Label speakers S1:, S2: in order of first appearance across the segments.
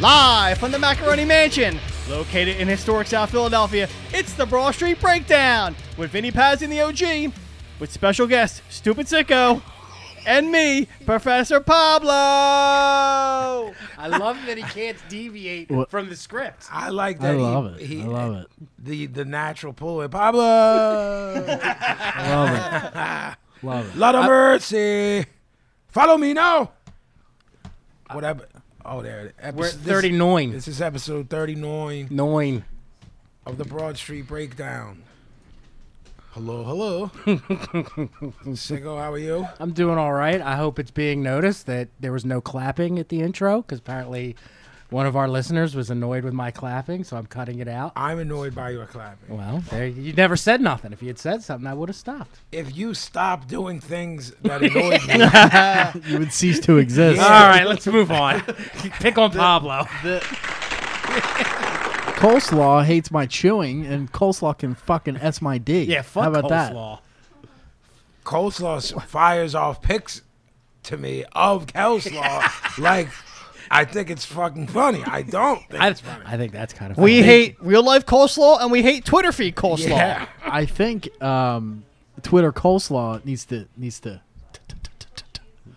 S1: Live from the Macaroni Mansion, located in historic South Philadelphia, it's the Broad Street Breakdown with Vinny Paz and the OG, with special guest Stupid Sicko and me, Professor Pablo.
S2: I love that he can't deviate from the script.
S3: I like
S4: I
S3: that.
S4: love
S3: he,
S4: it.
S3: He,
S4: I love it.
S3: The the natural pull in Pablo.
S4: I love it. Love it.
S3: Lot of mercy. Follow me now. Whatever. Oh, there. it is.
S2: We're at
S3: Epis- this-
S2: 39.
S3: This is episode 39
S2: Nine.
S3: of the Broad Street Breakdown. Hello, hello. Sicko, how are you?
S2: I'm doing all right. I hope it's being noticed that there was no clapping at the intro because apparently one of our listeners was annoyed with my clapping, so I'm cutting it out.
S3: I'm annoyed by your clapping.
S2: Well, there, you never said nothing. If you had said something, I would have stopped.
S3: If you stop doing things that annoy me,
S4: You would cease to exist.
S2: All right, let's move on. Pick on Pablo.
S4: Coleslaw hates my chewing, and coleslaw can fucking s my d.
S2: Yeah, fuck
S4: How about
S2: coleslaw.
S3: coleslaw s- fires off pics to me of coleslaw. like, I think it's fucking funny. I don't think
S2: I,
S3: it's funny.
S2: I think that's kind of
S1: We
S2: funny.
S1: hate real life coleslaw and we hate Twitter feed coleslaw.
S3: Yeah.
S4: that? I think um, Twitter coleslaw needs to needs to.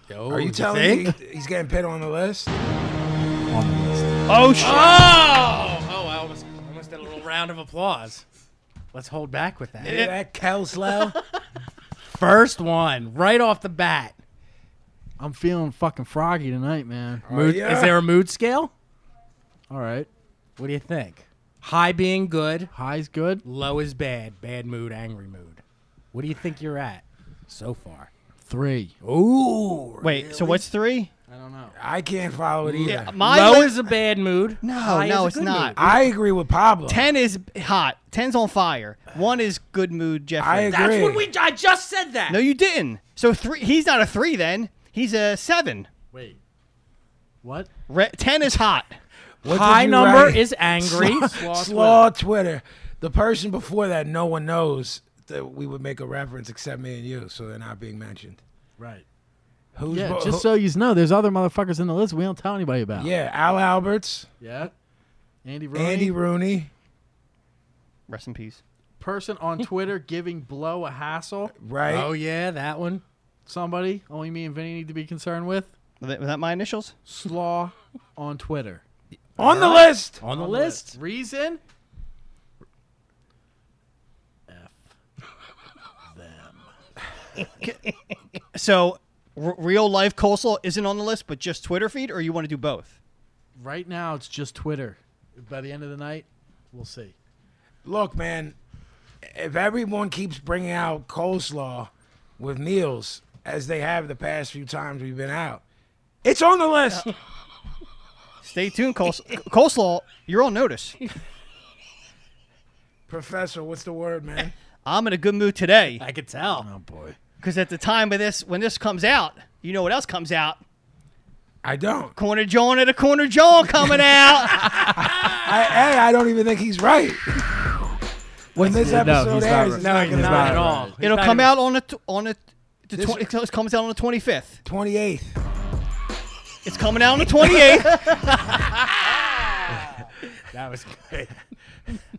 S2: Yo,
S3: Are you telling me he- he's getting put on the list?
S4: On the list.
S1: Oh shit!
S2: Oh! Oh, I almost, almost did a little round of applause. Let's hold back with that.
S3: Hear that coleslaw?
S2: First one, right off the bat.
S4: I'm feeling fucking froggy tonight, man.
S2: Mood,
S3: yeah?
S2: Is there a mood scale?
S4: All right,
S2: What do you think? High being good,
S4: high's good.
S2: low is bad, bad mood, angry mood. What do you think you're at so far?
S4: Three.
S2: Ooh.
S1: Wait, so what's three?
S4: I don't know.
S3: I can't follow it either.
S1: My
S2: low
S1: li-
S2: is a bad mood.
S1: No,
S2: high is
S1: no,
S2: a
S1: it's
S2: good
S1: not.
S2: mood.
S3: I agree with Pablo.
S1: ten is hot. Ten's on fire. One is good mood, Jeffrey.
S3: I agree.
S2: That's what we. I just said that.
S1: No, you didn't. So three. He's not a three. Then he's a seven.
S4: Wait. What?
S1: Re- Ten is hot.
S3: What did
S2: high
S3: you
S2: number
S3: write?
S2: is angry.
S3: Slaw, Twitter. The person before that, no one knows that we would make a reference except me and you, so they're not being mentioned.
S4: Right.
S3: Who's
S4: Yeah,
S3: bo-
S4: just
S3: who-
S4: so you know, there's other motherfuckers in the list we don't tell anybody about.
S3: yeah, Al Alberts,
S4: Yeah. Andy Rooney.
S3: Andy Rooney,
S1: Rest in peace.
S4: person on Twitter giving blow a hassle.
S3: right?
S2: oh yeah, that one.
S4: Somebody only me and Vinny need to be concerned with.
S1: Was that, was that my initials?
S4: Slaw on Twitter.
S3: On the list.
S2: On the list.
S4: Reason?
S1: So r- real life coleslaw isn't on the list, but just Twitter feed, or you want to do both?
S4: Right now, it's just Twitter. By the end of the night, we'll see.
S3: Look, man, if everyone keeps bringing out coleslaw with meals as they have the past few times we've been out, it's on the list.
S1: Stay tuned, coles- coleslaw. You're on notice.
S3: Professor, what's the word, man?
S1: I'm in a good mood today
S2: I could tell.
S4: Oh, boy.
S1: because at the time of this, when this comes out, you know what else comes out?
S3: I don't.
S1: Corner John at a corner John coming out.
S3: I, hey, I don't even think he's right. When this
S4: Yeah, no,
S3: episode
S4: he's not
S3: airs,
S4: right.
S3: it's
S4: No,
S3: not
S4: he's
S3: gonna
S4: not
S3: be
S4: right.
S1: It'll
S2: He's not
S1: come
S2: even-
S1: out on the t- on the, the
S3: This-
S1: 20, it comes out on the 25th.
S3: 28th.
S1: It's coming out on the 28th.
S2: That was good.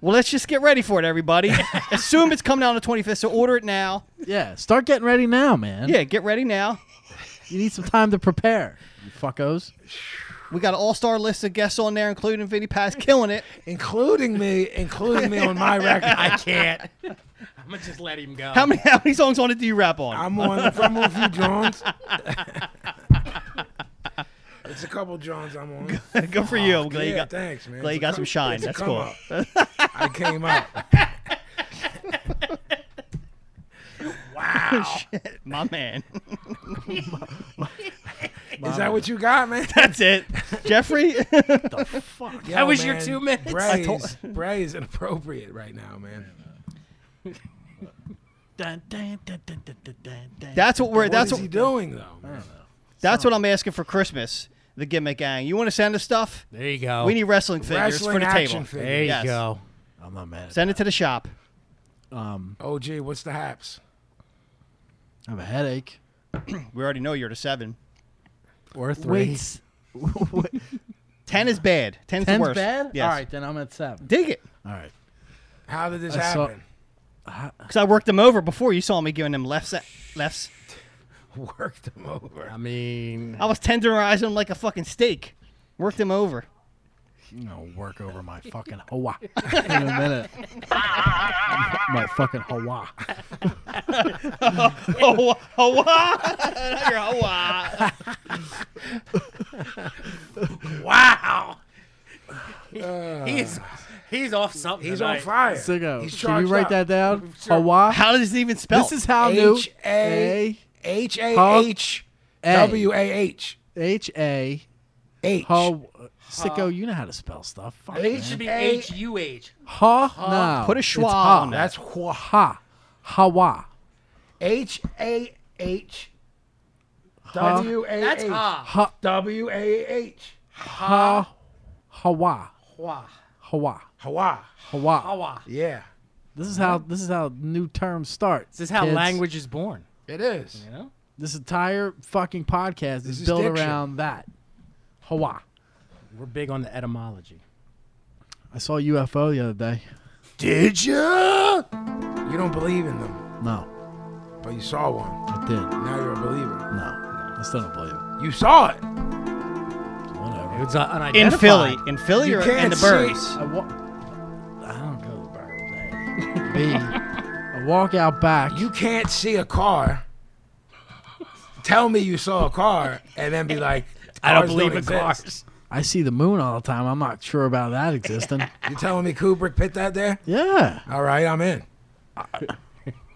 S1: well, let's just get ready for it, everybody. Assume it's coming out on the 25th, so order it now.
S4: Yeah, start getting ready now, man.
S1: Yeah, get ready now.
S4: You need some time to prepare, you fuckos.
S1: We got an all-star list of guests on there, including Vinny Paz killing it.
S3: Including me, including me on my record.
S2: I can't. I'm gonna just let him go.
S1: How many how many songs on it do you rap on?
S3: I'm on I'm on a few Johns. it's a couple Johns I'm on.
S1: Good for you. I'm glad
S3: yeah,
S1: you got,
S3: thanks, man.
S1: glad
S3: It's
S1: you
S3: a
S1: got some
S3: come-
S1: shine.
S3: it's a
S1: That's
S3: come
S1: cool.
S3: up. I came up.
S1: My man.
S3: Is that what you got, man?
S1: That's it. Jeffrey,
S3: Yo,
S2: That was your
S3: man,
S2: two minutes?
S3: Bray
S1: I told-
S3: is, Bray is inappropriate right now, man.
S4: Dun, dun, dun, dun, dun, dun, dun, dun.
S1: that's what we're
S3: What
S1: that's
S3: is
S1: what
S3: he doing though? man?
S1: that's what I'm asking for Christmas. The gimmick gang. You want to send us stuff?
S2: There you go.
S1: We need wrestling figures
S3: Oh. Wrestling
S1: for the
S3: action
S1: table.
S3: figures.
S2: There you
S1: Yes.
S2: go.
S4: I'm not mad. At
S1: Send it to the shop.
S4: um,
S3: OG, what's the haps?
S4: I have a headache.
S1: We already know you're to seven.
S2: Or three.
S4: Wait.
S1: Ten is bad. Ten's, the
S4: Ten's
S1: worst.
S4: bad.
S1: Yes.
S4: All right, then I'm at seven.
S1: Dig it.
S4: All right.
S3: How did this
S4: I saw-
S3: happen?
S1: Because I worked them over before you saw me giving them lefts. lefts.
S3: Worked them over.
S2: I mean,
S1: I was tenderizing them like a fucking steak. Worked them over.
S4: You know, work over my fucking hawa in a minute. my fucking hawa.
S1: Oh, oh, Not your oh, ah.
S2: wow. he's he's off something.
S3: He's on
S2: tonight.
S3: fire.
S4: Ziggo.
S3: He's
S4: Can you
S3: charged
S4: write
S3: up.
S4: that down? Hawa.
S1: How does it even spell?
S4: This is how new.
S3: H A H A
S4: Hug.
S3: H W A H
S4: H A.
S3: H.
S4: Ho. Sicko, you know how to spell stuff. Fuck,
S3: H-
S4: man.
S2: Should be
S3: A-
S2: H U H.
S4: Ha. No.
S1: Put a
S4: It's
S1: schwa
S4: ha.
S1: on that.
S3: That's wha-
S4: Ha. Hawa.
S3: H A H W A H.
S2: That's ha.
S4: Ha.
S3: W A H.
S4: Ha. Hawa.
S2: Hua.
S4: Hawa.
S3: Hawa.
S4: Hawa.
S2: Hua.
S3: Yeah.
S4: This is how this is how new terms start.
S2: This is how
S4: kids.
S2: language is born.
S3: It is.
S2: You know.
S4: This entire fucking podcast is,
S3: is
S4: built
S3: diction.
S4: around that. Hawa.
S2: We're big on the etymology.
S4: I saw a UFO the other day.
S3: Did you? You don't believe in them,
S4: No,
S3: but you saw one.
S4: I did.
S3: Now you're a believer.
S4: No, I still don't believe it.
S3: You saw it.
S4: Whatever.
S2: It's uh, unidentified.
S1: in Philly. In Philly
S3: You
S1: or in
S3: can't
S1: the
S3: see
S1: birds?
S4: I, wa- I don't go to the birds. eh? B. I walk out back.
S3: You can't see a car. Tell me you saw a car, and then be like,
S2: I don't
S3: "Cars
S2: believe in
S3: exist."
S2: cars.
S4: I see the moon all the time. I'm not sure about that existing.
S3: You telling me Kubrick put that there?
S4: yeah.
S3: All right, I'm in.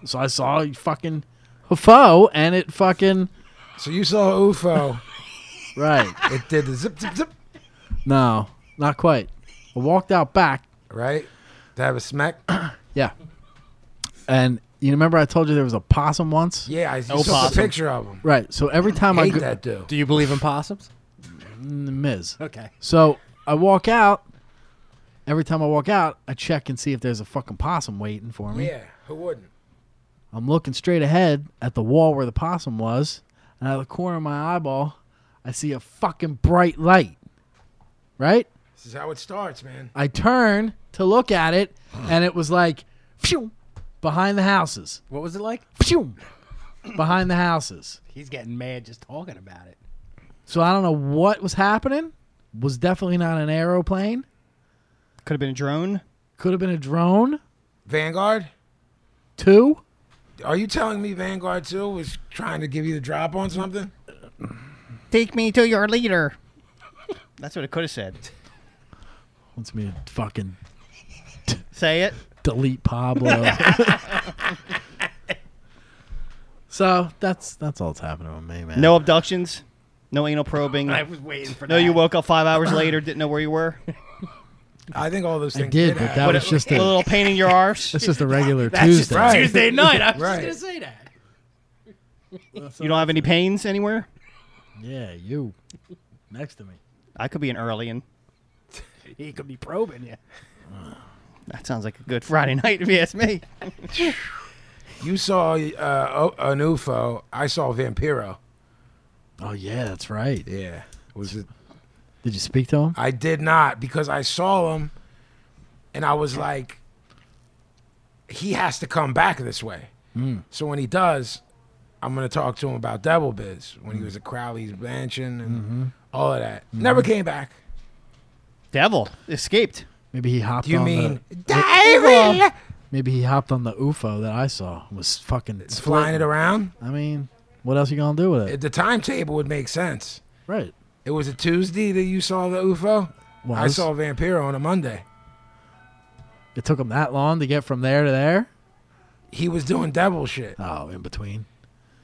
S4: So I saw a fucking UFO and it fucking
S3: So you saw a UFO.
S4: right.
S3: it did the zip, zip, zip.
S4: No, not quite. I walked out back.
S3: Right? To have a smack.
S4: Yeah. And you remember I told you there was a possum once?
S3: Yeah, I you
S1: No
S3: took a
S1: possum.
S3: picture of him.
S4: Right. So every time I
S3: Hate
S4: go,
S3: that dude.
S2: Do you believe in possums?
S4: Miz.
S2: Okay.
S4: So I walk out. Every time I walk out, I check and see if there's a fucking possum waiting for me.
S3: Yeah, who wouldn't?
S4: I'm looking straight ahead at the wall where the possum was, and out of the corner of my eyeball, I see a fucking bright light. Right?
S3: This is how it starts, man.
S4: I turn to look at it, and it was like, phew, behind the houses.
S2: What was it like?
S4: Phew, behind the houses.
S2: He's getting mad just talking about it.
S4: So I don't know what was happening. Was definitely not an aeroplane.
S1: Could have been a drone.
S4: Could have been a drone.
S3: Vanguard?
S4: Two.
S3: Are you telling me Vanguard 2 was trying to give you the drop on something?
S1: Take me to your leader. That's what it could have said.
S4: Wants me to fucking
S1: Say it.
S4: delete Pablo. so that's that's all that's happening with me, man.
S1: No abductions. No anal probing.
S2: I was waiting for
S1: No,
S2: that.
S1: you woke up five hours later, didn't know where you were.
S3: I think all those things
S4: did, but
S3: happen.
S4: that was just
S1: a
S4: a
S1: little pain in your arse.
S4: that's just a regular
S2: That's just
S4: Tuesday.
S3: Right.
S2: a Tuesday night. I was
S3: Right.
S2: just gonna say that.
S1: You don't have any pains anywhere.
S4: Yeah, you next to me.
S1: I could be an early,
S2: He could be probing you.
S1: that sounds like a good Friday night if you ask me.
S3: You saw uh, o- an UFO. I saw Vampiro.
S4: Oh yeah, that's right.
S3: Yeah. Was it?
S4: Did you speak to him?
S3: I did not because I saw him, and I was like, he has to come back this way.
S4: Mm.
S3: So when he does, I'm gonna talk to him about Devil Biz when
S4: Mm.
S3: he was at Crowley's mansion and
S4: Mm-hmm.
S3: all of that. Never came back.
S1: Devil escaped.
S4: Maybe he hopped
S3: Do you
S4: on
S3: mean
S4: the
S3: Devil?
S4: maybe he hopped on the UFO that I saw and was fucking
S3: Flying it
S4: splitting.
S3: around?
S4: I mean, what else you gonna do with it?
S3: The timetable would make sense.
S4: right.
S3: It was a Tuesday that you saw the UFO. I
S4: Was.
S3: saw Vampiro on a Monday.
S4: It took him that long to get from there to there.
S3: He was doing devil shit.
S4: Oh, in between.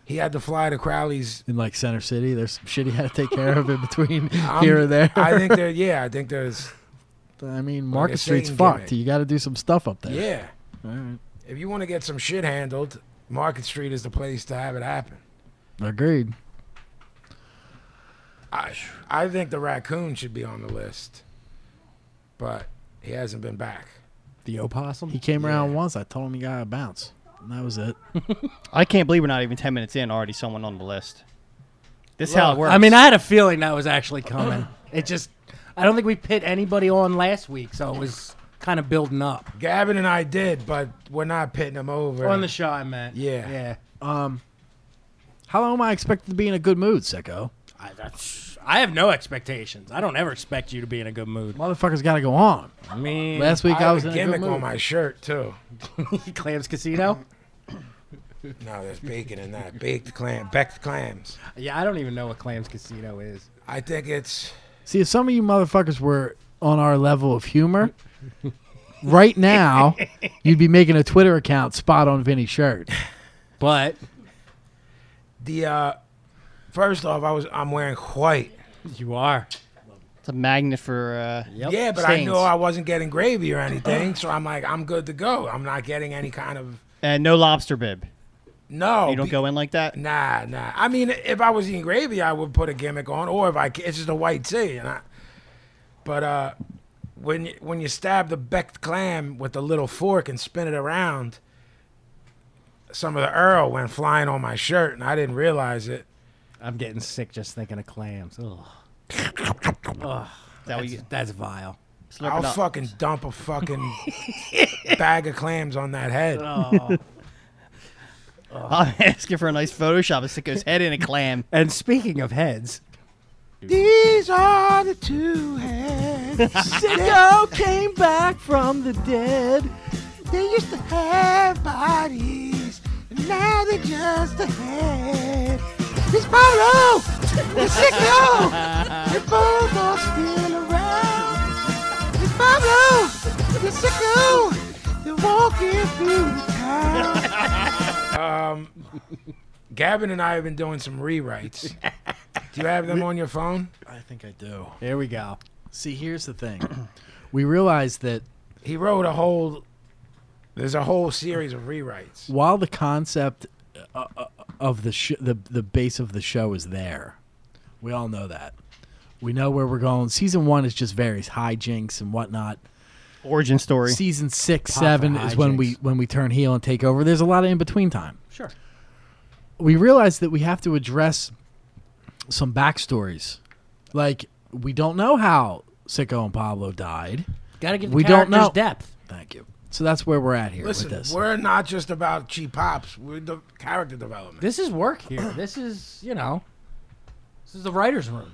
S3: He had to fly to Crowley's.
S4: in like center city. There's some shit he had to take care of in between
S3: I'm-
S4: here and there.
S3: I think there. Yeah, I think there's.
S4: I mean, Market
S3: it's
S4: Street's
S3: Satan
S4: fucked.
S3: gimmick.
S4: You got to do some stuff up there.
S3: Yeah.
S4: All right.
S3: If you want to get some shit handled, Market Street is the place to have it happen.
S4: Agreed.
S3: I, I think the raccoon should be on the list, but he hasn't been back.
S2: The opossum.
S4: He came around once. I told him he got to bounce. And that was it.
S1: I can't believe we're not even ten minutes in. Already someone on the list. This is how it works.
S2: I mean, I had a feeling that was actually coming. it just, I don't think we pit anybody on last week, so it was kind of building up.
S3: Gavin and I did, but we're not pitting him over.
S2: On the show, I meant.
S3: Yeah.
S2: Yeah.
S4: Um, how long am I expected to be in a good mood, sicko?
S2: I, that's, I have no expectations. I don't ever expect you to be in a good mood.
S4: Motherfuckers got to go on.
S2: I mean,
S4: Last week
S3: I,
S4: I,
S3: have
S4: was
S3: a
S4: in a
S3: gimmick
S4: good mood.
S3: on my shirt too.
S2: Clams Casino.
S3: No, there's bacon in that. Baked clam, Becked clams.
S2: Yeah, I don't even know what Clams Casino is.
S3: I think it's
S4: See, if some of you motherfuckers were on our level of humor, right now you'd be making a Twitter account spot on Vinny shirt.
S2: But
S3: the. uh First off, I was I'm wearing white.
S2: you are.
S1: It's a magnet for. Uh,
S2: Yep.
S3: Yeah, but I
S1: Stains.
S3: knew I wasn't getting gravy or anything,
S4: Uh-huh.
S3: so I'm like, I'm good to go. I'm not getting any kind of
S1: And no lobster bib.
S3: no.
S1: You don't
S3: Oh, be-
S1: go in like that.
S3: Nah, nah. I mean, if I was eating gravy, I would put a gimmick on, or if I ca- it's just a white tea. And I, but uh, when y- when you stab the becked clam with a little fork and spin it around, some of the earl went flying on my shirt, and I didn't realize it.
S2: I'm getting sick just thinking of clams. Ugh.
S1: Is that what
S2: That's,
S1: you
S2: that's vile.
S1: slurp
S3: I'll
S1: it up?
S3: fucking dump a fucking bag of clams on that head.
S1: Oh. I'm asking for a nice Photoshop. It's like his head in a clam.
S2: And speaking of heads,
S3: These are the two heads.
S4: Sicko came back from the dead.
S3: They used to have bodies, and now they're just a head. It's Pyro! It's Sicko! They both are still around. It's Pablo! It's Sicko! They're walking through town. Um, Gavin and I have been doing some rewrites. Do you have them on your phone?
S4: I think I do.
S2: here we go.
S4: See, here's the thing. We realized that
S3: He wrote a whole. There's a whole series of rewrites.
S4: while the concept uh, uh, of the sh- the the base of the show is there, we all know that. We know where we're going. Season one is just various hijinks and whatnot.
S1: Origin story.
S4: Season six,
S2: Pop
S4: seven
S2: for
S4: is when we
S2: hijinks.
S4: when we turn heel and take over. There's a lot of in between time.
S2: Sure.
S4: We realize that we have to address some backstories, like we don't know how Sicko and Pablo died.
S2: Got to give the
S4: We don't
S2: characters
S4: know.
S2: depth.
S4: Thank you. So that's where we're at here
S3: Listen,
S4: with this.
S3: we're not just about cheap pops. We're the character development.
S2: This is work here. This is, you know, this is the writer's room.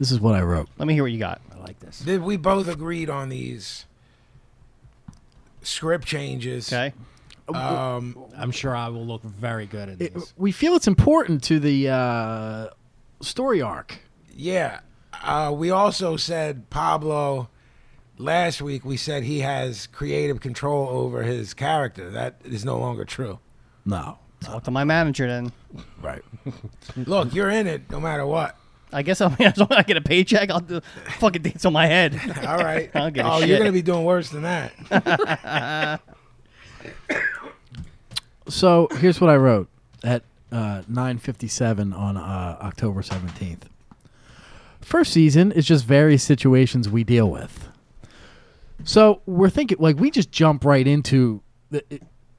S4: This is what I wrote.
S1: Let me hear what you got.
S2: I like this.
S3: Did we both agreed on these script changes?
S1: Okay.
S3: Um,
S2: I'm sure I will look very good in
S4: it,
S2: this.
S4: we feel it's important to the uh, story arc.
S3: yeah. Uh, we also said Pablo last week. We said he has creative control over his character. That is no longer true.
S4: No.
S1: Talk to my manager then.
S3: Right. Look, you're in it no matter what.
S1: I guess I'll, as long as I get a paycheck, I'll do fucking dance on my head.
S3: All right.
S1: I don't give a
S3: oh,
S1: shit.
S3: you're gonna be doing worse than that.
S4: So here's what I wrote at uh, 9:57 on uh, October 17th. First season is just various situations we deal with. So we're thinking like we just jump right into the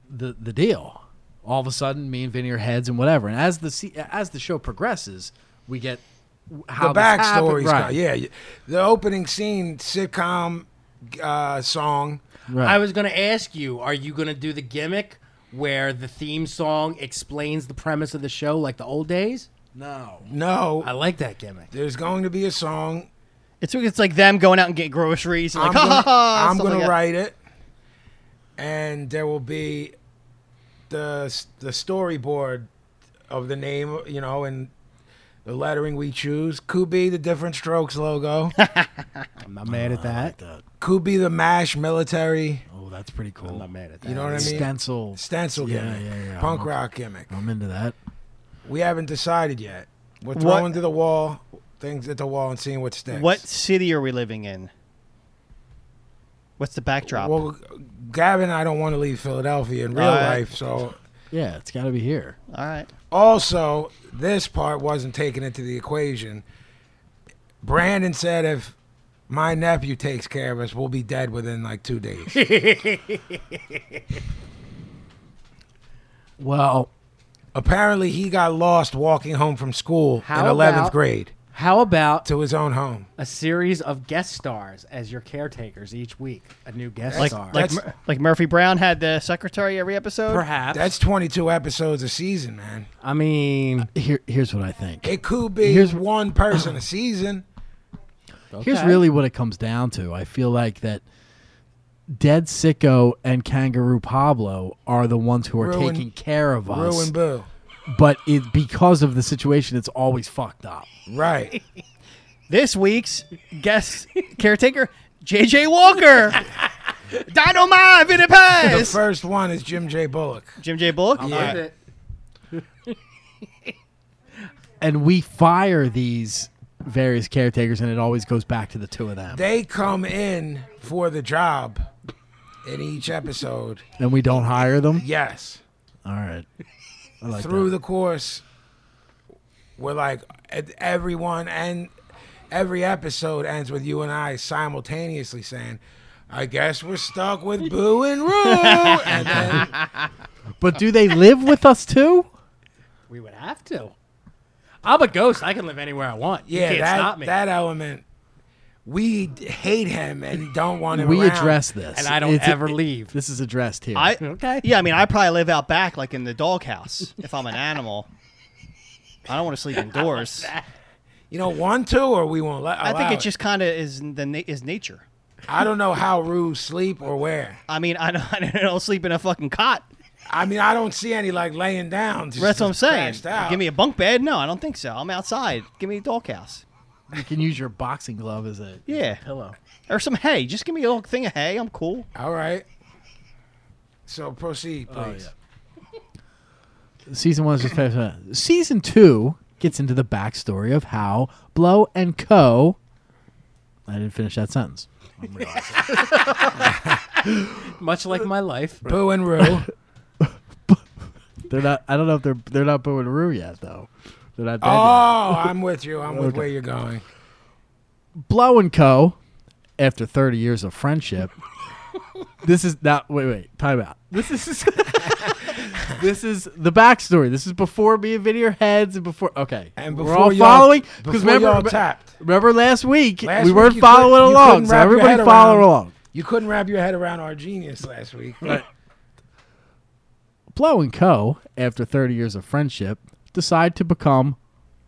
S4: the the deal. All of a sudden, me and Vinny are heads and whatever. And as the se- as the show progresses, we get
S3: the
S4: how this
S3: backstories.
S4: happened- right?
S3: got- Yeah. The opening scene sitcom uh, song.
S4: right.
S2: I was going to ask you, are you going to do the gimmick where the theme song explains the premise of the show like the old days?
S4: no.
S3: No.
S2: I like that gimmick.
S3: there's going to be a song
S1: It's it's like them going out and getting groceries. and
S3: I'm
S1: Like,
S3: gonna,
S1: ha ha ha.
S3: I'm
S1: stuff
S3: gonna
S1: like that.
S3: write it, and there will be the the storyboard of the name, you know, and the lettering we choose. Could be the Different Strokes logo.
S2: I'm not mad at Oh, that.
S3: could be the Mash military
S4: Oh, that's pretty cool.
S2: I'm not mad at that.
S3: You know what I mean?
S4: Stencil.
S3: stencil
S4: Yeah,
S3: gimmick,
S4: yeah, yeah.
S3: punk
S4: I'm-
S3: rock gimmick.
S4: I'm into that.
S3: We haven't decided yet. We're
S1: What-
S3: throwing to the wall things at the wall and seeing what sticks.
S1: What city are we living in? What's the backdrop?
S3: Well, Gavin, and I don't want to leave Philadelphia in real
S1: All right.
S3: life, so
S4: Yeah, it's got to be here.
S1: All right.
S3: Also, this part wasn't taken into the equation. Brandon said if my nephew takes care of us, we'll be dead within like two days.
S4: Well,
S3: Apparently, he got lost walking home from school in
S2: How
S3: 11th
S2: about-
S3: grade.
S2: How about
S3: to his own home.
S2: a series of guest stars as your caretakers each week? A new guest
S1: Like
S2: star.
S1: like,
S3: That's-
S1: Mur- like Murphy Brown had the secretary every episode.
S2: Perhaps.
S3: That's 22 episodes a season, man.
S2: I mean,
S4: Here, here's what I think.
S3: It could be
S4: Here's-
S3: one person a season.
S4: Here's
S2: okay.
S4: really what it comes down to. I feel like that Dead Sicko and Kangaroo Pablo are the ones who are
S3: Ruin-
S4: taking care of us.
S3: Ruin Boo.
S4: but it because of the situation, it's always fucked up.
S3: Right.
S1: This week's guest caretaker, JJ Walker. Dynamite Vinny
S3: The
S1: Paz.
S3: first one is Jim J. Bullock.
S1: Jim J. Bullock.
S3: Yeah.
S2: Love it.
S4: And we fire these various caretakers, and it always goes back to the two of them.
S3: They come in for the job in each episode.
S4: and we don't hire them.
S3: Yes.
S4: All right. I like
S3: Through
S4: that.
S3: the course, we're like e- everyone and every episode ends with you and I simultaneously saying, I guess we're stuck with Boo and Roo. And then
S4: but do they live with us too?
S2: We would have to. I'm a ghost. I can live anywhere I want. you
S3: Yeah,
S2: can't
S3: that,
S2: stop me.
S3: that element. We d- hate him and don't want him
S4: We
S3: around.
S4: address this,
S2: and I don't
S4: It's-
S2: ever leave.
S4: This is addressed here.
S1: I,
S2: Okay.
S1: Yeah, I mean, I probably live out back, like in the doghouse, if I'm an animal. I don't want to sleep indoors.
S3: You know, one, two, or we won't let.
S1: I think
S3: allow
S1: it just kind of is the na- is nature.
S3: I don't know how Rue sleep or where.
S1: I mean, I don't, I don't sleep in a fucking cot.
S3: I mean, I don't see any like laying down. Just,
S1: That's what I'm
S3: just
S1: saying.
S3: crashed Out.
S1: Give me a bunk bed? No, I don't think so. I'm outside. Give me a doghouse.
S4: you can use your boxing glove as a
S1: Yeah,
S4: pillow.
S1: or some hay. Just give me a little thing of hay. I'm cool.
S3: All right. So proceed,
S1: Oh,
S3: please.
S4: Season one is just finished. Season two gets into the backstory of how Blow and Co. I didn't finish that sentence.
S3: Oh
S2: Much like my life.
S3: Boo and Rue.
S4: They're not. I don't know if they're they're not booing Rue yet though. They're not.
S3: oh,
S4: dead yet.
S3: I'm with you. I'm with where you're going.
S4: Blow and Co. After 30 years of friendship, this is not. Wait, wait, time out. This is this is the backstory. This is before me and Vinny are heads and before. Okay,
S3: And
S4: We're
S3: before
S4: all
S3: y'all-
S4: following
S3: before
S4: because remember,
S3: y'all
S4: remember-
S3: tapped.
S4: remember last week
S3: Last
S4: we
S3: week
S4: weren't
S3: you couldn't-
S4: following
S3: you
S4: along,
S3: couldn't
S4: so
S3: wrap your
S4: everybody
S3: head
S4: followed
S3: around-
S4: along.
S3: You couldn't wrap your head around our genius last week.
S4: Blow and Co. After 30 years of friendship, decide to become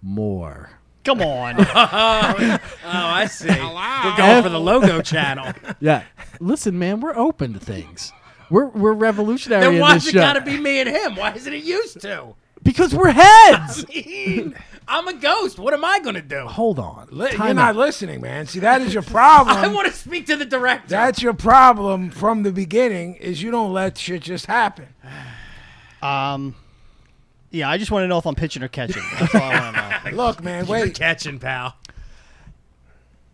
S4: more.
S1: Come on.
S2: Oh, I see. We're going for the logo channel.
S4: Yeah, listen, man, we're open to things. We're we're revolutionary
S2: then
S4: in
S2: why's
S4: this
S2: it
S4: show
S2: got to be me and him? Why isn't it used to?
S4: because we're heads.
S2: I'm a ghost. What am I going to do?
S4: Hold on.
S3: Li-
S4: Time
S3: you're not
S4: out.
S3: listening, man. See, that is your problem.
S4: Um,
S2: I want to speak to the director.
S3: That's your problem from the beginning is you don't let shit just happen.
S1: um, yeah, I just want to know if I'm pitching or catching. That's all I want to know.
S3: Look, man,
S2: You're
S3: wait.
S2: catching, pal.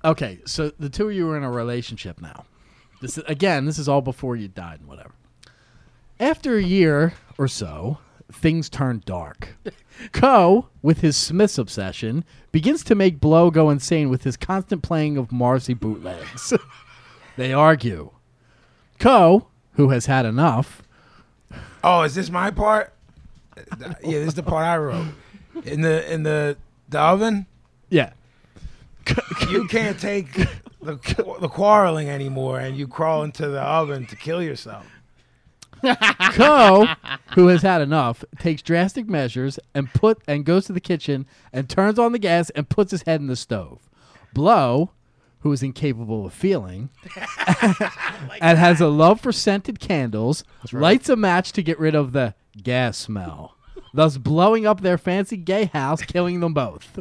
S4: Okay, so the two of you are in a relationship now. This is, again, this is all before you died and whatever. After a year or so, things turn dark. Co, with his Smiths obsession, begins to make Blow go insane with his constant playing of Marcy bootlegs. they argue. Co, who has had enough,
S3: Oh, is this my part? Yeah, this is the part I wrote. In the in the the oven,
S4: yeah,
S3: you can't take the qu- the quarreling anymore, and you crawl into the oven to kill yourself.
S4: Co, who has had enough, takes drastic measures and put and goes to the kitchen and turns on the gas and puts his head in the stove. Blow, who is incapable of feeling and has a love for scented candles, lights a match to get rid of the gas smell, thus blowing up their fancy gay house, killing them both.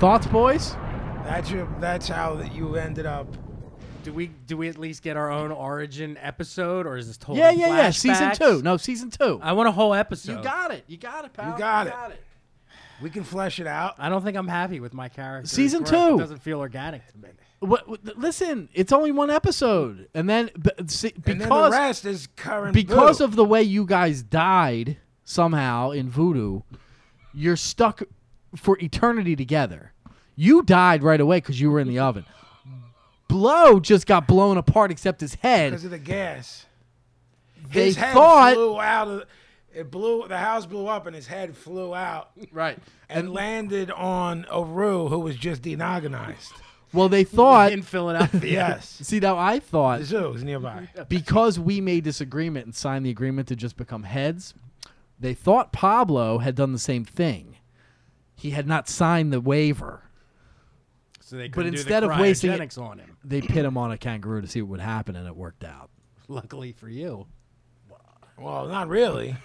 S4: Thoughts, boys?
S3: That's your. That's how that you ended up.
S2: Do we do we at least get our own origin episode, or is this total?
S4: Yeah, yeah, yeah. Season
S2: flashbacks?
S4: two. No, season two.
S2: I want a whole episode.
S4: you got it. You got it, pal.
S3: You got it.
S4: got it.
S3: We can flesh it out.
S2: I don't think I'm happy with my character.
S4: Season
S2: growth.
S4: two.
S2: It doesn't feel organic to me.
S4: What, what, th- listen, it's only one episode, and then b- see,
S3: And then the
S4: because
S3: rest is current.
S4: because
S3: boo.
S4: of the way you guys died somehow in voodoo, you're stuck for eternity together. You died right away because you were in the oven. Blow just got blown apart except his head.
S3: because of the gas.
S4: They
S3: His head
S4: thought
S3: flew out of. It blew. The house blew up, and his head flew out
S4: Right.
S3: and landed on Aru, who was just denogonized.
S4: Well, they thought.
S2: in Philadelphia.
S3: Yes,
S4: See, now I thought
S3: the zoo is nearby.
S4: because we made this agreement and signed the agreement to just become heads, they thought Pablo had done the same thing. He had not signed the waiver.
S2: So they
S4: But
S2: couldn't
S4: instead
S2: do the
S4: of wasting it-
S2: cryogenics on him,
S4: They pit him on a kangaroo to see what would happen, and it worked out.
S2: luckily for you,
S3: Well, not really.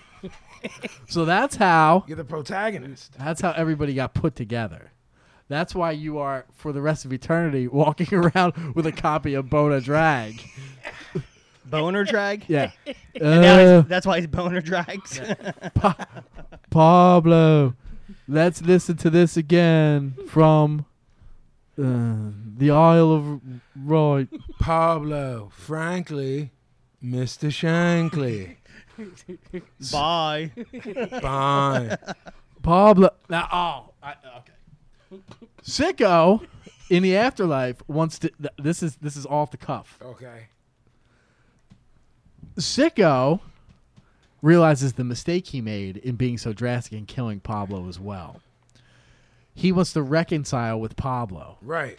S4: So that's how
S3: You're the protagonist.
S4: that's how everybody got put together. That's why you are for the rest of eternity walking around with a copy of Bona Drag.
S1: Boner drag.
S4: Yeah,
S1: Now he's-
S4: Uh,
S1: that's why he's boner drags.
S4: Pablo, let's listen to this again from uh, the Isle of Roy.
S3: Pablo, frankly, Mr. Shankly.
S1: Bye.
S3: Bye.
S4: Pablo
S2: Now, oh, I, okay.
S4: Sicko in the afterlife wants to. Th- this is this is off the cuff.
S3: Okay.
S4: Sicko realizes the mistake he made in being so drastic and killing Pablo as well. He wants to reconcile with Pablo,
S3: Right.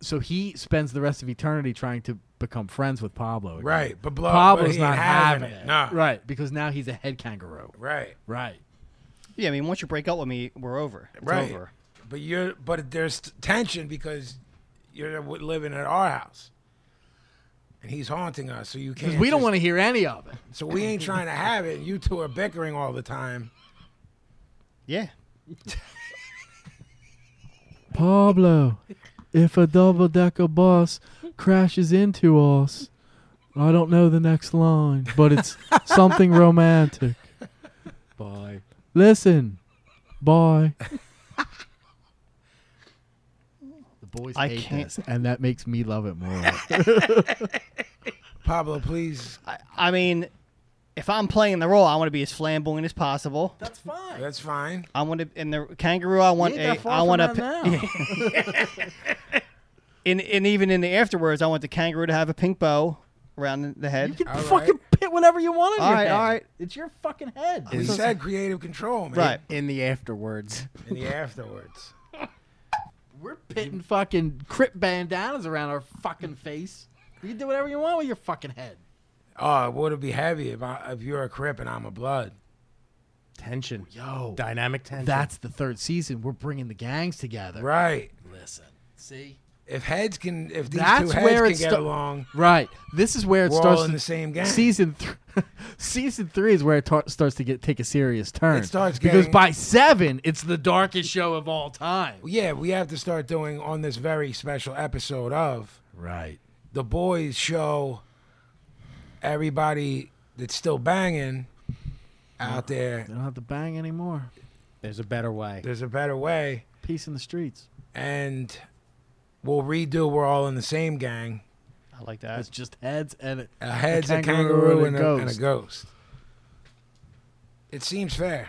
S4: so he spends the rest of eternity trying to become friends with Pablo. again.
S3: Right. But blow,
S4: Pablo's
S3: but he
S4: not
S3: ain't having,
S4: it.
S3: it. Nah.
S4: Right, because now he's a head kangaroo.
S3: Right.
S4: Right.
S1: Yeah, I mean, once you break up with me, we're over. It's
S3: Right.
S1: over.
S3: But you're but there's tension because you're w- living at our house. And he's haunting us, so you can't.
S4: Because we don't
S3: just-
S4: want to hear any of it.
S3: So we ain't trying to have it. and You two are bickering all the time.
S1: Yeah.
S4: Pablo, if a double decker bus crashes into us, I don't know the next line, but it's something romantic.
S2: Bye.
S4: Listen, bye. the boys
S1: I
S4: hate
S1: can't-
S4: this, and that makes me love it more.
S3: Pablo, please.
S1: I, I mean, if I'm playing the role, I want to be as flamboyant as possible.
S2: That's fine.
S3: That's fine.
S1: I want to in the kangaroo. I want a. I want a. In and even in the afterwards, I want the kangaroo to have a pink bow around the head.
S2: You can
S3: All right.
S2: fucking pit whatever you want on
S1: All
S2: your
S1: right,
S2: head.
S1: all right.
S2: It's your fucking head.
S3: We said creative control, man.
S1: Right.
S2: in the afterwards.
S3: In the afterwards.
S4: We're pitting fucking crip bandanas around our fucking face. You can do whatever you want with your fucking head.
S3: Oh, it would be heavy if, I, if you're a Crip and I'm a Blood.
S2: Tension.
S4: Yo.
S2: Dynamic tension.
S4: That's the third season. We're bringing the gangs together.
S3: Right.
S4: Listen, see,
S3: If heads can, if these two
S4: That's
S3: heads
S4: where
S3: can
S4: it
S3: get
S4: sta-
S3: along,
S4: right? This is where it
S3: We're all
S4: starts
S3: in
S4: to-
S3: the same gang.
S4: Season, th- season three is where it tar- starts to get take a serious turn.
S3: It starts
S4: because
S3: getting-
S4: by seven, it's the darkest show of all time.
S3: yeah, we have to start doing on this very special episode of
S4: Right.
S3: the boys show everybody that's still banging out there.
S4: They don't have to bang anymore.
S2: There's a better way.
S3: There's a better way,
S4: Peace in the streets.
S3: and we'll redo. We're all in the same gang.
S1: I like
S4: It's
S1: that.
S4: just heads and it.
S3: A head's a kangaroo,
S4: kangaroo
S3: and,
S4: and a
S3: a, and a ghost. It seems fair.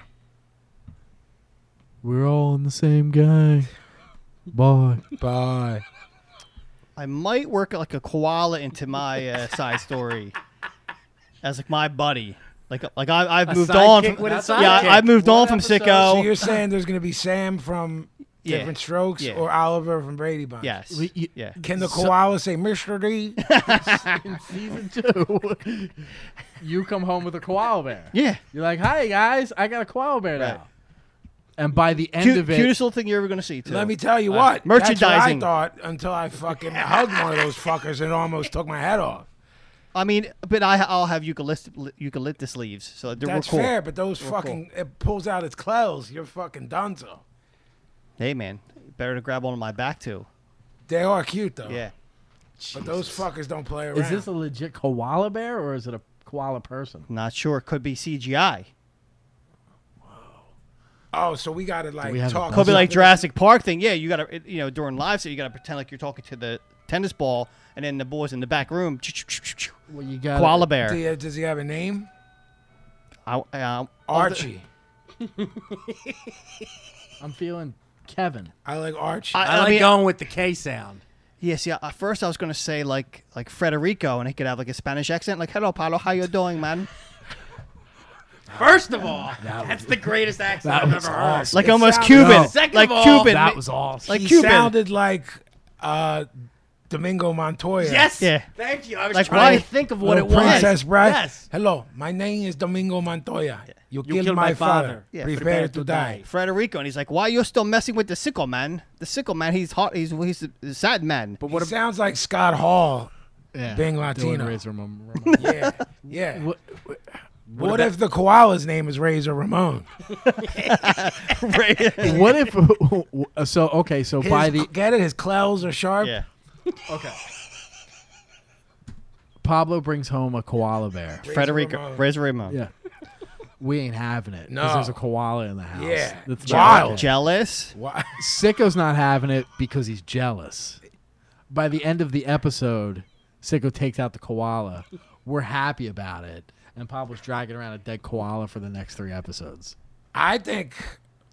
S4: We're all in the same gang. Bye.
S3: Bye.
S1: I might work like a koala into my uh, side story as like my buddy. Like like I, I've moved on.
S2: sidekick
S1: From,
S2: with a
S1: yeah,
S2: sidekick.
S1: I, have moved on
S2: One
S1: from
S2: episode,
S3: So
S1: Sicko.
S3: you're saying there's going to be Sam from
S1: Yeah.
S3: Different Strokes
S1: Yeah.
S3: or Oliver from Brady Bunch?
S1: yes.
S4: We- you-
S1: yeah.
S3: Can the koala say Mr. D?
S4: in season two, you come home with a koala bear.
S1: Yeah.
S4: You're like, "Hi guys, I got a koala bear
S1: Right.
S4: now." And by the end
S1: Cute,
S4: of it,
S1: cutest little thing you're ever gonna see. Too. Uh,
S3: Let me tell you what.
S1: merchandising.
S3: That's what I thought until I fucking hugged one of those fuckers and almost took my head off.
S1: I mean, but I, I'll have eucalyptus, eucalyptus leaves, so they're
S3: That's
S1: we're cool.
S3: fair, but those fucking it pulls out its claws. You're fucking dunzo.
S1: Hey, man, better to grab on my back too.
S3: They are cute though.
S1: Yeah,
S3: But those fuckers don't play around.
S4: is this a legit koala bear or is it a koala person?
S1: not sure. It could be CGI.
S3: oh, so we gotta like
S4: we have a
S3: talk.
S1: Could be like
S3: something-
S1: Jurassic Park thing. Yeah, you gotta, it- you know, during live set, you gotta pretend like you're talking to the tennis ball, and then the boys in the back room.
S4: Well, you got
S1: Koala
S3: Do
S1: bear.
S3: you- does he have a name?
S1: I, um,
S3: Archie.
S4: I'm feeling Kevin.
S3: I like Archie.
S1: I,
S2: I,
S1: I
S2: like
S1: mean,
S2: going with the K sound.
S1: yeah. See, at first I was gonna say like like Federico, and he could have like a Spanish accent, like "Hello, Paulo, how you doing, man?"
S2: First of all,
S3: That
S2: that's
S3: was-
S2: the greatest accent
S4: That
S2: I've
S4: was
S2: ever heard.
S4: awesome.
S1: Like
S3: It
S1: almost
S3: sounded-
S1: Cuban.
S4: No.
S2: Second
S1: like
S2: of all,
S1: Cuban.
S4: That was awesome.
S1: like
S3: he
S1: Cuban.
S3: sounded like uh, Domingo Montoya.
S2: Yes.
S1: Yeah.
S2: Thank you. I was
S1: Like
S2: trying
S1: why-
S2: to think of what
S3: Little
S2: it was.
S3: Princess Bride.
S2: Yes.
S3: Hello, my name is Domingo Montoya. You,
S2: You
S3: killed,
S2: killed
S3: my,
S2: my
S3: father.
S2: father.
S1: Yeah,
S3: Prepare,
S2: prepare
S3: to
S2: to
S3: die.
S1: Frederico, and he's like, "Why you still messing with the sickle man? The sickle man, he's hot. He's he's a sad man."
S3: But what sounds like Scott Hall.
S4: Yeah.
S3: Being
S4: Doing
S3: Latino.
S4: Razor Ramon- Ramon.
S3: Yeah, yeah.
S4: What-
S3: what if the koala's name is Razor Ramon?
S1: Right.
S4: what if? So okay. So
S3: His,
S4: by the
S3: get it? His claws are sharp.
S1: yeah.
S4: okay. Pablo brings home a koala bear.
S3: Razor
S1: Frederico,
S3: Ramon.
S1: Razor Ramon.
S4: Yeah. We ain't having it. 'cause
S3: No.
S4: There's a koala in the house.
S3: Yeah.
S4: That's
S3: Wild.
S4: not-
S1: Jealous.
S3: Why?
S4: Sicko's not having it because he's jealous. By the end of the episode, Sicko takes out the koala. We're happy about it. And Pablo's dragging around a dead koala for the next three episodes.
S3: I think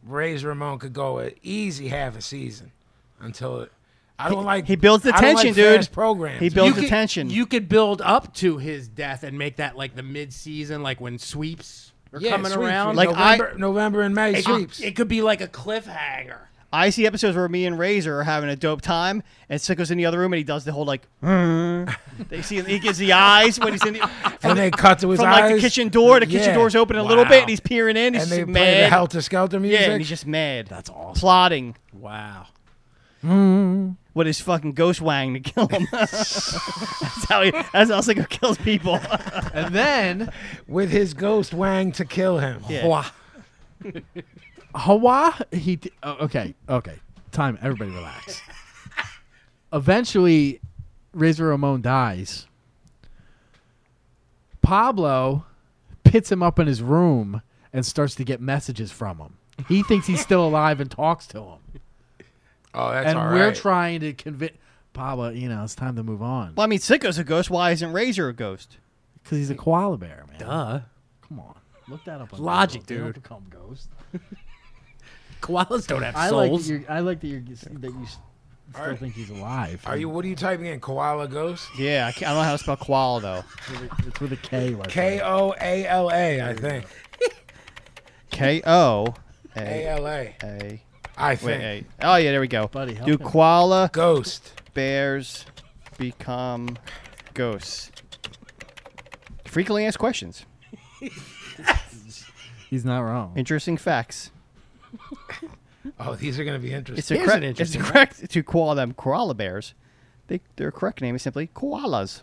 S3: Razor Ramon could go an easy half a season until it. I don't like.
S1: he builds the
S3: I don't
S1: tension,
S3: like
S1: dude.
S3: Fast programs.
S1: He builds
S2: You could-
S1: attention.
S2: You could build up to his death and make that like the mid-season, like when sweeps are
S3: Yeah,
S2: coming
S3: sweeps.
S2: around.
S1: Like, I-
S3: November, November and May
S2: it,
S3: sweeps.
S2: could, it could be like a cliffhanger.
S1: I see episodes where me and Razor are having a dope time, and Sicko's in the other room, and he does the whole like. they see he gives the eyes when he's in the,
S3: and they cut to his
S1: from
S3: eyes.
S1: like the kitchen door. The kitchen
S3: Yeah.
S1: door's open a little bit,
S3: Wow.
S1: and he's peering in. He's
S3: and
S1: just
S3: they
S1: mad.
S3: play the Helter Skelter music.
S1: yeah, and he's just mad.
S4: That's awesome.
S1: plotting
S2: Wow.
S1: with his fucking ghost wang to kill him. that's how he. That's how Sicko kills people.
S4: And then
S3: with his ghost Wang to kill him.
S1: Yeah.
S4: Hawa. Hawa, he. d- oh, okay, okay. Time. Everybody relax. Eventually, Razor Ramon dies. Pablo pits him up in his room and starts to get messages from him. He thinks he's still alive and talks to him.
S3: Oh, that's
S4: And
S3: all
S4: we're
S3: right.
S4: trying to convince Pablo, you know, it's time to move on.
S1: Well, I mean, Sicko's a ghost. Why isn't Razor a ghost?
S4: Because he's a koala bear, man.
S2: Duh.
S4: Come on. Look that up. On
S2: Logic,
S4: Google. They don't
S2: dude.
S4: become ghosts.
S2: Koalas don't have
S4: I like, that
S2: souls.
S4: you're, I like that, you're, that you s- still
S3: Alright.
S4: think he's alive.
S3: Are you? What are you typing in? Koala ghost.
S1: Yeah, I, can't, I don't know how to spell koala though.
S4: It's with a K right
S3: K O A L A. I think.
S1: K O
S3: A
S1: A
S3: L A.
S1: A.
S3: I
S1: Wait,
S3: think.
S1: A. Oh yeah, there we go.
S4: Buddy, help
S1: Do
S4: him.
S1: koala
S3: Ghost.
S1: bears become ghosts? Frequently asked questions.
S4: He's not wrong.
S1: Interesting facts.
S3: Oh, these are gonna be
S1: It's
S3: interesting.
S1: a
S2: Here's
S1: correct.
S2: an
S1: It's
S2: interesting
S1: correct to call them koala bears. They, their correct name is simply koalas.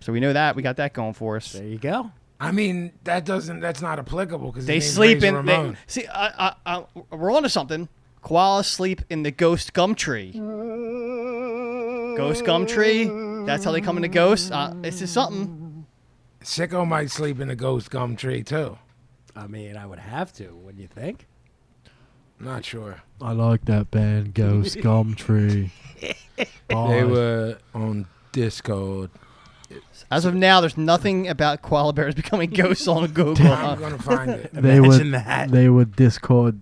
S1: So we know that we got that going for us.
S2: There you go.
S3: I mean, that doesn't. That's not applicable because
S1: They sleep in. They, see, I, I, I, we're onto something. Koalas sleep in the ghost gum tree. Ghost gum tree. That's how they come into ghosts. Uh, this is something.
S3: Sicko might sleep in the ghost gum tree too.
S2: I mean, I would have to. Wouldn't you think?
S3: Not sure.
S4: I like that band, Ghost Gumtree.
S3: They were on Discord.
S1: As of now, there's nothing about koala bears becoming ghosts on Google.
S3: I'm
S1: huh?
S3: gonna find it.
S4: they
S2: Imagine that.
S4: They were Discord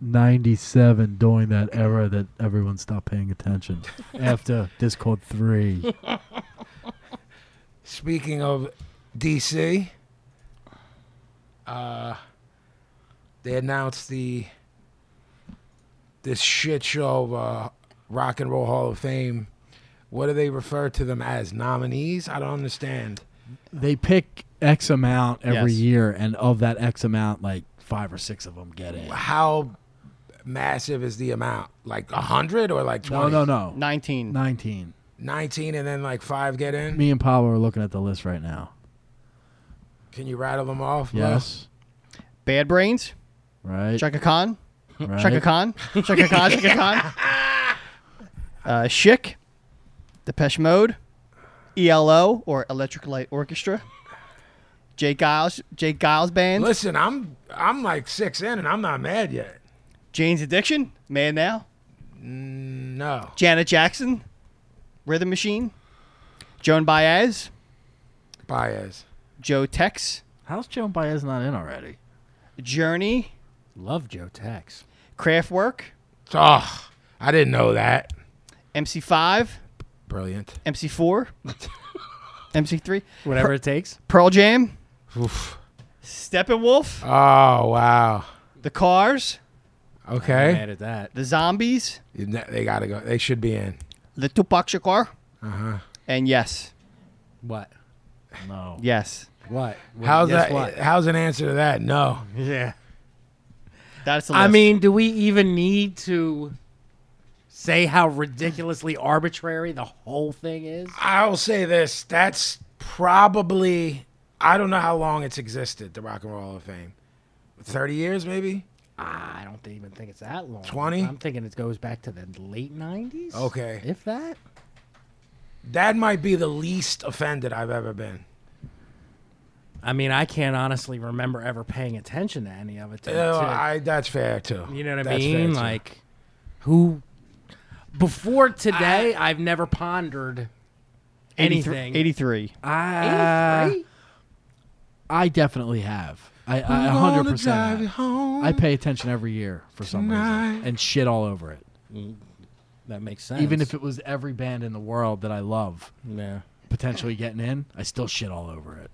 S4: 97 during that era that everyone stopped paying attention after Discord 3.
S3: Speaking of DC, uh, they announced the this shit show of uh, Rock and Roll Hall of Fame. What do they refer to them as nominees? I don't understand.
S4: They pick X amount every
S1: Yes.
S4: year, and of that X amount, like five or six of them get in.
S3: How massive is the amount? Like a hundred or like
S4: No,
S3: twenty?
S4: no, no.
S1: 19.
S4: 19.
S3: Nineteen, and then like five get in.
S4: Me and Pablo are looking at the list right now.
S3: Can you rattle them off? bro?
S4: Yes.
S1: Bad Brains.
S4: Right.
S1: Chaka Khan.
S4: right.
S1: Chaka Khan. Chaka Khan. Chaka Khan. Uh, Schick. Depeche Mode. ELO or Electric Light Orchestra. Jay Giles. Jay Giles Band.
S3: Listen, I'm I'm like six in, and I'm not mad yet.
S1: Jane's Addiction, Man Now,
S3: No.
S1: Janet Jackson, Rhythm Machine, Joan Baez,
S3: Baez.
S1: Joe Tex,
S4: How's Joan Baez not in already?
S1: Journey,
S2: Love Joe Tex.
S1: Kraftwerk,
S3: Oh, I didn't know that.
S1: MC5,
S3: Brilliant.
S1: MC4, MC3,
S2: Whatever it takes.
S1: Pearl Jam,
S3: Oof.
S1: Steppenwolf,
S3: Oh wow.
S1: the Cars,
S2: I'm
S3: Okay.
S2: Mad at that.
S1: the Zombies,
S3: You kn- They gotta go. They should be in.
S1: the Tupac Shakur,
S3: Uh huh.
S1: and yes,
S2: What?
S4: No.
S1: yes,
S2: What? What-
S3: How's
S2: guess
S3: that?
S2: What?
S3: How's an answer to that? No.
S2: Yeah.
S1: that's the list.
S2: I mean, do we even need to say how ridiculously arbitrary the whole thing is?
S3: I'll say this. That's probably. I don't know how long it's existed. The Rock and Roll Hall of Fame. Thirty years, maybe.
S2: I don't th- even think it's that long.
S3: 20?
S2: I'm thinking it goes back to the late 90s.
S3: Okay.
S2: If that?
S3: That might be the least offended I've ever been.
S2: I mean, I can't honestly remember ever paying attention to any of it. To,
S3: Uh,
S2: to-
S3: I, that's fair too.
S2: you know what I
S3: That's fair,
S2: mean?
S3: too.
S2: Like, who. Before today, I, have never pondered
S1: 83
S2: anything.
S1: 83.
S2: Uh,
S4: I definitely have. I, I
S3: I'm gonna
S4: 100%
S3: drive you
S4: have.
S3: home.
S4: I pay attention every year for some
S3: tonight.
S4: reason and shit all over it.
S2: That makes sense.
S4: Even if it was every band in the world that I love
S2: Yeah.
S4: potentially getting in, I still shit all over it.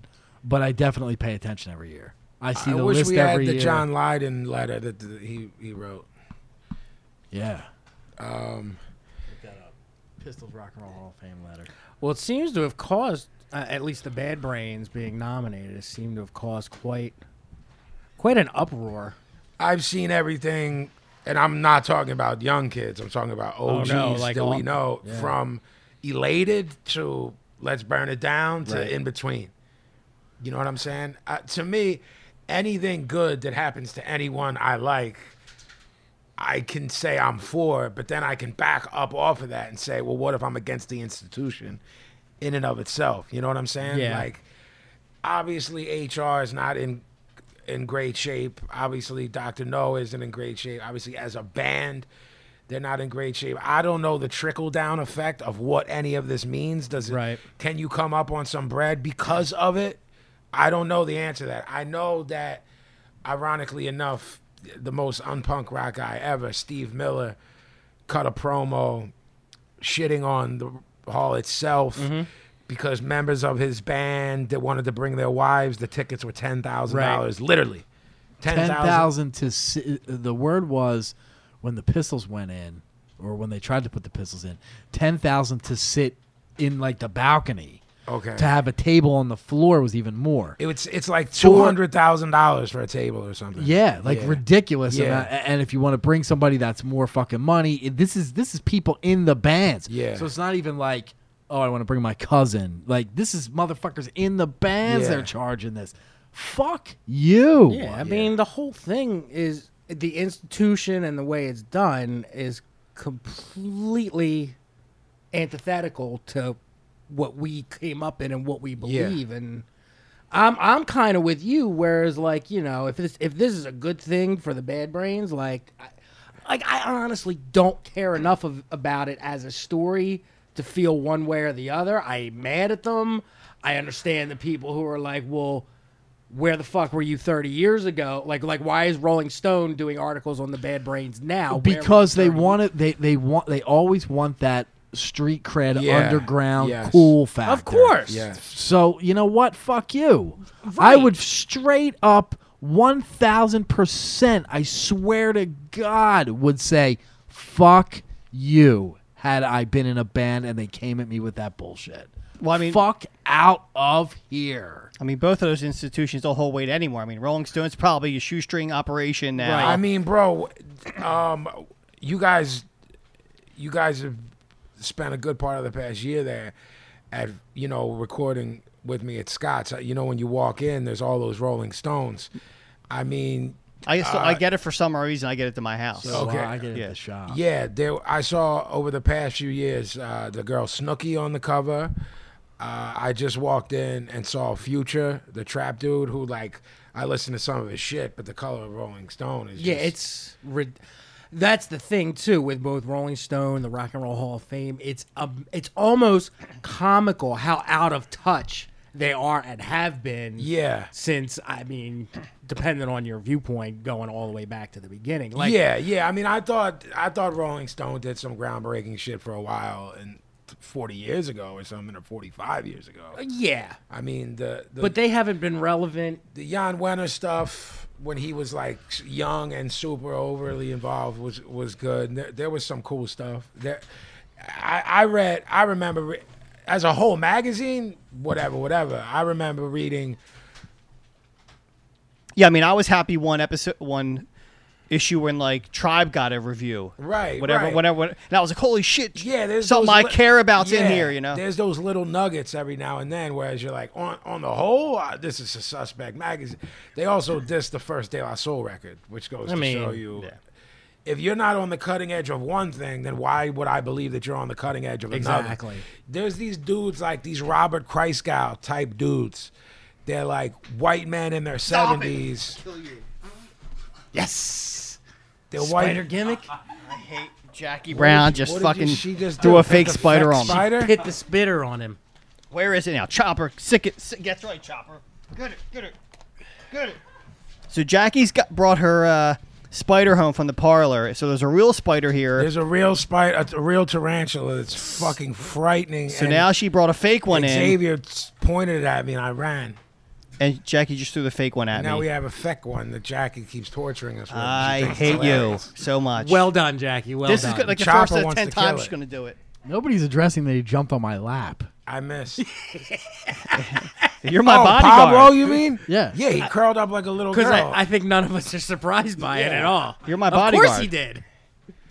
S4: But I definitely pay attention every year. I see
S3: I
S4: the
S3: wish
S4: list
S3: we had
S4: every
S3: the
S4: year.
S3: John Lydon letter that th- he he wrote.
S4: Yeah.
S3: Um,
S4: Pistols Rock and Roll Hall of Fame letter.
S2: Well, it seems to have caused, uh, at least the Bad Brains being nominated, it seemed to have caused quite, quite an uproar.
S3: I've seen everything, and I'm not talking about young kids. I'm talking about OGs
S2: Oh, no, like
S3: that
S2: all-
S3: we know from elated to let's burn it down to in between. You know what I'm saying? Uh, to me, anything good that happens to anyone I like, I can say I'm for, but then I can back up off of that and say, well, what if I'm against the institution in and of itself? You know what I'm saying?
S2: Yeah.
S3: Like, obviously, HR is not in in great shape. Obviously, Dr. No isn't in great shape. Obviously, as a band, they're not in great shape. I don't know the trickle down effect of what any of this means. Does it,
S2: Right.
S3: can you come up on some bread because of it? I don't know the answer to that. I know that, ironically enough, the most unpunk rock guy ever, Steve Miller, cut a promo shitting on the hall itself
S4: Mm-hmm.
S3: because members of his band that wanted to bring their wives, the tickets were ten thousand dollars, literally. Ten
S4: ten
S3: thousand.
S4: thousand to si- the word was when the pistols went in or when they tried to put the pistols in ten thousand to sit in like the balcony
S3: Okay.
S4: to have a table on the floor was even more
S3: It was, it's like two hundred thousand dollars for a table or something.
S4: yeah like
S3: Yeah.
S4: ridiculous
S3: Yeah.
S4: amount. A- and if you want to bring somebody that's more fucking money it- this is this is people in the bands
S3: Yeah.
S4: so it's not even like oh i want to bring my cousin like this is motherfuckers in the bands
S3: Yeah.
S4: they're charging this fuck you
S2: Yeah, I mean, the whole thing is the institution and the way it's done is completely antithetical to what we came up in and what we believe and I'm I'm kind of with you whereas like, you know, if this if this is a good thing for the bad brains like I, like I honestly don't care enough of, about it as a story to feel one way or the other. I ain't mad at them. I understand the people who are like, "Well, where the fuck were you 30 years ago? Like, like why is Rolling Stone doing articles on the bad brains now? Where were
S4: because
S2: you
S4: they
S2: 30
S4: want it. They they want they always want that street cred,
S3: Yeah.
S4: underground,
S3: Yes.
S4: cool factor.
S2: Of course.
S3: Yeah.
S4: So you know what? Fuck you. I
S2: Right.
S4: would straight up one thousand percent. I swear to God, would say fuck you. Had I been in a band and they came at me with that bullshit.
S1: Well, I mean-
S4: fuck out of here.
S1: I mean, both of those institutions don't hold weight anymore. I mean, Rolling Stone's probably a shoestring operation now.
S3: I mean, bro, um, you guys, you guys have spent a good part of the past year there at you know recording with me at Scott's. You know, when you walk in, there's all those Rolling Stones. I mean,
S1: I, guess I get it for some reason. I get it to my house.
S3: uh, So- Okay.
S4: Well, I get it
S1: Yeah.
S4: at the shop.
S3: Yeah, there. I saw over the past few years uh, the girl Snooki on the cover. Uh, I just walked in and saw Future, the trap dude, who like I listen to some of his shit, but the color of Rolling Stone is
S2: Yeah,
S3: just-
S2: it's rid- that's the thing too with both Rolling Stone, the Rock and Roll Hall of Fame. It's um, it's almost comical how out of touch they are and have been.
S3: yeah,
S2: Since I mean, depending on your viewpoint, going all the way back to the beginning. Like,
S3: yeah, yeah. I mean, I thought I thought Rolling Stone did some groundbreaking shit for a while, and left 40 years ago or something, or 45 years ago.
S2: Yeah,
S3: I mean, the, the
S2: Uh, but they haven't been relevant.
S3: the Jan Wenner stuff when he was like s- young and super overly involved was was good. And There, there was some cool stuff. There, I, I read. I remember re- as a whole magazine, whatever, whatever. I remember reading.
S1: Yeah, I mean, I was happy one episode, one issue when like Tribe got a review,
S3: Right,
S1: Whatever,
S3: right.
S1: whatever, and I was like, holy shit,
S3: Yeah, there's
S1: something
S3: those
S1: I
S3: li-
S1: care about's in
S3: Yeah,
S1: here, you know.
S3: There's those little nuggets every now and then, whereas you're like, on on the whole, uh, this is a suspect magazine. They also dissed the first De La Soul record, which goes to
S2: mean,
S3: show you.
S1: yeah.
S3: If you're not on the cutting edge of one thing, then why would I believe that you're on the cutting edge of another?
S2: Exactly.
S3: There's these dudes like these Robert Kreisgau type dudes. They're like white men in their seventies.
S2: Yes,
S3: They're
S2: spider
S3: white.
S2: gimmick.
S1: I hate Jackie Brown.
S3: what
S1: just
S3: did you-
S1: fucking
S3: she just
S1: threw
S3: do?
S1: a
S3: Pick
S1: fake
S3: the
S1: spider
S3: fake
S1: on. me.
S3: spider? Spider?
S2: Hit the spitter on him.
S1: Where is it now? Chopper, sick it. Sick, that's right, Chopper. Get it, get it, get it. So Jackie's got brought her uh, spider home from the parlor. So there's a real spider here.
S3: There's a real spider, a, a real tarantula that's fucking frightening.
S1: so now she brought a fake one in,
S3: Xavier s- pointed it at me and I ran.
S1: and Jackie just threw the fake one at
S3: Now we
S1: me.
S3: have a feck one that Jackie keeps torturing us with. She
S1: I
S3: thinks it's
S1: hate you
S3: hilarious.
S1: so much.
S2: Well done, Jackie. Well
S1: this
S2: done.
S1: is good, like the
S3: Chopper
S1: first of
S3: wants
S1: ten
S3: to kill
S1: times she's
S3: it.
S1: gonna do it.
S4: Nobody's addressing that he jumped on my lap.
S3: I miss.
S1: You're my
S3: oh,
S1: bodyguard.
S3: Pablo, you mean?
S4: Yeah.
S3: Yeah, he curled up like a little girl.
S2: because I, I think none of us are surprised by it at all.
S1: You're my
S2: of Of course
S1: bodyguard.
S2: he did.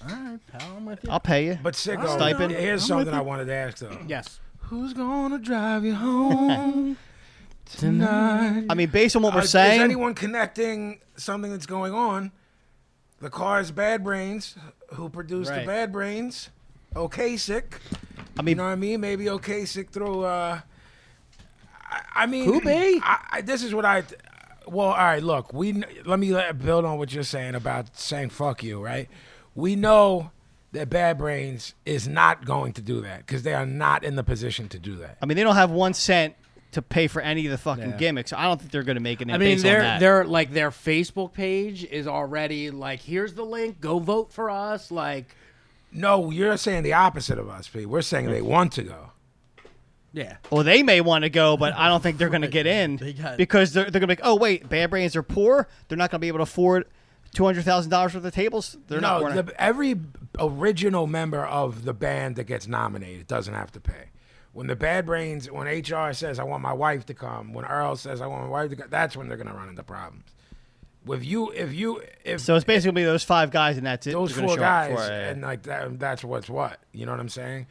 S4: All right, pal, I'm with you.
S1: I'll pay you.
S3: but Sicko,
S1: Stipend.
S3: here's
S4: I'm
S3: something
S4: with
S3: I
S4: you.
S3: wanted to ask though.
S2: Yes.
S3: Who's gonna drive you home tonight?
S1: I mean, based on what
S3: Uh,
S1: we're
S3: is
S1: saying,
S3: anyone connecting something that's going on? The car's Bad Brains, who produced
S1: Right.
S3: the Bad Brains, Okay Sick.
S1: I
S3: You
S1: mean,
S3: know what I mean? Maybe okay, sick through. Uh, I, I mean,
S2: Could be.
S3: I, I, this is what I. th- Well, all right. Look, we kn- let me let, build on what you're saying about saying "fuck you." Right? We know that Bad Brains is not going to do that because they are not in the position to do that.
S1: I mean, they don't have one cent to pay for any of the fucking gimmicks. So I don't think they're gonna make it.
S2: I mean,
S1: based on
S2: their
S1: that.
S2: their like their Facebook page is already like, here's the link, go vote for us. Like,
S3: No, you're saying the opposite of us, Pete. We're saying they want to go.
S2: yeah,
S1: Well, they may want to go, but I don't think they're going to get in
S4: They got-
S1: because they're, they're going to be like, oh, wait, Bad Brains are poor. They're not going to be able to afford $200,000 worth of tables. They're not
S3: No,
S1: going to.
S3: the, every original member of the band that gets nominated doesn't have to pay. When the Bad Brains, when HR says, I want my wife to come, when Earl says, I want my wife to come, that's when they're going to run into problems. With you, if you, if
S1: So it's basically gonna be those five guys, and that's it.
S3: those
S1: They're gonna
S3: four
S1: show up
S3: guys,
S1: for it.
S3: and like that, that's what's what. You know what I'm saying?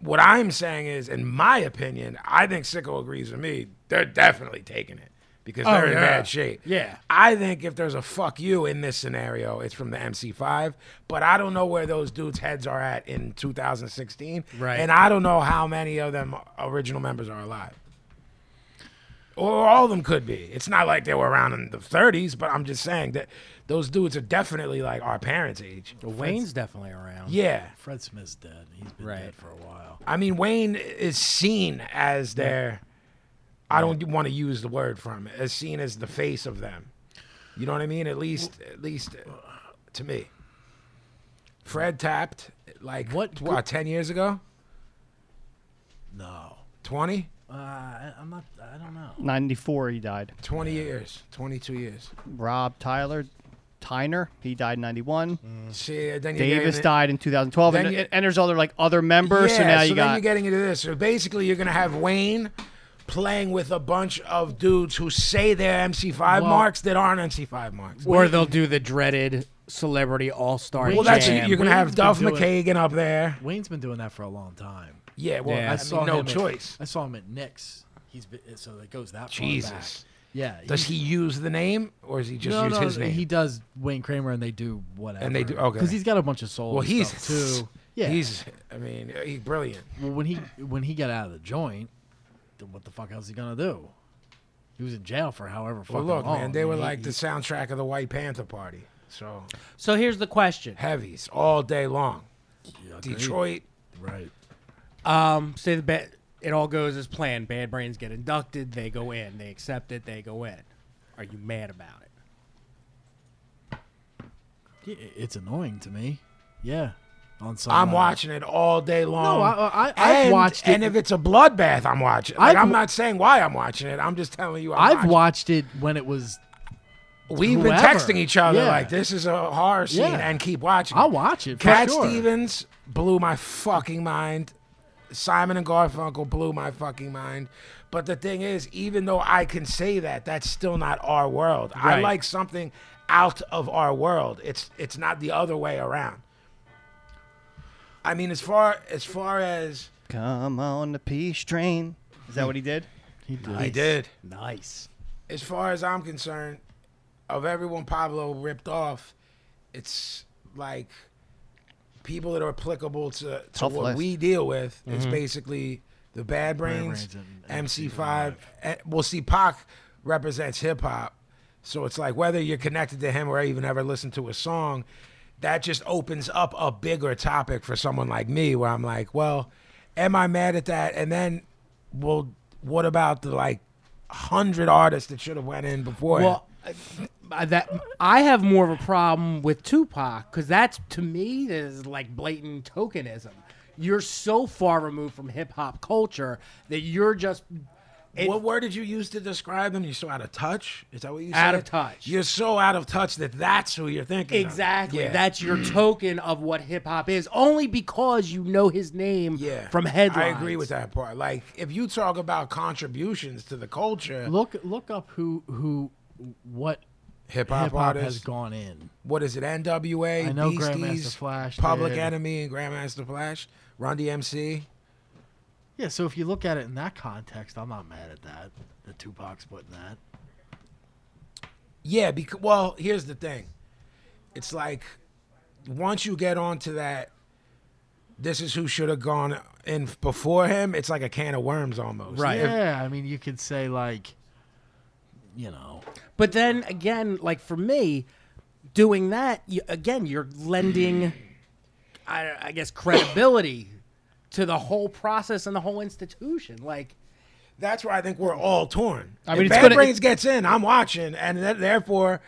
S3: What I'm saying is, in my opinion, I think Sicko agrees with me. They're definitely taking it because
S1: Oh,
S3: they're in
S2: yeah.
S3: bad shape.
S2: Yeah.
S3: I think if there's a fuck you in this scenario, it's from the MC5. But I don't know where those dudes' heads are at in 2016.
S2: Right.
S3: And I don't know how many of them original members are alive. Or all of them could be. It's not like they were around in the 30s, but I'm just saying that those dudes are definitely like our parents' age.
S2: Wayne's definitely around.
S3: Yeah.
S4: Fred Smith's dead. He's been
S2: Right.
S4: dead for a while.
S3: I mean, Wayne is seen as their. I don't want to use the word from it. As seen as the face of them. You know what I mean? At least, at least, uh, to me. Fred tapped like
S4: What
S3: what? What? Ten years ago?
S4: No,
S3: Twenty?
S4: uh, I, I'm not. I don't know.
S1: 94, he died.
S3: Twenty years? Twenty-two years?
S1: Rob Tyler, Tyner, he died in 91.
S3: Mm-hmm. See, then you
S1: Mm. Davis died in 2012.
S3: Then
S1: and
S3: you-
S1: it enters other like other members.
S3: Yeah,
S1: so now
S3: so
S1: you
S3: then
S1: got.
S3: you're getting into this. So basically, you're gonna have Wayne playing with a bunch of dudes who say they're MC5 marks that aren't MC5 marks.
S2: Or they'll do the dreaded celebrity all star.
S3: Well, that's
S4: Jam.
S3: you're gonna have
S4: Wayne's been
S3: Duff
S4: doing-
S3: McKagan up there.
S4: Wayne's been doing that for a long time.
S3: Yeah, well,
S2: Yeah. I
S3: I,
S4: saw
S3: mean, no
S4: him at-
S3: choice.
S4: I saw him at Knicks. He's been, so that goes that far back.
S3: Jesus,
S4: Yeah.
S3: does he use the name or does he just
S4: no,
S3: use
S4: no,
S3: his name?
S4: He does Wayne Kramer, and they do whatever.
S3: And they do- okay.
S4: because he's got a bunch of soul.
S3: well,
S4: and
S3: he's
S4: stuff, too. Yeah.
S3: he's. I mean, he's brilliant.
S4: well, when he when he got out of the joint, then what the fuck else is he gonna do? He was in jail for however
S3: Well,
S4: fucking
S3: look,
S4: long.
S3: man, they were
S4: He-
S3: like
S4: he-
S3: the soundtrack of the White Panther Party. So
S2: so here's the question.
S3: heavies all day long.
S4: yeah, great.
S3: Detroit.
S4: right?
S2: Um, say the bet it all goes as planned. Bad brains get inducted. They go in. They accept it. They go in. Are you mad about it?
S4: Yeah, It's annoying to me. Yeah, on Sunday.
S3: I'm watching it all day long.
S4: No, I- I- I've
S3: and,
S4: watched it.
S3: And if it's a bloodbath, I'm watching. Like,
S4: I've-
S3: I'm not saying why I'm watching it. I'm just telling you. i
S4: I've watched it when it was.
S3: We've been
S4: whoever.
S3: texting each other
S4: Yeah.
S3: like this is a horror scene,
S4: Yeah.
S3: and keep watching.
S4: I'll watch it. for
S3: Cat
S4: sure.
S3: Stevens blew my fucking mind. Simon and Garfunkel blew my fucking mind. But the thing is, even though I can say that, that's still not our world. I
S1: Right.
S3: like something out of our world. It's it's not the other way around. I mean, as far as far as
S1: Come on the peace train. Is that what he did?
S4: He did.
S3: he did,
S4: Nice.
S3: as far as I'm concerned, of everyone Pablo ripped off, it's like people that are applicable to, to
S1: Tough
S3: what
S1: list.
S3: we deal with is basically the Bad Brains,
S4: Brains and
S3: MC5. And, well, see, Pac represents hip hop. So it's like whether you're connected to him or even ever listened to a song, that just opens up a bigger topic for someone like me where I'm like, well, am I mad at that? And then, well, what about the like hundred artists that should have went in before?
S2: Well, I- that I have more of a problem with Tupac because that's to me is like blatant tokenism. You're so far removed from hip hop culture that you're just it-
S3: what word did you use to describe them? You're so out of touch. Is that what you said?
S2: Out of touch.
S3: You're so out of touch that that's who you're thinking. of.
S2: exactly
S3: Yeah. Mm.
S2: that's your token of what hip hop is only because you know his name
S3: yeah.
S2: from headlines.
S3: I agree with that part. Like if you talk about contributions to the culture,
S4: Look look up who who what
S3: hip
S4: hip
S3: hop
S4: hop has
S3: artists.
S4: gone in.
S3: What is it? N.W.A.
S4: I know
S3: Beasties,
S4: Grandmaster Flash
S3: Public
S4: did.
S3: Enemy, and Grandmaster Flash, Run DMC.
S4: Yeah, so if you look at it in that context, I'm not mad at that. The Tupac's putting that.
S3: Yeah, because well, here's the thing. It's like once you get onto that, this is who should have gone in before him. It's like a can of worms almost.
S2: Right. If-
S4: Yeah, I mean you could say like you know
S2: But then again, like for me, doing that you, again, you're lending, I, I guess, credibility to the whole process and the whole institution. Like,
S3: That's where I think we're all torn. I
S1: mean,
S3: mean,
S1: it's
S3: if Bad
S1: gonna-
S3: Brains gets in, I'm watching, and th- therefore,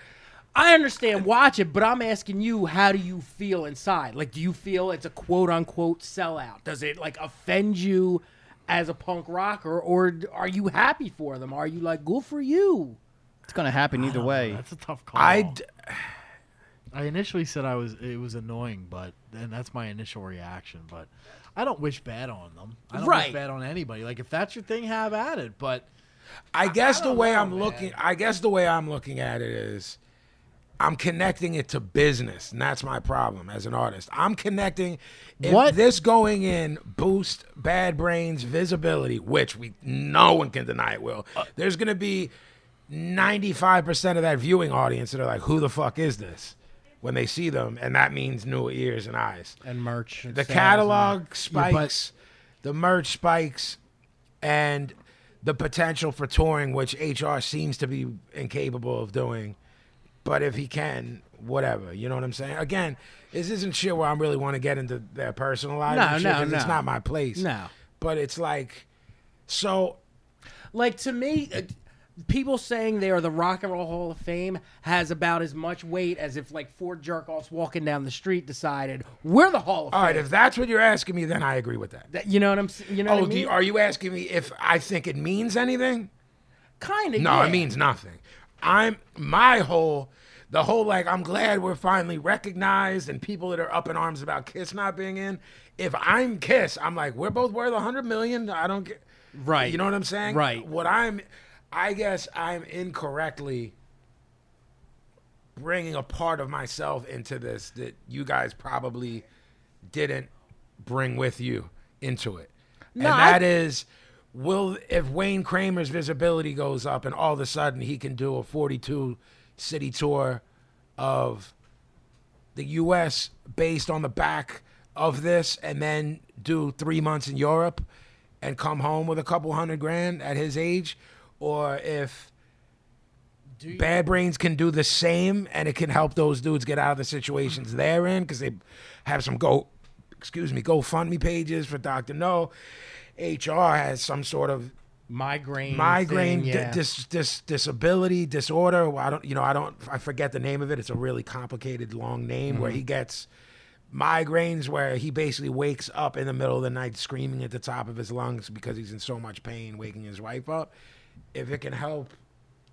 S2: I understand watch it, but I'm asking you, how do you feel inside? Like, do you feel it's a quote unquote sellout? Does it like offend you as a punk rocker, or d- are you happy for them? Are you like, good for you?
S1: It's gonna happen either way.
S4: that's a tough call.
S3: I
S4: I
S3: d-
S4: I initially said I was it was annoying, but and that's my initial reaction. But I don't wish bad on them. I don't
S2: Right.
S4: wish bad on anybody. Like if that's your thing, have at it. But
S3: I guess the way I'm looking, I guess the way I'm looking at it is, I'm connecting it to business, and that's my problem as an artist. I'm connecting if
S4: What-
S3: this going in boost Bad Brains visibility, which we no one can deny it will. There's gonna be 95% of that viewing audience that are like, "Who the fuck is this?" when they see them, and that means new ears and eyes.
S2: And merch.
S3: the catalog spikes, the merch spikes, and the potential for touring, which HR seems to be incapable of doing. But if he can, whatever. You know what I'm saying? Again, this isn't shit where I really want to get into their personal lives.
S2: No,
S3: and shit,
S2: no,
S3: 'cause It's
S2: no.
S3: not my place.
S2: No.
S3: But it's like, so
S2: Like to me, uh, people saying they are the Rock and Roll Hall of Fame has about as much weight as if like four jerkoffs walking down the street decided we're the Hall of
S3: all right,
S2: Fame.
S3: if that's what you're asking me, then I agree with that.
S2: That- you know what I'm? s- You know
S3: Oh,
S2: what I
S3: do
S2: mean?
S3: you, are you asking me if I think it means anything?
S2: kind of.
S3: No, it means nothing. I'm my whole the whole like I'm glad we're finally recognized and people that are up in arms about Kiss not being in. If I'm Kiss, I'm like we're both worth 100 million. I don't get
S2: Right.
S3: You know what I'm saying?
S2: Right.
S3: What I'm I guess I'm incorrectly bringing a part of myself into this that you guys probably didn't bring with you into it.
S2: No,
S3: and
S2: I-
S3: that is, will if Wayne Kramer's visibility goes up and all of a sudden he can do a 42 city tour of the US based on the back of this and then do 3 months in Europe and come home with a couple hundred grand at his age or if Bad Brains can do the same, and it can help those dudes get out of the situations they're in because they have some go, excuse me, GoFundMe pages for Doctor No. HR has some sort of
S2: migraine.
S3: migraine,
S2: thing,
S3: di-
S2: yeah.
S3: dis- dis- disability,
S2: Mm-hmm.
S3: disorder. Well, I don't, you know, I don't, I forget the name of it. It's a really complicated, long name where he gets migraines where he basically wakes up in the middle of the night screaming at the top of his lungs because he's in so much pain waking his wife up. If it can help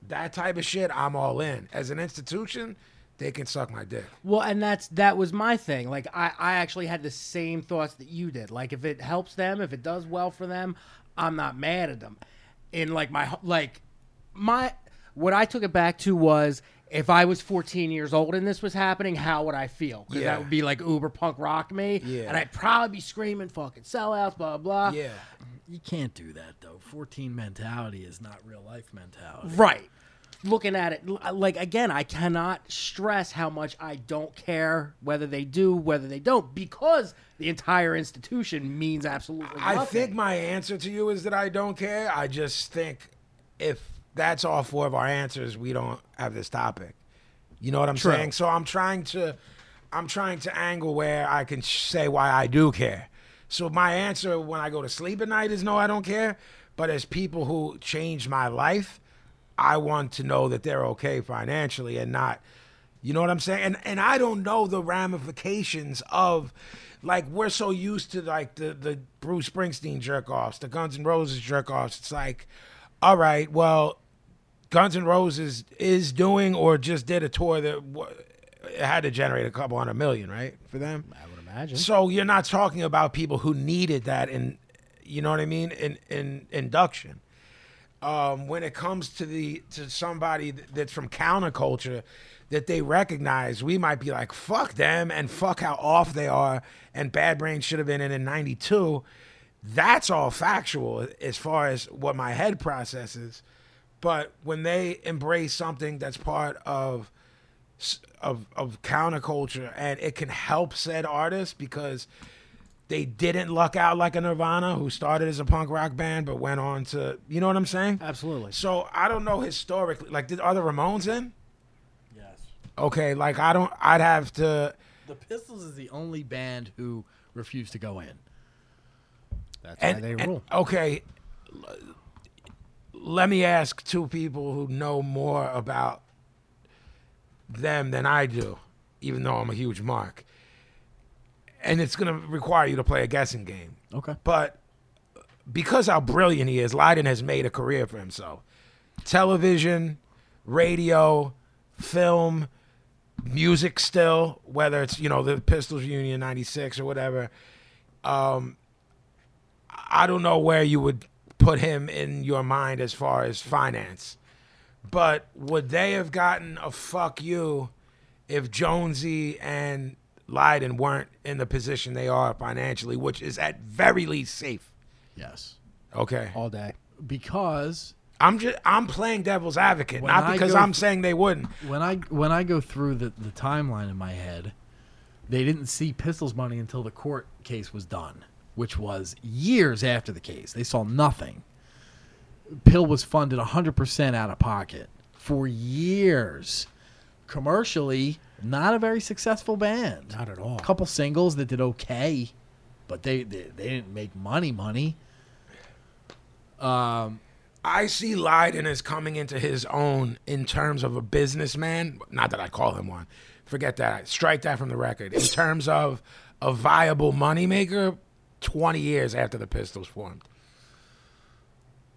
S3: that type of shit, I'm all in. As an institution, they can suck my dick.
S2: Well, and that's that was my thing. Like I, I actually had the same thoughts that you did. Like if it helps them, if it does well for them, I'm not mad at them. In like my h- like my what I took it back to was if I was 14 years old and this was happening, how would I feel? Because
S3: Yeah.
S2: that would be like uber punk rock me,
S3: Yeah.
S2: and I'd probably be screaming fucking sellouts, blah blah.
S3: Yeah.
S4: You can't do that though. 14 mentality is not real life mentality.
S2: Right. Looking at it, l- like again, I cannot stress how much I don't care whether they do, whether they don't, because the entire institution means absolutely nothing.
S3: I think my answer to you is that I don't care. I just think if that's all four of our answers, we don't have this topic. You know what I'm saying? So I'm trying to, I'm trying to angle where I can sh- say why I do care. So my answer when I go to sleep at night is no, I don't care. But as people who change my life, I want to know that they're okay financially and not you know what I'm saying? And and I don't know the ramifications of like we're so used to like the the Bruce Springsteen jerk offs, the Guns N' Roses jerk offs. It's like, all right, well, Guns N' Roses is doing or just did a tour that w- it had to generate a couple hundred million, right, for them.
S2: I would imagine.
S3: So you're not talking about people who needed that in, you know what I mean, in in induction. Um, when it comes to the to somebody th- that's from counterculture, that they recognize, we might be like, "Fuck them," and "Fuck how off they are," and "Bad Brain" should have been in in '92. That's all factual as far as what my head processes. But when they embrace something that's part of s- of of counterculture and it can help said artists because they didn't luck out like a Nirvana who started as a punk rock band but went on to you know what I'm saying?
S2: Absolutely.
S3: So I don't know historically like did are the Ramones in?
S4: Yes.
S3: Okay, like I don't I'd have to
S4: The Pistols is the only band who refused to go in.
S2: That's
S3: and,
S2: why they
S3: and-
S2: rule.
S3: okay l- let me ask two people who know more about them than I do, even though I'm a huge mark. And it's gonna require you to play a guessing game.
S4: Okay.
S3: But because how brilliant he is, Lydon has made a career for himself. Television, radio, film, music still, whether it's, you know, the Pistols Union 96 or whatever. Um, I don't know where you would put him in your mind as far as finance. But would they have gotten a fuck you if Jonesy and Lydon weren't in the position they are financially, which is at very least safe?
S4: Yes.
S3: Okay.
S2: all day.
S4: Because
S3: I'm just I'm playing devil's advocate,
S4: When
S3: not
S4: I
S3: because
S4: go
S3: I'm
S4: th-
S3: saying they wouldn't.
S4: when I when I go through the, the timeline in my head, they didn't see Pistols money until the court case was done, which was years after the case. They saw nothing. Pill was funded 100% out of pocket for years. Commercially, not a very successful band.
S2: Not at all.
S4: A couple singles that did okay, but they they, they didn't make money money.
S3: I see Lydon as coming into his own in terms of a businessman. Not that I call him one. Forget that. Strike that from the record. In terms of a viable moneymaker, 20 years after the Pistols formed.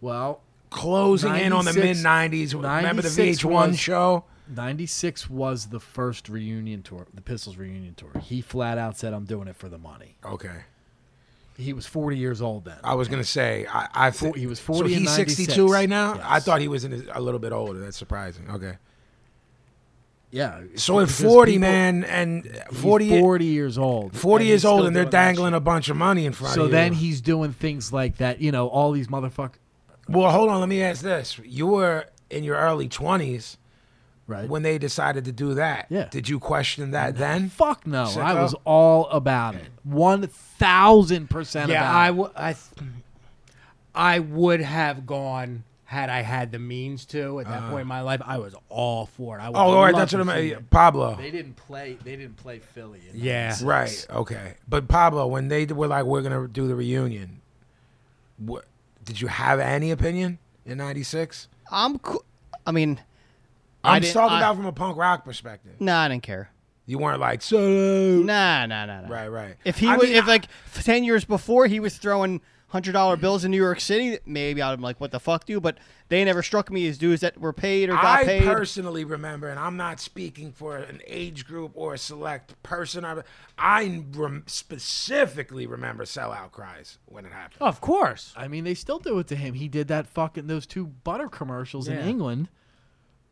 S4: Well,
S3: Closing in on the mid
S4: 96
S3: 90s. Remember the
S4: 96
S3: VH1
S4: was-
S3: show?
S4: 96 was the first reunion tour, the Pistols reunion tour. He flat out said, I'm doing it for the money.
S3: Okay.
S4: He was 40 years old then.
S3: I was gonna say I, I
S4: Four- he was
S3: So
S4: 40 and
S3: he's 62
S4: 96.
S3: right now. I
S4: Yes.
S3: thought he was in his, a little bit older. That's surprising. Okay,
S4: yeah.
S3: so at
S4: because
S3: 40,
S4: people-
S3: man, and
S4: he's
S3: 40, 40,
S4: 40 years old. and
S3: years
S4: he's
S3: old,
S4: still
S3: and they're
S4: doing that
S3: dangling
S4: shit.
S3: a bunch of money in front
S4: So
S3: of you.
S4: then he's doing things like that, you know, all these motherfuckers.
S3: well, hold on. Let me ask this: You were in your early 20s
S4: Right.
S3: when they decided to do that.
S4: Yeah.
S3: Did you question that then?
S4: Fuck no.
S3: Sicko.
S4: I was all about it. 1,000%
S2: Yeah,
S4: about
S2: I
S4: it.
S2: would. I, th- I would have gone had I had the means to. At that point in my life, I was all for it. I
S3: Uh. Oh, all right. That's what I'm. Pablo.
S4: They didn't play. They didn't play Philly. in
S2: Yeah.
S4: 96.
S3: Right. Okay. But Pablo, when they were like, "We're gonna do the reunion," what, did you have any opinion in '96?
S1: I'm. Cool. I mean, I
S3: I'm
S1: didn't-
S3: talking
S1: I-
S3: about from a punk rock perspective.
S1: no, I didn't care.
S3: You weren't like so.
S1: Nah, nah, nah, nah.
S3: Right, right.
S1: If he
S3: I
S1: was,
S3: mean,
S1: if like f- ten years before he was throwing hundred dollar bills in New York City, maybe I'd be like, "What the fuck, dude?" But they never struck me as dudes that were paid or got
S3: I
S1: paid.
S3: personally remember, and I'm not speaking for an age group or a select person. I, I rem- specifically remember sellout cries when it happened.
S2: Of course.
S4: I mean, they still do it to him. He did that fucking those two butter commercials in
S2: Yeah.
S4: England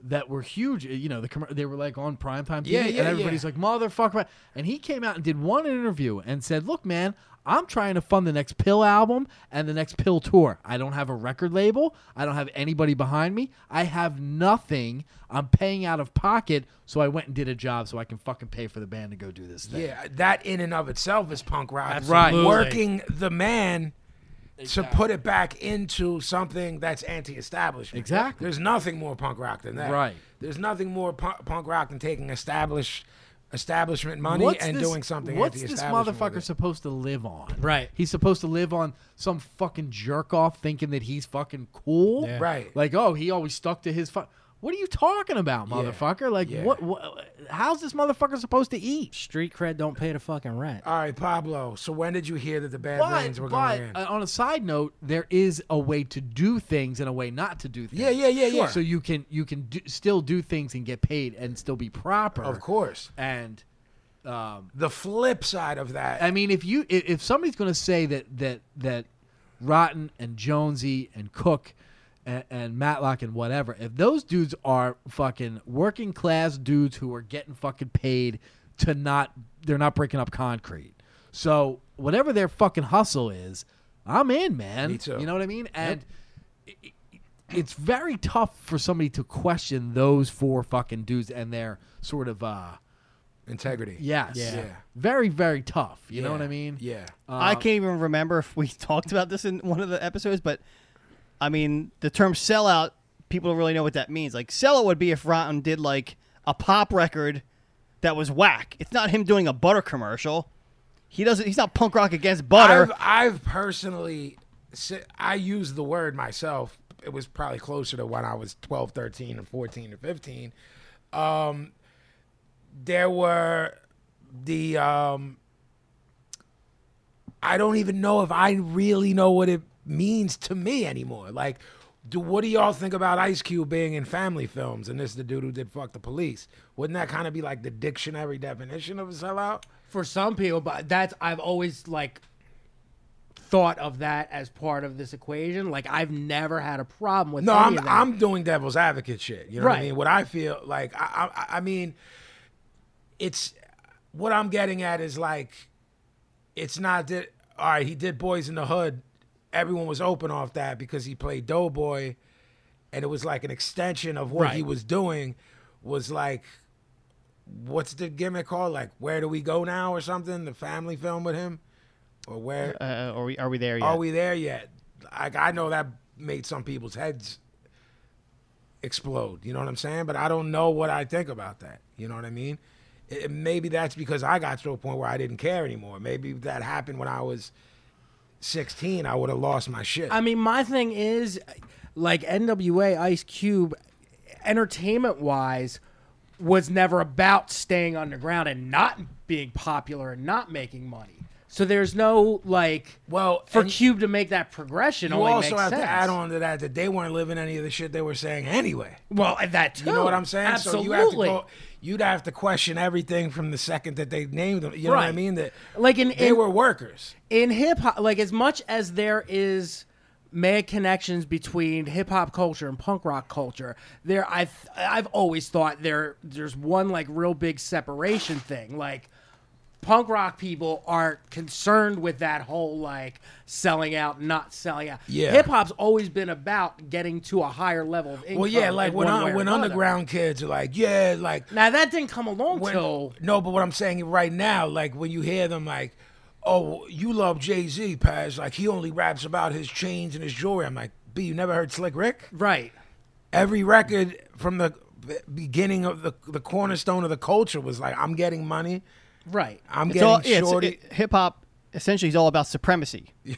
S4: that were huge. Uh, You know, the com- they were like on primetime TV,
S3: Yeah, yeah,
S4: and everybody's
S3: yeah.
S4: like, "Motherfucker!" And he came out and did one interview and said, "Look, man." I'm trying to fund the next Pill album and the next Pill tour. I don't have a record label. I don't have anybody behind me. I have nothing. I'm paying out of pocket, so I went and did a job so I can fucking pay for the band to go do this thing.
S3: Yeah, that in and of itself is punk rock.
S4: Absolutely.
S3: Working the man to put it back into something that's anti-establishment.
S4: Exactly.
S3: There's nothing more punk rock than that.
S4: Right.
S3: There's nothing more punk, punk rock than taking established establishment money and
S4: this-
S3: doing something
S4: What's this
S3: anti-establishment. with
S4: motherfucker
S3: it.
S4: supposed to live on?
S2: Right.
S4: He's supposed to live on some fucking jerk off thinking that he's fucking cool.
S2: Yeah.
S3: Right.
S4: Like, oh, he always stuck to his. Fu- what are you talking about, motherfucker? Like,
S3: Yeah.
S4: what, what? How's this motherfucker supposed to eat?
S2: Street cred don't pay the fucking rent.
S3: All right, Pablo. So when did you hear that the bad brains were
S4: But,
S3: going in?
S4: but uh, on a side note, there is a way to do things and a way not to do things.
S3: Yeah, yeah, yeah, Sure. yeah.
S4: So you can you can do, still do things and get paid and still be proper.
S3: of course.
S4: And
S3: The flip side of that.
S4: I mean, if you if, if somebody's going to say that that that Rotten and Jonesy and Cook and, and Matlock and whatever, if those dudes are fucking working class dudes who are getting fucking paid to not, they're not breaking up concrete. So whatever their fucking hustle is, I'm in, man.
S3: Me too.
S4: You know what I mean? And it's very tough for somebody to question those four fucking dudes and their sort of uh
S3: integrity.
S4: yes
S3: Yeah.
S4: very very tough you know
S3: Yeah.
S4: what i mean Um,
S3: Yeah.
S1: I can't even remember if we talked about this in one of the episodes, but I mean, the term sellout, people don't really know what that means. Like, sellout would be if Rotten did like a pop record that was whack. It's not him doing a butter commercial. He doesn't. He's not punk rock against butter.
S3: I've, I've personally, si- I used the word myself. It was probably closer to when I was 12, 13, and 14 and 15. Um, there were the, um, I don't even know if I really know what it means to me anymore. Like, do, what do y'all think about Ice Cube being in family films and this the dude who did Fuck the Police? Wouldn't that kind of be like the dictionary definition of a sellout?
S2: For some people, but that's I've always like thought of that as part of this equation. Like I've never had a problem with
S3: No,
S2: any
S3: I'm
S2: of that.
S3: I'm doing devil's advocate shit. You know what I
S2: Right.
S3: mean? What I feel like, I, I I mean, it's what I'm getting at is like, it's not that. All right, he did Boys in the Hood. Everyone was open off that because he played Doughboy, and it was like an extension of what he
S2: Right.
S3: was doing. Was like, what's the gimmick called? Like, where do we go now or something? The family film with him, or where?
S1: uh, are we? Are we there yet?
S3: Are we there yet? Like I know that made some people's heads explode. You know what I'm saying? But I don't know what I think about that. You know what I mean? It, maybe that's because I got to a point where I didn't care anymore. Maybe if that happened when I was 16. I would have lost my shit.
S2: I mean, my thing is, like NWA, Ice Cube, entertainment wise, was never about staying underground and not being popular and not making money. So there's no like
S3: well,
S2: for
S3: and
S2: Cube to make that progression.
S3: you
S2: only
S3: also
S2: makes
S3: have
S2: sense.
S3: to add on to that that they weren't living any of the shit they were saying anyway.
S2: Well, and that too.
S3: You know what I'm saying?
S2: Absolutely.
S3: So you have to go, you'd have to question everything from the second that they named them. You know what I
S2: Right.
S3: mean? That
S2: Like in-
S3: they
S2: in-
S3: were workers.
S2: in hip hop, like as much as there is mad connections between hip hop culture and punk rock culture, there I've I've always thought there there's one like real big separation thing. Like punk rock people are concerned with that whole like selling out, not selling out.
S3: Yeah.
S2: hip hop's always been about getting to a higher level of income.
S3: Well, yeah, like
S2: in
S3: when
S2: one
S3: un-
S2: way or
S3: when
S2: another.
S3: underground kids are like, yeah, like
S2: Now that didn't come along
S3: when,
S2: till
S3: no, but what I'm saying right now, like when you hear them like, oh, you love Jay Z, Paz, like he only raps about his chains and his jewelry. I'm like, B, you never heard Slick Rick?
S2: right.
S3: Every record from the b- beginning of the the cornerstone of the culture was like, I'm getting money,
S2: Right.
S3: I'm
S1: It's all-
S3: getting
S1: yeah, it's-
S3: shorty.
S1: it- hip hop essentially is all about supremacy in,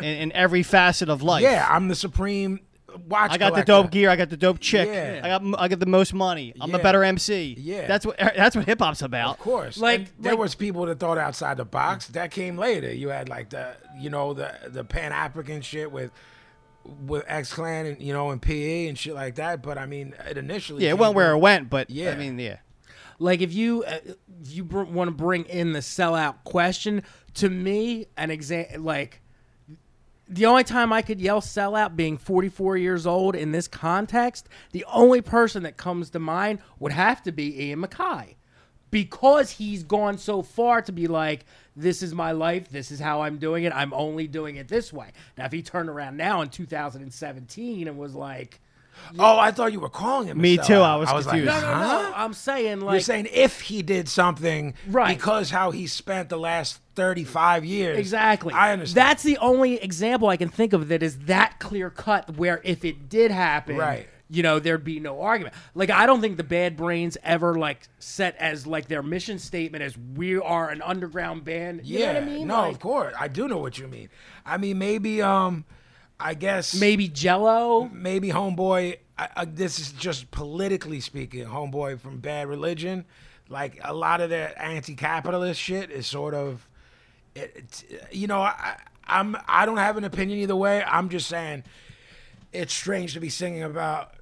S1: in every facet of life.
S3: yeah, I'm the supreme watch.
S1: I got the
S3: collector.
S1: dope gear. I got the dope chick.
S3: Yeah.
S1: I got I got the most money. I'm a
S3: Yeah.
S1: better MC.
S3: Yeah.
S1: that's what that's what hip hop's about.
S3: Of course.
S2: Uh, Like-
S3: And there
S2: like-
S3: was people that thought outside the box. That came later. You had like the you know the the Pan African shit with with X Clan and you know and PE and shit like that. But I mean, it initially
S1: Yeah, it
S3: came
S1: went where
S3: from-
S1: it went, but yeah, I
S3: Yeah.
S1: mean, yeah,
S2: Like if you uh, if you br- want to bring in the sellout question, to me, an exam like the only time I could yell sellout being 44 years old in this context, the only person that comes to mind would have to be Ian Mackay. Because he's gone so far to be like, this is my life, this is how I'm doing it, I'm only doing it this way. Now, if he turned around now in 2017 and was like,
S3: Oh, I thought you were calling him. a
S1: Me too,
S3: sellout.
S1: I was confused.
S3: Like,
S1: No,
S2: no,
S3: huh?
S2: no, I'm saying like,
S3: You're saying if he did something,
S2: Right.
S3: Because how he spent the last 35 years.
S2: Exactly.
S3: I understand.
S2: That's the only example I can think of that is that clear cut where if it did happen,
S3: Right.
S2: you know, there'd be no argument. Like I don't think the Bad Brains ever like set as like their mission statement as we are an underground band. You
S3: yeah.
S2: know what I mean?
S3: No,
S2: Like,
S3: of course. I do know what you mean. I mean, maybe um, I guess
S2: Maybe Jello.
S3: maybe homeboy I, I, this is just politically speaking homeboy from bad religion like a lot of their anti-capitalist shit is sort of it, it's- you know I, i'm i don't have an opinion either way i'm just saying it's strange to be singing about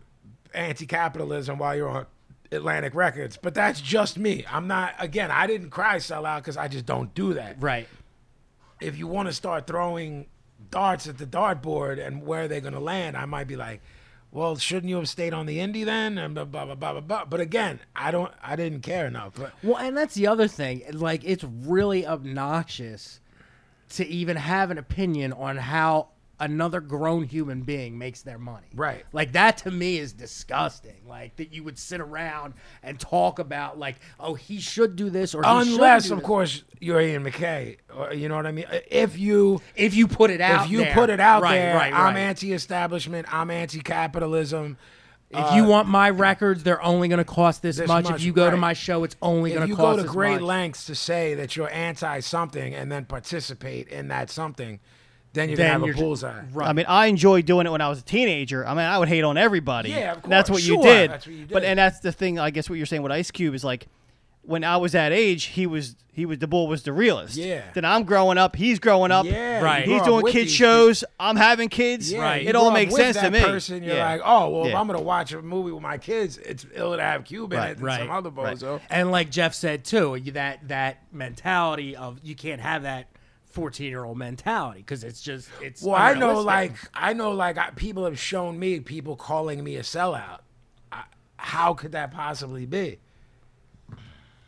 S3: anti-capitalism while you're on atlantic records but that's just me i'm not again i didn't cry sell out because i just don't do that
S2: Right.
S3: if you want to start throwing darts at the dartboard and where they're going to land, I might be like, well, shouldn't you have stayed on the indie then? And blah blah blah blah blah. blah. But again, I don't, I didn't care enough. But
S2: Well, and that's the other thing. Like, it's really obnoxious to even have an opinion on how another grown human being makes their money.
S3: Right.
S2: Like, that to me is disgusting. Like, that you would sit around and talk about, like, oh, he should do this or he shouldn't
S3: unless,
S2: do
S3: of
S2: this.
S3: course, you're Ian McKay, or, you know what I mean. If you
S2: if you put it out
S3: if you
S2: there.
S3: put it out
S2: Right,
S3: there,
S2: right,
S3: I'm
S2: right.
S3: anti-establishment. I'm anti-capitalism.
S2: if you want my records, they're only going to cost this,
S3: uh, This
S2: much.
S3: much,
S2: If you go to
S3: right.
S2: my show, it's only going
S3: If
S2: to
S3: you
S2: cost
S3: go to
S2: this
S3: great
S2: much.
S3: lengths to say that you're anti something and then participate in that something, then you're
S2: Then
S3: gonna
S2: you're
S3: have a
S2: ju-
S3: bullseye.
S2: Right.
S1: I mean, I enjoyed doing it when I was a teenager. I mean, I would hate on everybody.
S3: Yeah, of
S1: And that's what
S3: course.
S1: you
S3: Sure,
S1: did.
S3: that's what you
S1: But
S3: did.
S1: and that's the thing. I guess what you're saying with Ice Cube is like, when I was that age, he was he was the bull was the realist.
S3: Yeah.
S1: Then I'm growing up. He's growing up.
S3: Yeah, you
S2: Right.
S3: grow
S1: He's
S3: up
S1: doing
S3: with
S1: kid
S3: these
S1: shows. I'm having kids.
S3: Yeah,
S2: Right.
S3: you
S1: It all
S3: grow up
S1: makes
S3: with
S1: sense
S3: that
S1: to me.
S3: Person, you're
S1: Yeah.
S3: like, oh well, if
S1: Yeah.
S3: I'm gonna watch a movie with my kids, it's ill to have Cuban
S1: Right,
S3: and
S2: right,
S3: some other bozo.
S2: And like Jeff said too, you- that that mentality of you can't have that fourteen year old mentality because it's just it's.
S3: Well, I know,
S2: unrealistic.
S3: like, I know, like, I, people have shown me people calling me a sellout. I, how could that possibly be?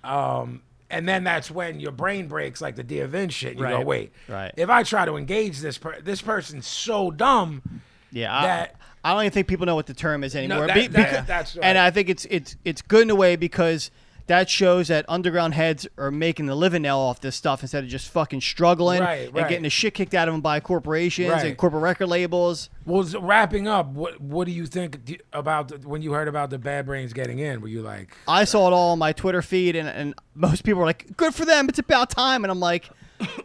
S3: Um, and then that's when your brain breaks, like the Dear Vin shit. and You go,
S2: Right,
S3: wait,
S1: right.
S3: If I try to engage this per- this person's so dumb,
S1: Yeah, I,
S3: that-
S1: I don't even think people know what the term is anymore.
S3: that-
S1: Be-
S3: that-
S1: beca-
S3: that's right.
S1: And I think it's it's it's good in a way because that shows that underground heads are making the living now off this stuff instead of just fucking struggling
S3: Right,
S1: and
S3: right.
S1: getting the shit kicked out of them by corporations and
S3: Right.
S1: corporate record labels.
S3: Well, z- wrapping up, what what do you think d- about the, when you heard about the Bad Brains getting in? Were you like,
S1: I saw it all on my Twitter feed, and, and most people were like, "Good for them! It's about time." And I'm like,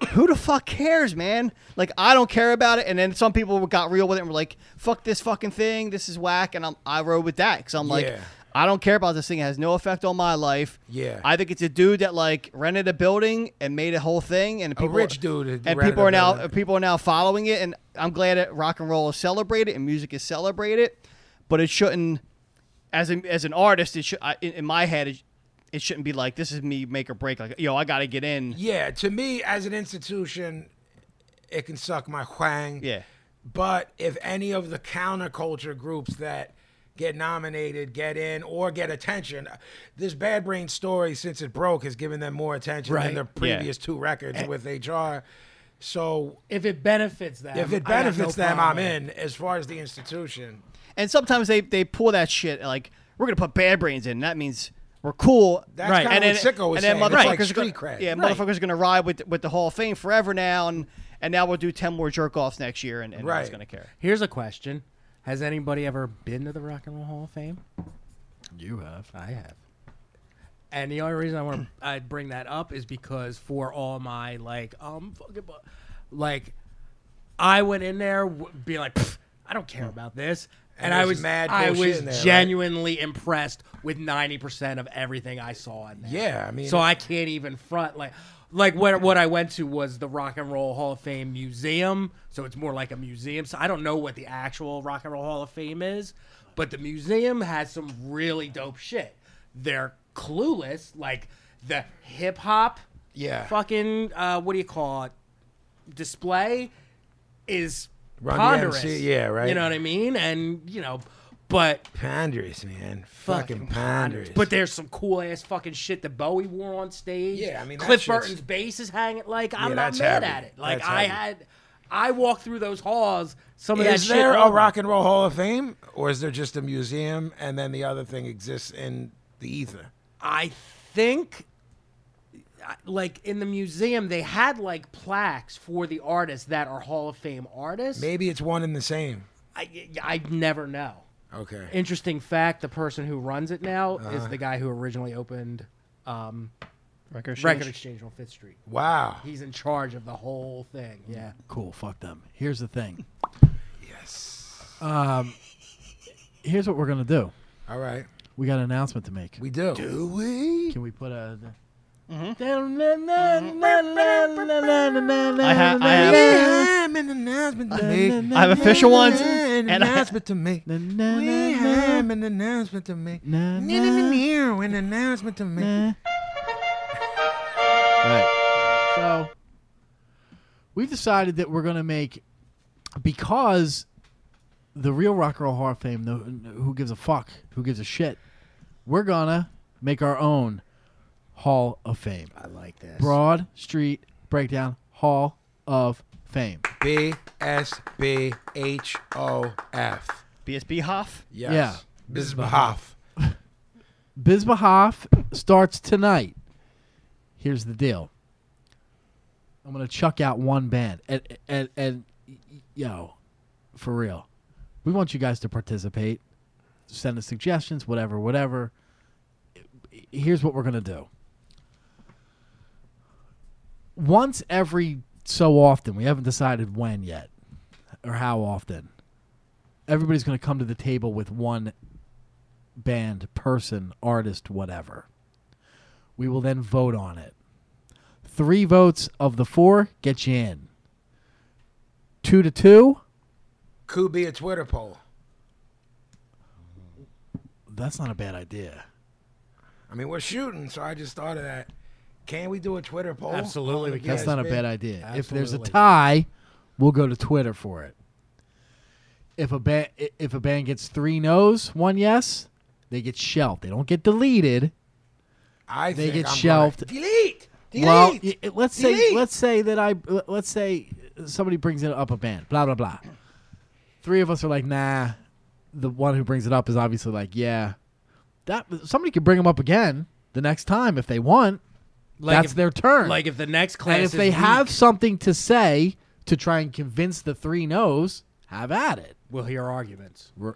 S1: "Who the fuck cares, man? Like, I don't care about it." And then some people got real with it and were like, "Fuck this fucking thing! This is whack!" And I'm I rode with that because I'm like,
S3: Yeah.
S1: I don't care about this thing. It has no effect on my life.
S3: Yeah.
S1: I think it's a dude that like rented a building and made a whole thing, and people
S3: rich dude who
S1: and
S3: rented
S1: people
S3: a
S1: are now
S3: building.
S1: people are now following it, and I'm glad that rock and roll is celebrated and music is celebrated, but it shouldn't as an as an artist, it should I, in, in my head, it, it shouldn't be like this is me make or break. Like yo, I got to get in.
S3: Yeah, to me, as an institution, it can suck my huang.
S1: Yeah.
S3: But if any of the counterculture groups that get nominated, get in, or get attention, this Bad Brain story, since it broke, has given them more attention
S2: Right.
S3: than their
S1: Yeah.
S3: previous two records with HR. So
S2: if it benefits them,
S3: if it
S2: I got no
S3: benefits them,
S2: problem
S3: I'm
S2: with it.
S3: in. As far as the institution,
S1: And sometimes they they pull that shit like we're gonna put bad brains in. That means we're cool.
S3: That's Right. kinda
S1: And then-
S3: what Sicko was
S1: and then
S3: saying.
S1: motherfuckers
S3: It's like
S1: are gonna,
S3: street cred.
S1: Yeah,
S2: Right.
S1: motherfuckers are gonna ride with with the Hall of Fame forever now, and and now we'll do ten more jerk offs next year, and, and no one's
S3: Right.
S1: gonna care.
S2: Here's a question: Has anybody ever been to the Rock and Roll Hall of Fame?
S4: You have.
S2: I have. And the only reason I want to I bring that up is because for all my like um fucking bu- like I went in there w- being like "Pff, I don't care about this And
S3: There's
S2: I was
S3: mad
S2: I
S3: bullshit
S2: was
S3: in there, right?
S2: genuinely impressed with ninety percent of everything I saw in there.
S3: Yeah, I mean,
S2: so I can't even front like like what what I went to was the Rock and Roll Hall of Fame museum. So it's more like a museum. So I don't know what the actual Rock and Roll Hall of Fame is, but the museum has some really dope shit. They're clueless, like the hip hop
S3: Yeah.
S2: fucking uh, what do you call it display is
S3: Run
S2: ponderous.
S3: DMC, yeah, right.
S2: You know what I mean? And you know, but
S3: ponderous, man. Fucking,
S2: Fucking
S3: ponderous.
S2: but there's some cool ass fucking shit that Bowie wore on stage.
S3: Yeah, I mean, that
S2: Cliff
S3: shit's-
S2: Burton's bass is hanging. Like I'm
S3: Yeah,
S2: not
S3: that's
S2: mad
S3: heavy.
S2: at it. Like
S3: That's
S2: I
S3: heavy.
S2: had, I walked through those halls. Some of that
S3: is
S2: shit.
S3: there a
S2: on-
S3: rock and roll Hall of Fame, or is there just a museum and then the other thing exists in the ether?
S2: I think, I- like in the museum, they had like plaques for the artists that are Hall of Fame artists.
S3: Maybe it's one and the same.
S2: I, I never know.
S3: Okay.
S2: Interesting fact: the person who runs it now
S3: Uh-huh.
S2: is the guy who originally opened um,
S1: Record exchange.
S2: Record Exchange on Fifth Street.
S3: wow.
S2: He's in charge of the whole thing. Yeah.
S4: Cool. Fuck them. Here's the thing.
S3: Yes.
S4: Here's what we're gonna do.
S3: All right.
S4: We got an announcement to make.
S3: We do. Do we?
S4: Can we put a?
S1: I, ha- I have
S3: have an announcement to make.
S1: I have official ones,
S3: An
S1: and I-
S3: announcement to make.
S4: Na, na,
S3: We
S4: na, na.
S3: have an announcement to make.
S4: Na,
S3: Na, na, na, na, An announcement to make.
S4: Nah. right. So we've decided that we're going to make because the real rock and roll hall of fame no, who gives a fuck who gives a shit we're gonna make our own hall of fame
S2: I like this.
S4: broad street breakdown hall of fame
S3: B S B H O F.
S1: BSB Hoff.
S3: Yes.
S4: Yeah.
S3: This is Behoff.
S4: Bisbahoff starts tonight. Here's the deal. I'm gonna chuck out one band, and and and y- y- yo, for real, we want you guys to participate. Send us suggestions, whatever, whatever. Here's what we're gonna do. Once every so often, we haven't decided when yet, or how often. Everybody's gonna come to the table with one band, person, artist, whatever. We will then vote on it. Three votes of the four get you in. Two to two,
S3: Could be a Twitter poll.
S4: that's not a bad idea.
S3: I mean, we're shooting, so I just thought of that. Can we do a Twitter poll?
S2: Absolutely, we
S3: Yeah,
S4: That's
S3: it's
S4: not a
S3: been-
S4: bad idea. If there's a
S2: Absolutely.
S4: tie, we'll go to Twitter for it. If a band if a band gets three no's, one yes, they get shelved. They don't get deleted.
S3: I
S4: They
S3: think
S4: get
S3: I'm
S4: shelved.
S3: Gonna, delete. Delete.
S4: Well, y- y- let's say
S3: Delete.
S4: let's say that I let's say somebody brings it up a band, blah blah blah. Three of us are like, nah. The one who brings it up is obviously like, yeah. That somebody could bring them up again the next time if they want.
S2: Like
S4: That's
S2: if,
S4: their turn.
S2: Like if the next class
S4: and if
S2: is
S4: they
S2: weak,
S4: have something to say to try and convince the three no's, have at it.
S2: we'll hear arguments.
S4: We're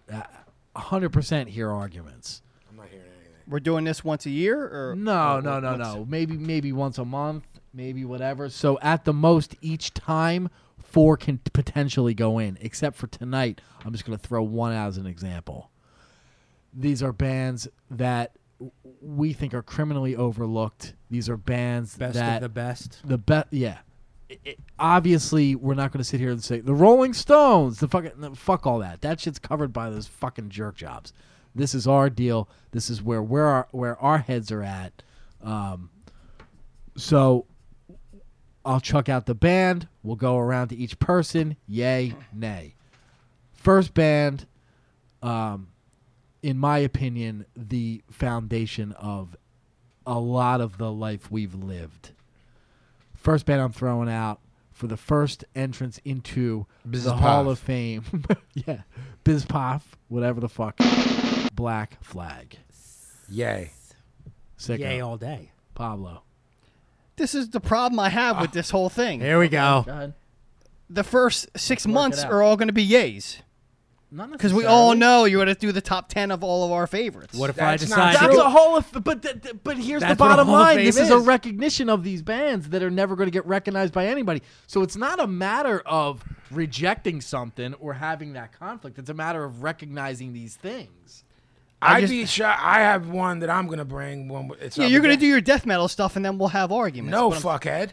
S4: hundred percent hear arguments.
S3: I'm not hearing anything.
S1: We're doing this once a year, or
S4: No,
S1: or
S4: no, no,
S1: once-
S4: no. Maybe maybe once a month, maybe whatever. So at the most each time four can potentially go in, except for tonight. I'm just going to throw one out as an example. These are bands that w- we think are criminally overlooked. These are bands
S2: Best
S4: that
S2: of the best.
S4: the best yeah. It- it- obviously, we're not going to sit here and say the Rolling Stones, the fucking no, fuck all that. That shit's covered by those fucking jerk jobs. This is our deal. This is where where our where our heads are at. Um, so I'll chuck out the band. We'll go around to each person. Yay, nay. First band, um, in my opinion, the foundation of a lot of the life we've lived. First band I'm throwing out for the first entrance into
S3: Biz
S4: the
S3: Pop.
S4: Hall of Fame. yeah, Biz Pop, whatever the fuck. Black Flag.
S3: Yay.
S4: Sicko.
S2: Yay all day.
S4: Pablo.
S1: This is the problem I have
S3: Ah.
S1: with this whole thing.
S2: Here we go.
S4: ahead.
S1: The first six months
S4: out.
S1: are all going to be yays because we all know you're going to do the top ten of all of our favorites.
S2: What if I
S3: That's not
S2: decide?
S4: That's
S3: true.
S4: a Hall of but th- th- but here's the
S2: That's what a
S4: bottom
S2: Hall of
S4: line.
S2: Fame
S4: This is. a
S2: is.
S4: recognition of these bands that are never going to get recognized by anybody. So it's not a matter of rejecting something or having that conflict. It's a matter of recognizing these things.
S3: I'd
S1: just-
S3: be sure. I have one that I'm gonna bring. One. with- It's
S1: Yeah,
S3: up
S1: you're gonna
S3: against-
S1: do your death metal stuff, and then we'll have arguments.
S3: No
S1: but I'm-
S3: fuckhead.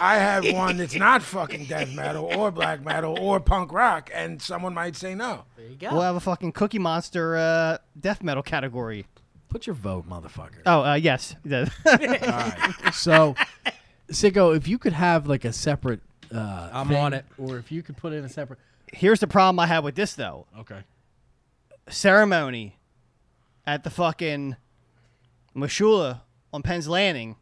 S3: I have one that's not fucking death metal or black metal or punk rock, and someone might say no.
S4: There you go.
S1: We'll have a fucking Cookie Monster uh, death metal category.
S4: Put your vote, motherfucker.
S1: Oh, uh, yes. The-
S4: So, Sicko, if you could have like a separate, uh,
S2: I'm
S4: thing,
S2: on it.
S4: or if you could put in a separate.
S1: Here's the problem I had with this though.
S4: Okay.
S1: ceremony at the fucking Mashula on Penn's Landing,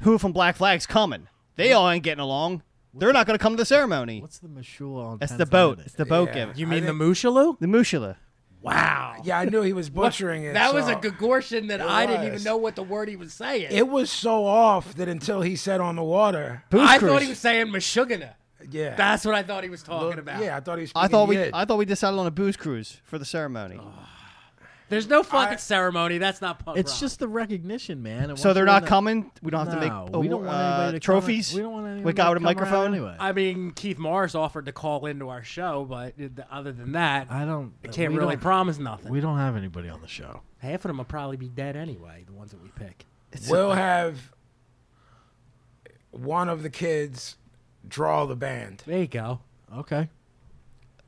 S1: who from Black Flag's coming? They all ain't getting along. They're not going to come to the ceremony.
S4: What's the mashula on?
S1: That's the
S4: Penn's
S1: boat.
S4: Landing?
S1: It's the boat
S3: Yeah.
S1: giving.
S2: You
S3: I
S2: mean the
S3: think-
S2: Mushalu?
S1: The Mushula.
S4: Wow.
S3: Yeah, I knew he was butchering it.
S2: That was
S3: so-
S2: a Gagortian that I didn't even
S3: was.
S2: know what the word he was saying.
S3: It was so off that until he said on the water.
S1: Booze
S2: I
S1: cruise.
S2: thought he was saying Meshuggah.
S3: Yeah.
S2: That's what I thought he was talking about.
S3: Yeah, I thought he was.
S1: I thought we.
S3: Yid.
S1: I thought we decided on a booze cruise for the ceremony.
S4: Oh,
S2: There's no fucking
S3: I-
S2: ceremony. That's not punk
S4: It's
S2: rock.
S4: just the recognition, man. and
S1: so
S4: once
S1: they're
S4: you're
S1: not
S4: in that-
S1: coming. We don't have to
S4: No,
S1: make.
S4: we
S1: uh,
S4: don't want anybody to come in-
S1: trophies.
S4: we don't want anyone
S1: With guy
S4: to
S1: with a
S4: come around
S1: microphone.
S4: anyway.
S2: I mean, Keith Morris offered to call into our show, but it- other than that,
S4: I don't.
S2: I can't
S4: we
S2: really
S4: don't-
S2: promise nothing.
S4: We don't have anybody on the show.
S2: Half of them will probably be dead anyway. The ones that we pick.
S3: we'll have one of the kids draw the band.
S2: There you go.
S4: Okay.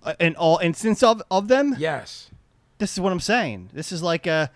S1: Uh, In all instances of of them,
S3: Yes.
S1: this is what I'm saying. This is like a.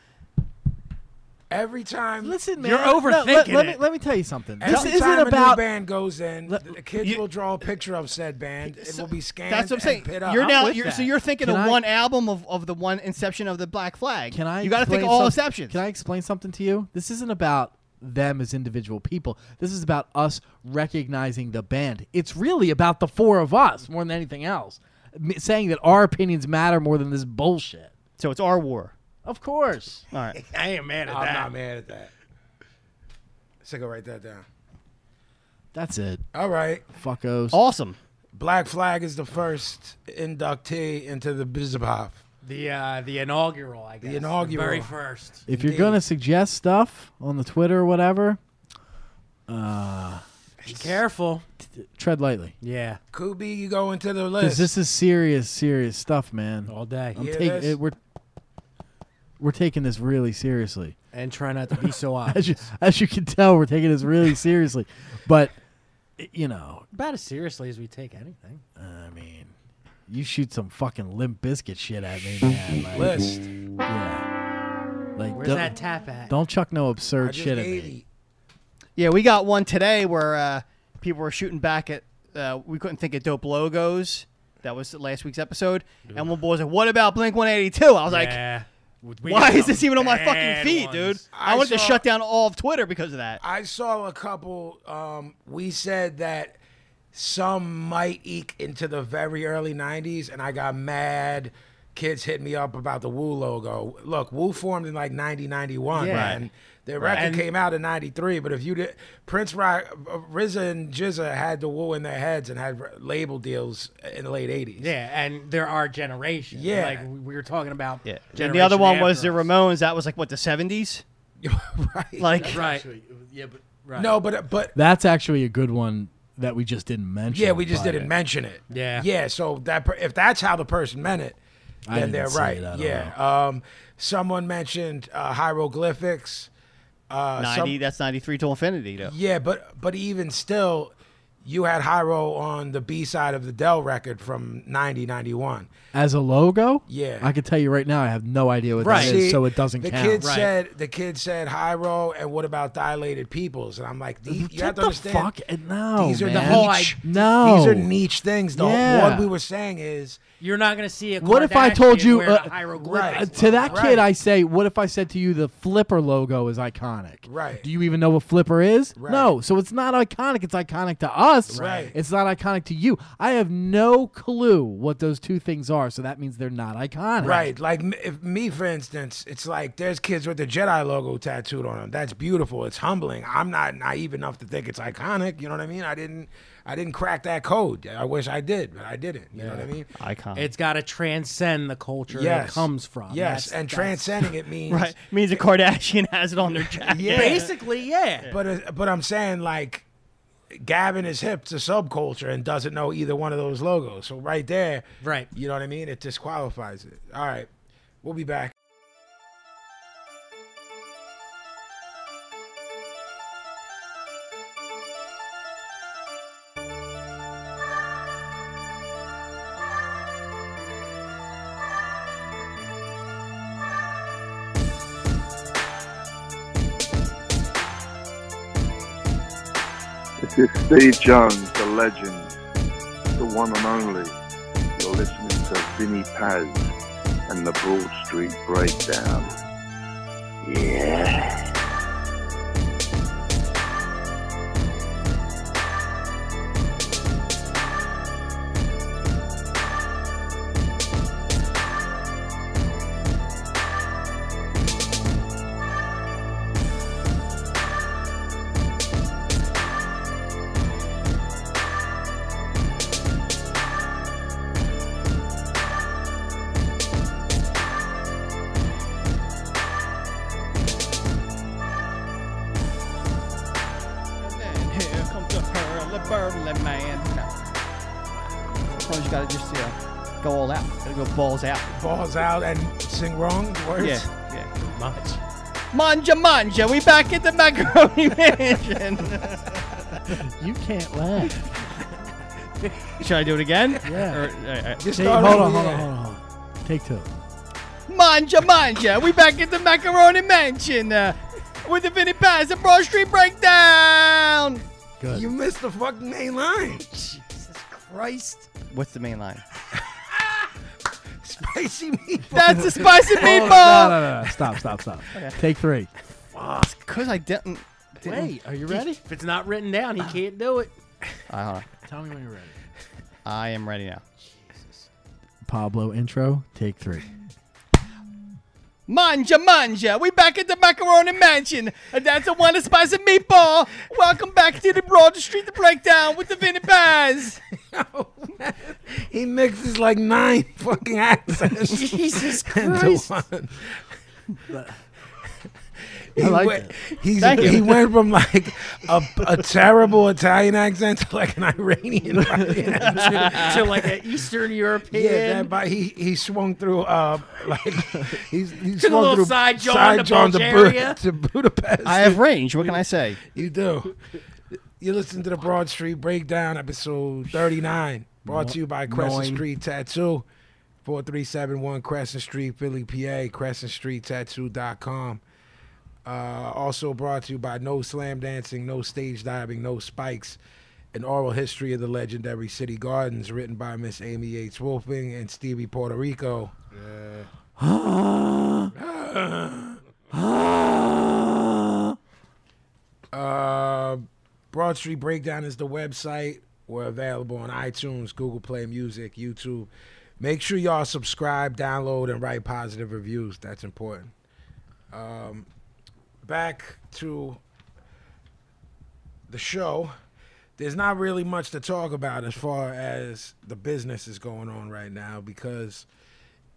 S3: Every time.
S4: Listen, man.
S2: You're
S4: no, let-
S2: overthinking
S4: let me-
S2: it.
S4: let me tell you something.
S3: Every
S4: This isn't
S3: time a
S4: about
S3: new band goes in, the kids
S1: you-
S3: will draw a picture of said band. It will be scanned.
S1: That's what I'm
S3: and
S1: saying.
S3: put up.
S1: You're now.
S4: with
S1: You're, so
S4: that.
S1: you're thinking
S4: Can
S1: of
S4: I-
S1: one album of, of the one inception of the Black Flag.
S4: Can I?
S1: You got to think
S4: explain
S1: of all
S4: some-
S1: exceptions.
S4: Can I explain something to you? This isn't about them as individual people. This is about us recognizing the band. It's really about the four of us more than anything else, M- saying that our opinions matter more than this bullshit.
S1: So it's our war.
S4: Of course.
S1: All right.
S2: I ain't mad at
S3: I'm
S2: that.
S3: not mad at that. So go write that down.
S4: That's it.
S3: All right.
S4: Fuckos.
S1: Awesome.
S3: Black Flag is the first inductee into the Bizabov.
S2: The uh, the inaugural, I guess.
S3: inaugural.
S2: very first.
S4: if you're
S3: Indeed.
S4: going to suggest stuff on the Twitter or whatever,
S2: Be careful.
S4: tread lightly.
S2: Yeah,
S3: Kubi, you go into the list.
S4: Because this is serious, serious stuff, man.
S2: all day.
S4: I'm
S3: Yeah,
S4: taking
S3: that's-
S4: it, eh, we're we're taking this really seriously.
S2: And try not to be so
S4: as
S2: obvious.
S4: you, as you can tell, we're taking this really seriously. But y- you know,
S2: About as seriously as we take anything.
S4: I mean, you shoot some fucking limp biscuit shit at me, man. Like,
S3: list.
S4: yeah, like
S2: Where's
S4: don't,
S2: that tap at?
S4: don't chuck no absurd
S3: I just
S4: shit at
S3: ate
S4: me.
S3: it.
S1: Yeah, we got one today where uh, people were shooting back at. Uh, we couldn't think of dope logos. That was last week's episode. And one boy was like, "What about Blink 182?" I was like,
S2: yeah. We
S1: "Why
S2: got
S1: is this
S2: some
S1: even on my fucking
S2: bad
S1: feed,
S2: ones.
S1: dude?" I,
S3: I
S1: wanted to
S3: saw-
S1: shut down all of Twitter because of that.
S3: I saw a couple. Um, we said that some might eke into the very early 90s, and I got mad. Kids hit me up about the Woo logo. Look, Woo formed in like 90, 91,
S2: Yeah.
S3: man. Their record
S2: And-
S3: came out in 93, but if you did, Prince uh, Rock, RZA and Jizza had the Woo in their heads and had r- label deals in the late 80s.
S2: Yeah, and there are generations.
S3: Yeah.
S2: like we- we were talking about.
S1: Yeah. And the other
S2: generation
S1: one was the
S2: after us.
S1: Ramones. That was like what the 70s.
S3: right.
S1: Like
S2: Right.
S4: yeah, but right.
S3: no, but but
S4: That's actually a good one that we just didn't mention.
S3: Yeah, we just
S4: but
S3: didn't mention it.
S2: Yeah.
S3: Yeah. So that per- if that's how the person meant it,
S4: I
S3: then
S4: didn't
S3: they're
S4: see it,
S3: right.
S4: I don't
S3: yeah. Um, someone mentioned uh, hieroglyphics. Uh,
S1: 90.
S3: some-
S1: that's 93 to infinity though.
S3: yeah, but but even still, you had Hyro on the B side of the Dell record from 90, 91.
S4: As a logo,
S3: Yeah.
S4: I can tell you right now, I have no idea what
S2: Right.
S4: that is,
S3: See,
S4: so it doesn't
S3: the
S4: count.
S3: Kid
S2: Right.
S3: said, the kid said Hyro, and what about Dilated Peoples? And I'm like, these, you have
S4: Get
S3: to
S4: the
S3: understand.
S4: fuck? eh, No,
S3: These are
S4: man.
S3: the whole.
S2: Niche.
S4: No,
S3: These are niche things. The
S4: Yeah.
S3: what we were saying is
S2: You're not gonna see a.
S4: What if I told
S2: Kardashian
S4: you,
S2: wearing a
S4: uh,
S2: hieroglyphic?
S4: Uh,
S3: Right.
S4: to that
S3: Right.
S4: kid, I say, what if I said to you the flipper logo is iconic?
S3: Right.
S4: Do you even know what flipper is?
S3: Right.
S4: No. So it's not iconic. It's iconic to us.
S3: Right.
S4: It's not iconic to you. I have no clue what those two things are. So that means they're not iconic.
S3: Right. Like m- if me, for instance, it's like there's kids with the Jedi logo tattooed on them. That's beautiful. It's humbling. I'm not naive enough to think it's iconic. You know what I mean? I didn't. I didn't crack that code. I wish I did, but I didn't. You know what I mean?
S1: Icon.
S2: It's got to transcend the culture
S3: Yes.
S2: it comes from.
S3: Yes,
S2: That's-
S3: and
S2: that's-
S3: transcending it means
S1: right. Means a Kardashian has it on their jacket.
S3: Yeah.
S2: Basically, yeah.
S3: But uh, but I'm saying like Gavin is hip to subculture and doesn't know either one of those logos. So right there,
S2: Right.
S3: You know what I mean? It disqualifies it. All right, we'll be back.
S5: This is Steve Jones, the legend, the one and only. You're listening to Vinny Paz and the Broad Street Breakdown. Yeah.
S1: And then here comes the hurly burly man. Sometimes you gotta just uh, go all out. Gotta go balls out.
S3: Balls out and sing wrong words.
S1: Yeah, yeah. Manja, manja, we back at the macaroni mansion.
S4: You can't laugh.
S1: Should I do it again?
S4: Yeah.
S1: Or, uh, all right, all
S3: Just
S4: Take-
S3: start
S4: hold on,
S3: over,
S4: hold on,
S3: yeah.
S4: hold on, hold on. Take two.
S1: right. Manja, manja, we back at the macaroni mansion uh, with the Vinny Paz and Broad Street Breakdown.
S4: Good.
S3: You missed the fucking main line.
S1: Jesus Christ. What's the main line?
S3: Spicy meatball.
S1: That's the spicy
S4: Oh,
S1: meatball.
S4: no, no, no, no. Stop, stop, stop. Take three.
S1: Because I didn't. didn't
S4: Wait, are you ready?
S2: If it's not written down, he can't do it.
S1: Uh, hold on.
S4: Tell me when you're ready.
S1: I am ready now.
S4: Pablo intro, take three.
S1: Manja, manja, we back at the Macaroni Mansion, and that's a one of spicy meatball. Welcome back to the Broad Street Breakdown with the Vinny Paz.
S3: He mixes like nine fucking accents.
S1: Jesus
S3: into one. He,
S4: like
S3: went, he's-
S1: Thank you.
S3: he went from like a, a terrible Italian accent to like an Iranian fucking accent.
S2: to like an Eastern European.
S3: Yeah, that, but he he swung through. Uh, like he's he
S2: Took a
S3: swung
S2: little
S3: through
S2: side jaw into
S3: to, Bu-
S2: Bulgaria.
S3: to Budapest.
S1: I have range. What can I say?
S3: you do. You listen to the Broad Street Breakdown, episode thirty nine, brought to you by Crescent
S2: Nine.
S3: Street Tattoo, four three seven one Crescent Street, Philly, PA, Crescent Street Tattoo.com. Uh, also brought to you by No Slam Dancing, No Stage Diving, No Spikes, an oral history of the legendary City Gardens, written by Miss Amy Yates Wolfing and Stevie Puerto Rico. Uh, Broad Street Breakdown is the website. We're available on iTunes, Google Play Music, YouTube. Make sure y'all subscribe, download, and write positive reviews. That's important. Um, back to the show. There's not really much to talk about as far as the business is going on right now because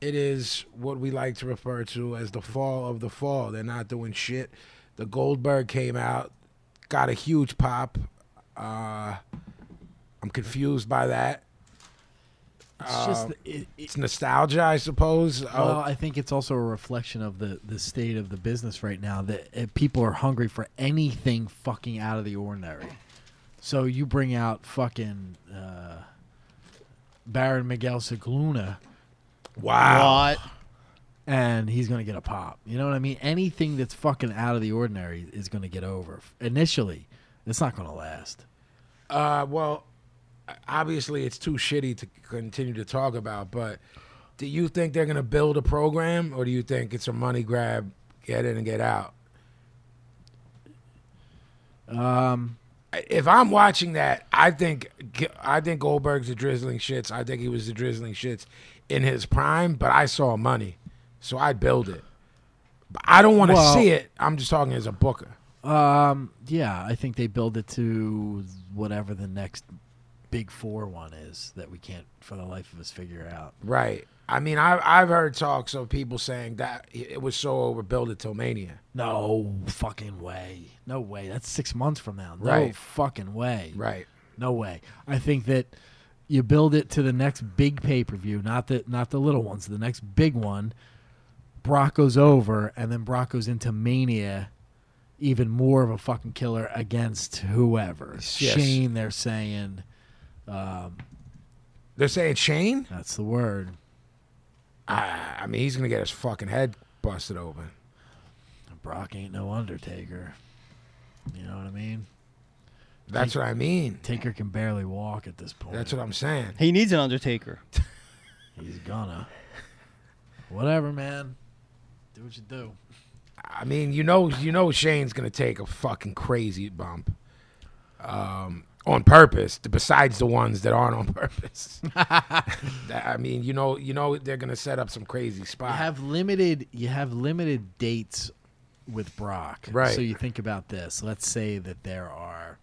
S3: it is what we like to refer to as the fall of the fall. They're not doing shit. The Goldberg came out, got a huge pop. Uh, I'm confused by that. Uh,
S4: It's just the- it, it,
S3: It's nostalgia, I suppose.
S4: well,
S3: Uh,
S4: I think it's also a reflection of the the state of the business right now that uh, people are hungry for anything fucking out of the ordinary. So you bring out fucking uh, Baron Miguel Cicluna,
S3: wow.
S4: and he's gonna get a pop. You know what I mean? Anything that's fucking out of the ordinary is gonna get over initially. It's not gonna last.
S3: Uh, well, obviously it's too shitty to continue to talk about, but do you think they're going to build a program or do you think it's a money grab, get in and get out?
S4: Um,
S3: If I'm watching that, I think I think Goldberg's the drizzling shits. I think he was the drizzling shits in his prime, but I saw money, so I'd build it. But I don't want to
S4: Well-
S3: see it. I'm just talking as a booker.
S4: um, yeah, I think they build it to whatever the next big four one is that we can't for the life of us figure out.
S3: Right. I mean, I've I've heard talks of people saying that it was so overbuilt at Tilmania.
S4: No fucking way. No way. That's six months from now. No
S3: Right.
S4: fucking way.
S3: Right.
S4: No way. I think that you build it to the next big pay per view, not the not the little ones. The next big one, Brock goes over, and then Brock goes into Mania, even more of a fucking killer against whoever. Shane, they're saying
S3: They're saying Shane.
S4: that's the word.
S3: I, I mean, he's gonna get his fucking head busted open.
S4: Brock ain't no Undertaker. You know what I mean?
S3: That's what I mean.
S4: Taker can barely walk at this point.
S3: That's what I'm saying.
S1: He needs an Undertaker.
S4: He's gonna. Whatever, man. Do what you do.
S3: I mean, you know, you know, Shane's gonna take a fucking crazy bump, um, on purpose. Besides the ones that aren't on purpose. That- I mean, you know, you know, they're gonna set up some crazy
S4: You
S3: spot.
S4: have limited you have limited dates with Brock.
S3: Right.
S4: So you think about this. Let's say that there are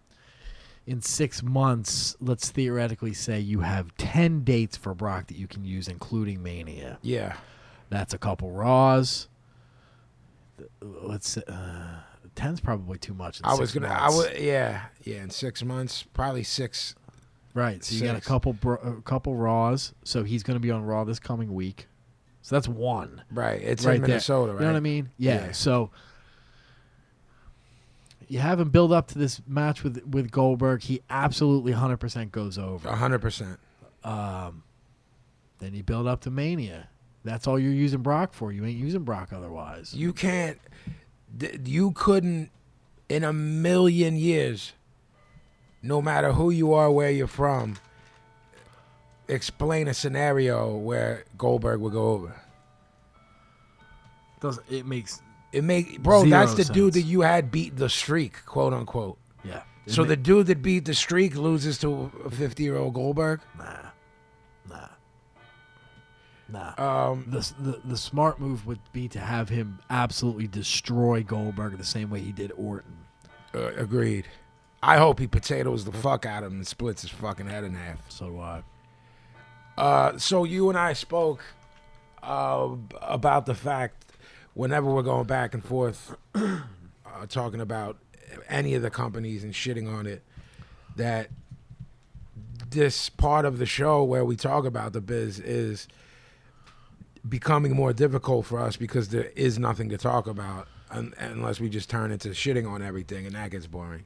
S4: in six months, let's theoretically say you have ten dates for Brock that you can use, including Mania.
S3: yeah.
S4: That's a couple Raws. Th- Let's say, uh, ten's probably too much. in
S3: I
S4: six
S3: was gonna.
S4: months.
S3: I would. Yeah. Yeah. In six months, probably six.
S4: Right. So you got a
S3: Six.
S4: couple bro- a couple Raws. So he's going to be on Raw this coming week. So that's one.
S3: Right. It's
S4: right
S3: in Minnesota.
S4: there.
S3: Right.
S4: You know what I mean? Yeah.
S3: Yeah.
S4: So you have him build up to this match with with Goldberg. He absolutely 100% goes over.
S3: A hundred percent.
S4: Then you build up to Mania. That's all you're using Brock for. You ain't using Brock otherwise.
S3: You can't. th- You couldn't in a million years. No matter who you are, where you're from, explain a scenario where Goldberg would go over.
S4: Doesn't it makes
S3: It make bro. that's the
S4: Zero
S3: dude that
S4: sense.
S3: you had beat the streak, quote unquote.
S4: yeah. It
S3: So
S4: ma-
S3: the dude that beat the streak loses to a 50 year old Goldberg.
S4: nah.
S3: Um,
S4: the, s- the the smart move would be to have him absolutely destroy Goldberg the same way he did Orton.
S3: uh, agreed. I hope he potatoes the fuck out of him and splits his fucking head in half.
S4: So do I.
S3: Uh, so you and I spoke uh, about the fact whenever we're going back and forth uh, talking about any of the companies and shitting on it, that this part of the show where we talk about the biz is becoming more difficult for us because there is nothing to talk about un- unless we just turn into shitting on everything and that gets boring.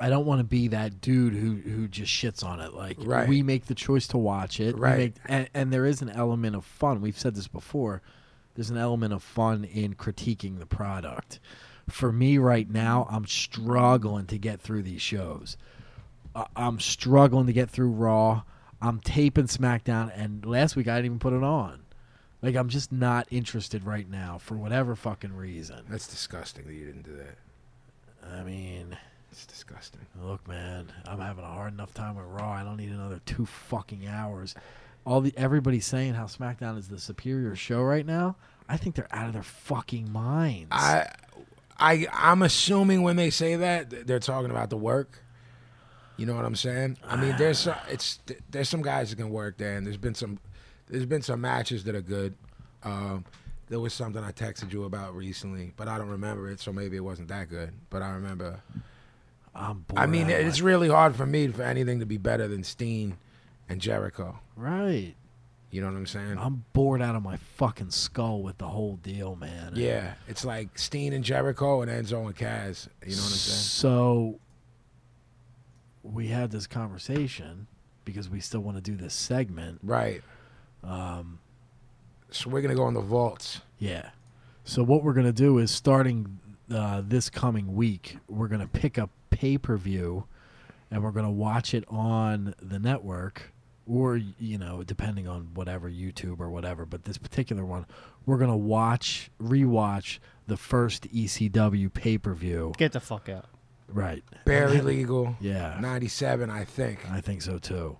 S4: I don't want to be that dude who who just shits on it. Like
S3: Right.
S4: we make the choice to watch it. We
S3: Right.
S4: make- and, and there is an element of fun. We've said this before. There's an element of fun in critiquing the product. For me right now, I'm struggling to get through these shows. I- I'm struggling to get through Raw. I'm taping SmackDown, and last week I didn't even put it on. Like I'm just not interested right now for whatever fucking reason.
S3: That's disgusting that you didn't do that.
S4: I mean.
S3: It's disgusting.
S4: Look, man, I'm having a hard enough time with Raw. I don't need another two fucking hours. All the everybody's saying how SmackDown is the superior show right now. I think they're out of their fucking minds.
S3: I, I, I'm assuming when they say that th- they're talking about the work. You know what I'm saying? I mean, there's so- it's there's some guys that can work there, and there's been some there's been some matches that are good. Um, there was something I texted you about recently, but I don't remember it, so maybe it wasn't that good. But I remember.
S4: I'm bored.
S3: I mean,
S4: out of
S3: it's
S4: my-
S3: really hard for me for anything to be better than Steen and Jericho.
S4: right.
S3: You know what I'm saying?
S4: I'm bored out of my fucking skull with the whole deal, man.
S3: yeah, it's like Steen and Jericho and Enzo and Kaz. You know what I'm saying?
S4: So we had this conversation because we still want to do this segment.
S3: Right.
S4: Um,
S3: so we're gonna go on the vaults.
S4: Yeah. So what we're gonna do is starting uh, this coming week, we're gonna pick a pay per view, and we're gonna watch it on the network, or you know, depending on whatever YouTube or whatever. But this particular one, we're gonna watch, rewatch the first E ECW pay per view.
S1: Get the fuck out.
S4: Right.
S3: Barely legal.
S4: Yeah.
S3: Ninety-seven, I think.
S4: I think so too.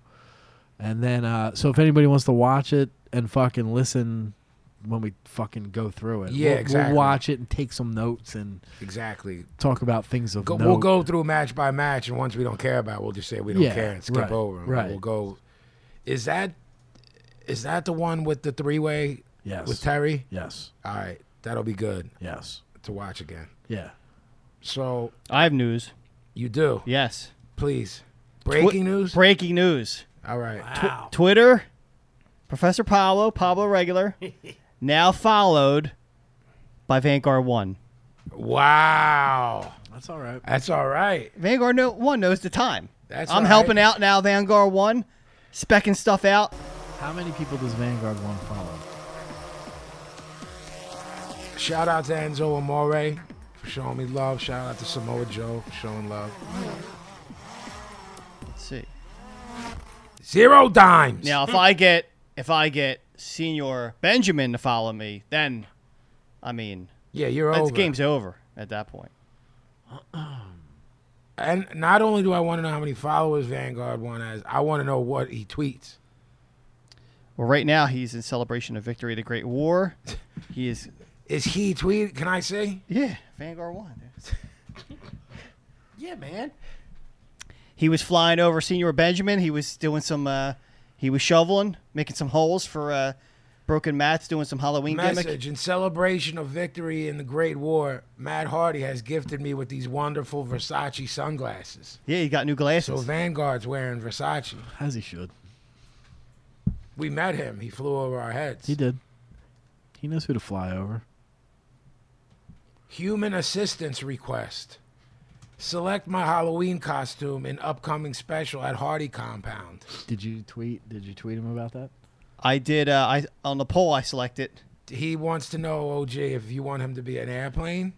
S4: And then, uh, so if anybody wants to watch it and fucking listen when we fucking go through it.
S3: Yeah,
S4: We'll-
S3: exactly.
S4: We'll watch it and take some notes and
S3: Exactly.
S4: talk about things of
S3: Go,
S4: note.
S3: We'll go through match by match, and once we don't care about, it, we'll just say we don't
S4: Yeah,
S3: care and skip
S4: right,
S3: over. 'em. But
S4: right.
S3: We'll go. Is that is that the one with the three way
S4: Yes.
S3: with Terry?
S4: yes.
S3: All right, that'll be good
S4: Yes.
S3: to watch again.
S4: Yeah.
S3: So
S1: I have news.
S3: you do,
S1: Yes.
S3: please.
S1: Twi-
S3: Breaking news.
S1: Breaking news.
S3: All right.
S1: Twitter, Professor Pablo, Pablo Regular, now followed by Vanguard One.
S3: Wow.
S4: That's all right.
S3: That's all right.
S1: Vanguard no, One knows the time.
S3: That's
S1: I'm
S3: all
S1: helping
S3: right.
S1: out now, Vanguard One, specking stuff out.
S4: How many people does Vanguard want to follow?
S3: Shout out to Enzo Amore for showing me love. Shout out to Samoa Joe for showing love.
S1: Let's see.
S3: Zero dimes.
S1: Now, if I get if I get Senior Benjamin to follow me, then I mean,
S3: yeah, you're
S1: that's
S3: over.
S1: game's over at that point.
S3: And not only do I want to know how many followers Vanguard One has, I want to know what he tweets.
S1: Well, right now he's in celebration of victory of the Great War. He is,
S3: Is he tweet? Can I say?
S1: yeah, Vanguard One. dude.
S2: Yeah, man.
S1: He was flying over Senior Benjamin. He was doing some, uh, he was shoveling, making some holes for uh, broken mats, doing some Halloween gimmick.
S3: Message in celebration of victory in the Great War. Matt Hardy has gifted me with these wonderful Versace sunglasses.
S1: Yeah, he got new glasses.
S3: So Vanguard's wearing Versace.
S4: As he should.
S3: We met him. He flew over our heads.
S4: He did. He knows who to fly over.
S3: Human assistance request. Select my Halloween costume in upcoming special at Hardy Compound.
S4: Did you tweet? Did you tweet him about that?
S1: I did. Uh, I on the poll I selected.
S3: He wants to know, OG, if you want him to be an airplane,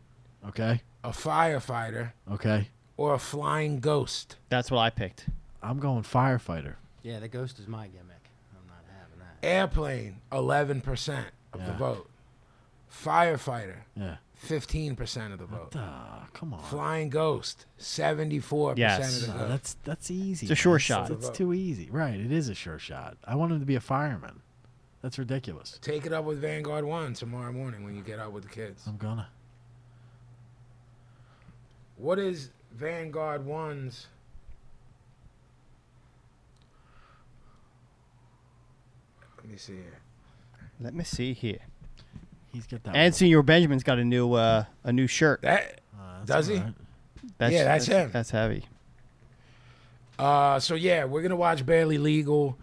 S4: Okay.
S3: a firefighter,
S4: Okay.
S3: or a flying ghost.
S1: That's what I picked.
S4: I'm going firefighter.
S2: Yeah, the ghost is my gimmick. I'm not having that.
S3: Airplane, 11% of the
S4: Yeah.
S3: vote. Firefighter,
S4: Yeah.
S3: 15% of the vote.
S4: Ah, come on.
S3: Flying ghost, 74%
S1: Yes.
S3: of the
S4: No,
S3: vote.
S4: Uh, that's that's easy.
S1: Uh, It's a sure
S4: man.
S1: shot.
S4: It's too easy. Right. It is a sure shot. I want him to be a fireman. That's ridiculous.
S3: Take it up with Vanguard One tomorrow morning when you get out with the kids.
S4: I'm gonna.
S3: What is Vanguard One's? Let me see here.
S1: Let me see here.
S4: He's got that.
S1: And Senior Benjamin's got a new uh, a new shirt.
S3: That
S4: one. Uh, that's
S3: does he?
S4: all right.
S1: That's,
S3: Yeah, that's
S1: that's
S3: him.
S1: That's heavy.
S3: uh, so yeah, we're gonna watch Barely Legal,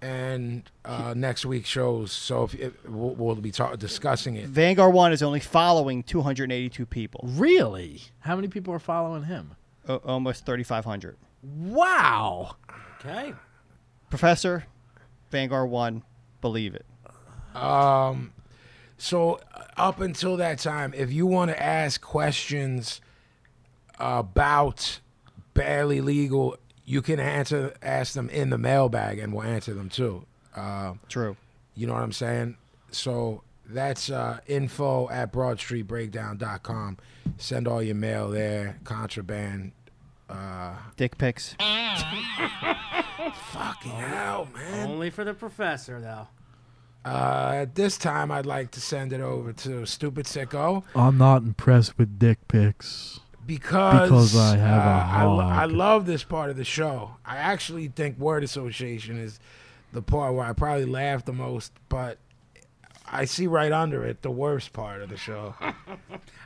S3: and uh, next week's shows. So if, if we'll, we'll be ta- discussing it.
S1: Vanguard One is only following 282 people,
S4: Really? How many people are following him?
S1: o- almost 3,500.
S4: Wow.
S2: Okay.
S1: Professor, Vanguard One, believe it.
S3: So uh, up until that time, if you want to ask questions about barely legal, you can answer ask them in the mailbag, and we'll answer them too. Uh,
S1: True.
S3: you know what I'm saying? So that's uh, info at broadstreetbreakdown.com. Send all your mail there. Contraband.
S1: Dick pics.
S3: Fucking hell, man.
S2: Only for the professor, though.
S4: Oh.
S3: Uh, at this time, I'd like to send it over to Stupid Sicko.
S4: I'm not impressed with dick pics.
S3: because
S4: Because I have a
S3: uh, I lo- I,
S4: hog.
S3: love this part of the show. I actually think word association is the part where I probably laugh the most, but I see right under it the worst part of the show.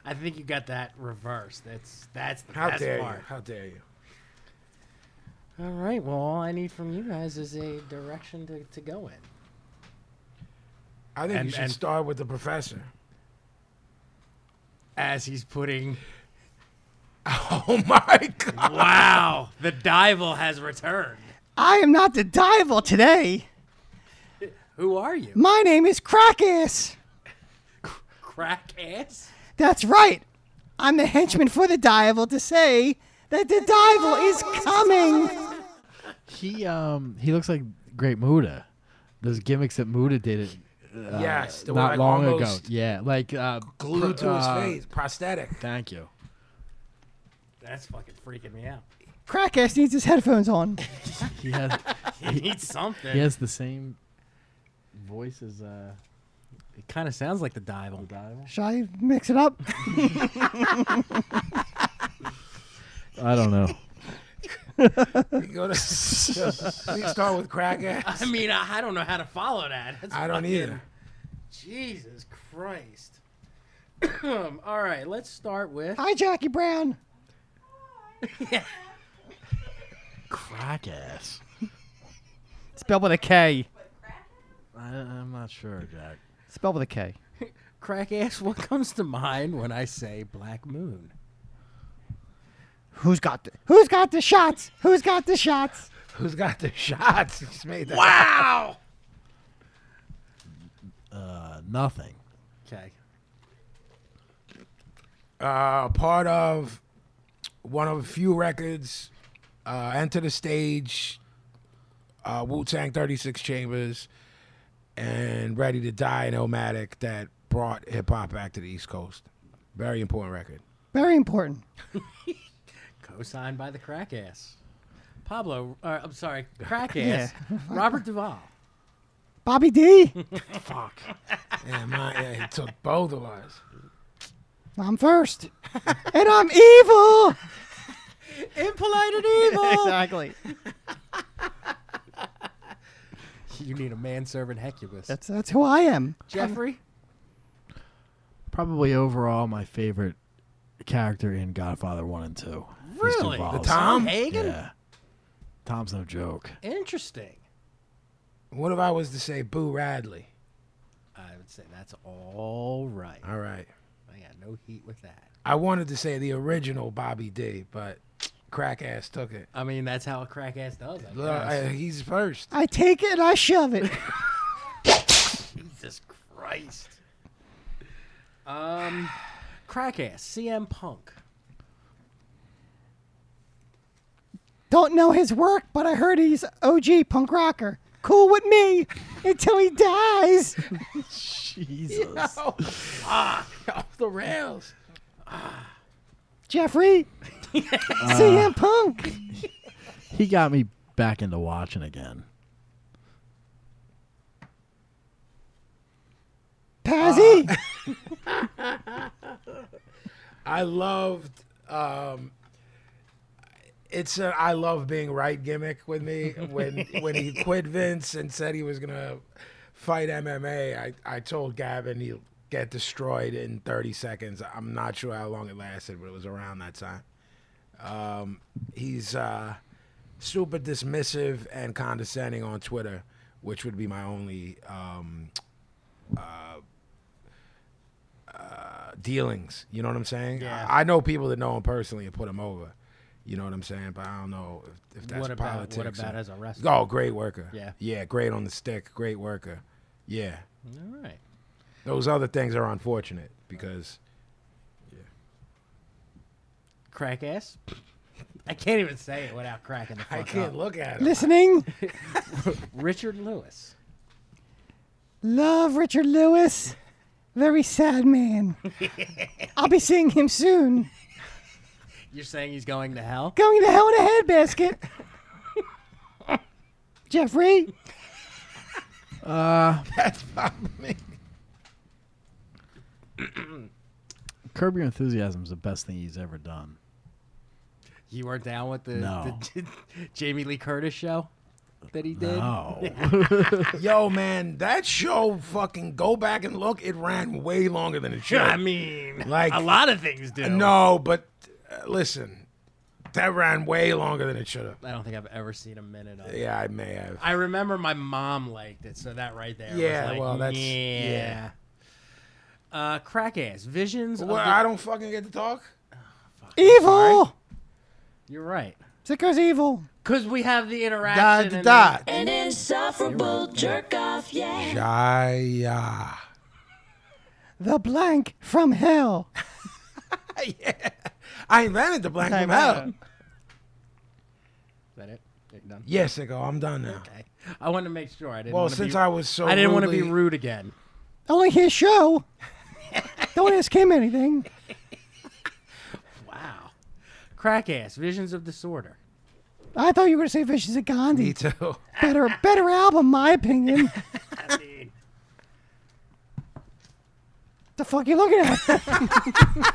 S2: I think you got that reversed. That's that's the
S3: How
S2: best
S3: dare
S2: part.
S3: you? How dare you?
S2: All right. Well, all I need from you guys is a direction to, to go in.
S3: I think
S2: And-
S3: you should
S2: and-
S3: start with the professor.
S2: As he's putting.
S3: Oh my god!
S2: Wow, the dival has returned.
S1: I am not the dival today.
S2: Who are you?
S1: My name is Crackus.
S2: Crack ass?
S1: That's right. I'm the henchman for the dival to say that the dival is coming.
S4: He um he looks like Great Muda. Those gimmicks that Muda did it uh,
S3: yes, the
S4: not
S3: one
S4: long ago.
S3: almost
S4: Yeah, like uh,
S3: Glued to his
S4: uh,
S3: face, prosthetic.
S4: Thank you.
S2: That's fucking freaking me out.
S1: Crackass needs his headphones on.
S4: He has
S2: He needs something.
S4: he has the same voice as uh
S2: It kind of sounds like the dive on dive.
S1: Shall I mix it up?
S4: I don't know.
S3: You go to, we start with crack ass.
S2: I mean, I, I don't know how to follow that. That's
S3: I don't
S2: fucking-
S3: either.
S2: Jesus Christ. All right, let's start with.
S1: Hi, Jackie Brown.
S4: Crack ass.
S1: Spelled with a K.
S4: I, I'm not sure, Jack.
S1: Spelled with a K.
S2: Crack ass, what comes to mind when I say Black Moon?
S1: Who's got the Who's got the shots? Who's got the shots?
S3: Who's got the shots? He just made that.
S2: Wow!
S4: Uh, nothing.
S2: Okay.
S3: uh, part of one of a few records, uh, Enter the Stage, uh, Wu Tang 36 Chambers, and Ready to Die and Illmatic that brought hip hop back to the East Coast. Very important record.
S1: Very important.
S2: Co signed by the crack ass. Pablo, uh, I'm sorry, crack ass. Robert Duvall.
S1: Bobby D.
S3: Fuck. yeah, my, yeah, it took both of us.
S1: I'm first. and I'm evil.
S2: Impolite and evil!
S1: Exactly.
S2: you need a manservant Hecubus.
S1: That's that's who I am.
S2: Jeffrey?
S4: Probably overall my favorite character in Godfather One and Two. is
S2: Really?
S4: Duvall.
S3: The Tom?
S2: Hagen?
S4: Yeah. Tom's no joke.
S2: Interesting.
S3: What if I was to say Boo Radley?
S2: I would say that's all right.
S3: All right.
S2: I got no heat with that.
S3: I wanted to say the original Bobby D, but crack ass took it.
S2: I mean, that's how a crack ass does. I
S3: Look,
S2: guess.
S3: I- he's first.
S1: I take it and I shove it.
S2: Jesus Christ. Um, crack ass, CM Punk.
S1: Don't know his work, but I heard he's OG punk rocker. Cool with me until he dies.
S4: Jesus.
S3: Off the rails.
S1: Jeffrey. CM Punk.
S4: He got me back into watching again.
S1: Pazzy.
S3: I loved. Um, it's a I love being right gimmick with me when when he quit Vince and said he was gonna fight MMA. I I told Gavin he'll get destroyed in 30 seconds. I'm not sure how long it lasted, but it was around that time. Um, he's uh, super dismissive and condescending on Twitter, which would be my only um, uh, dealings. You know what I'm saying?
S2: Yeah.
S3: I, I know people that know him personally and put him over. You know what I'm saying? But I don't know if, if that's
S2: What about-
S3: politics.
S2: what about
S3: or-
S2: as a wrestler?
S3: Oh, great worker.
S2: Yeah.
S3: Yeah, great on the stick. Great worker. Yeah.
S2: All right.
S3: Those other things are unfortunate because
S2: Crack ass. I can't even say it without cracking the fuck
S3: I can't
S2: up.
S3: look at him.
S1: Listening.
S2: Richard Lewis.
S1: Love Richard Lewis. Very sad man. I'll be seeing him soon.
S2: You're saying he's going to hell?
S1: Going to hell in a handbasket. Jeffrey.
S4: Curb Your Enthusiasm is the best thing he's ever done.
S2: You are down with the,
S4: No.
S2: the Jamie Lee Curtis show that he did?
S4: Oh.
S3: Yo, man, that show fucking go back and look. It ran way longer than it should.
S2: I mean,
S3: Like-
S2: a lot of things do.
S3: no, but uh, listen, that ran way longer than it should have.
S2: I don't think I've ever seen a minute of it.
S3: Yeah, I may have.
S2: I remember my mom liked it, so that right there. was
S3: Yeah,
S2: like,
S3: well, that's-
S2: yeah. Uh, crack ass visions. of
S3: What,
S2: the-
S3: I don't fucking get to talk.
S1: Evil.
S2: You're right,
S1: Sicko's evil.
S2: because we have the interaction. and
S3: da.
S6: An insufferable jerk off, yeah.
S3: Jaya.
S1: The blank from hell.
S3: yeah. I invented the black
S1: Time
S3: from hell.
S1: out.
S2: then- Is that it? It done?
S3: Yes, Sicko, I'm done now.
S2: Okay. I wanted to make sure I didn't.
S3: Well,
S2: wanna
S3: since
S2: be,
S3: I was so
S2: I didn't want to
S3: rudely-
S2: be rude again.
S1: Only his show. Don't ask him anything.
S2: Wow. Crack ass visions of disorder.
S1: I thought you were going to say Vicious of
S3: Me
S1: Gandhi.
S3: too.
S1: Better, better album, my opinion.
S2: I mean,
S1: The fuck you looking at?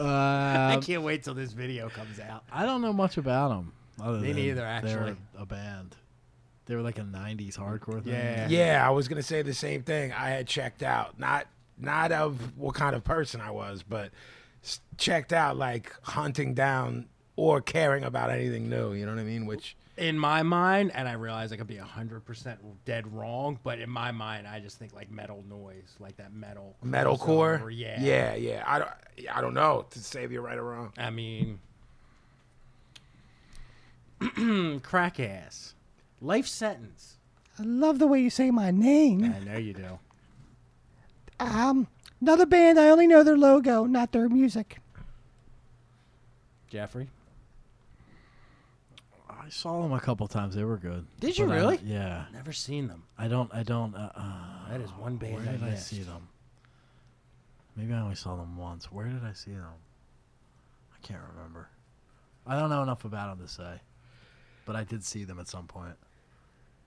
S2: I
S3: Um,
S2: can't wait till this video comes out.
S4: I don't know much about them.
S2: Me neither,
S4: They're
S2: actually.
S4: a band. They were like a '90s hardcore thing.
S2: Yeah.
S3: Yeah, I was gonna say the same thing. I had checked out, not not of what kind of person I was, but s- checked out like hunting down or caring about anything new. You know what I mean? Which
S2: In my mind, and I realize I could be hundred percent dead wrong, but in my mind, I just think like metal noise, like that metal
S3: metalcore?
S2: crossover, Yeah,
S3: yeah, yeah. I don't, I don't know to save you right or wrong.
S2: I mean, crack ass, life sentence.
S1: I love the way you say my name.
S2: I know you do.
S1: Um, another band. I only know their logo, not their music.
S2: Jeffrey,
S4: I saw them a couple times. They were good.
S2: Did you
S4: But I-
S2: really?
S4: yeah.
S2: never seen them.
S4: I don't. I don't. Uh, uh,
S2: That is one band
S4: Where did
S2: I
S4: I
S2: missed.
S4: see them? Maybe I only saw them once. Where did I see them? I can't remember. I don't know enough about them to say, but I did see them at some point.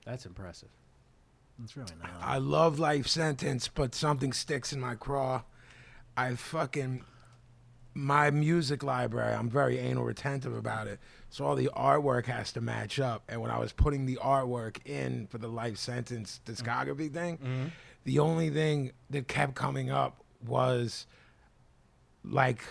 S2: That's impressive.
S4: It's really not.
S3: I love Life Sentence, but something sticks in my craw. I fucking my music library. I'm very anal retentive about it, so all the artwork has to match up. And when I was putting the artwork in for the Life Sentence discography
S2: Mm-hmm.
S3: thing, the only thing that kept coming up was like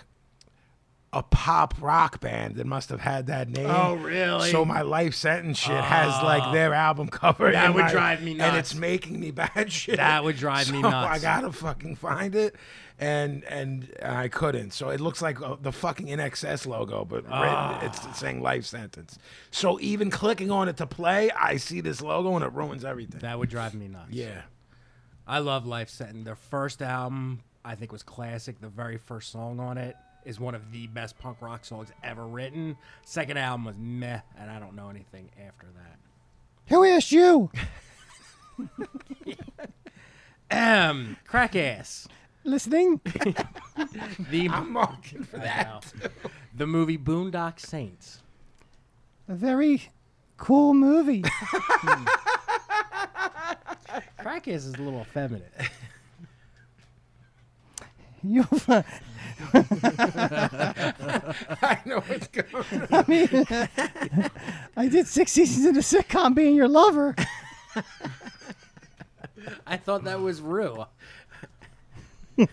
S3: a pop rock band that must have had that name.
S2: Oh, really? Ah.
S3: So my Life Sentence shit has like their album cover.
S2: That
S3: in
S2: would
S3: my-
S2: drive me
S3: And
S2: nuts.
S3: it's making me bad shit.
S2: That would drive me
S3: So
S2: nuts.
S3: I gotta fucking find it, and and I couldn't. So it looks like uh, the fucking NXS logo, but
S2: Ah.
S3: written, it's saying life sentence. So even clicking on it to play, I see this logo and it ruins everything.
S2: That would drive me nuts.
S3: yeah,
S2: I love Life Sentence. Their first album, I think, was classic. The very first song on it is one of the best punk rock songs ever written. Second album was meh, and I don't know anything after that.
S1: Who asked you?
S2: Um, crack ass.
S1: Listening?
S2: The
S3: I'm marking for
S2: Wow.
S3: that.
S2: the movie Boondock Saints.
S1: A very cool movie.
S2: Crack ass is a little effeminate.
S1: You,
S3: I know what's going.
S1: I mean, I did six seasons in a sitcom being your lover.
S2: I thought that was Rue. You're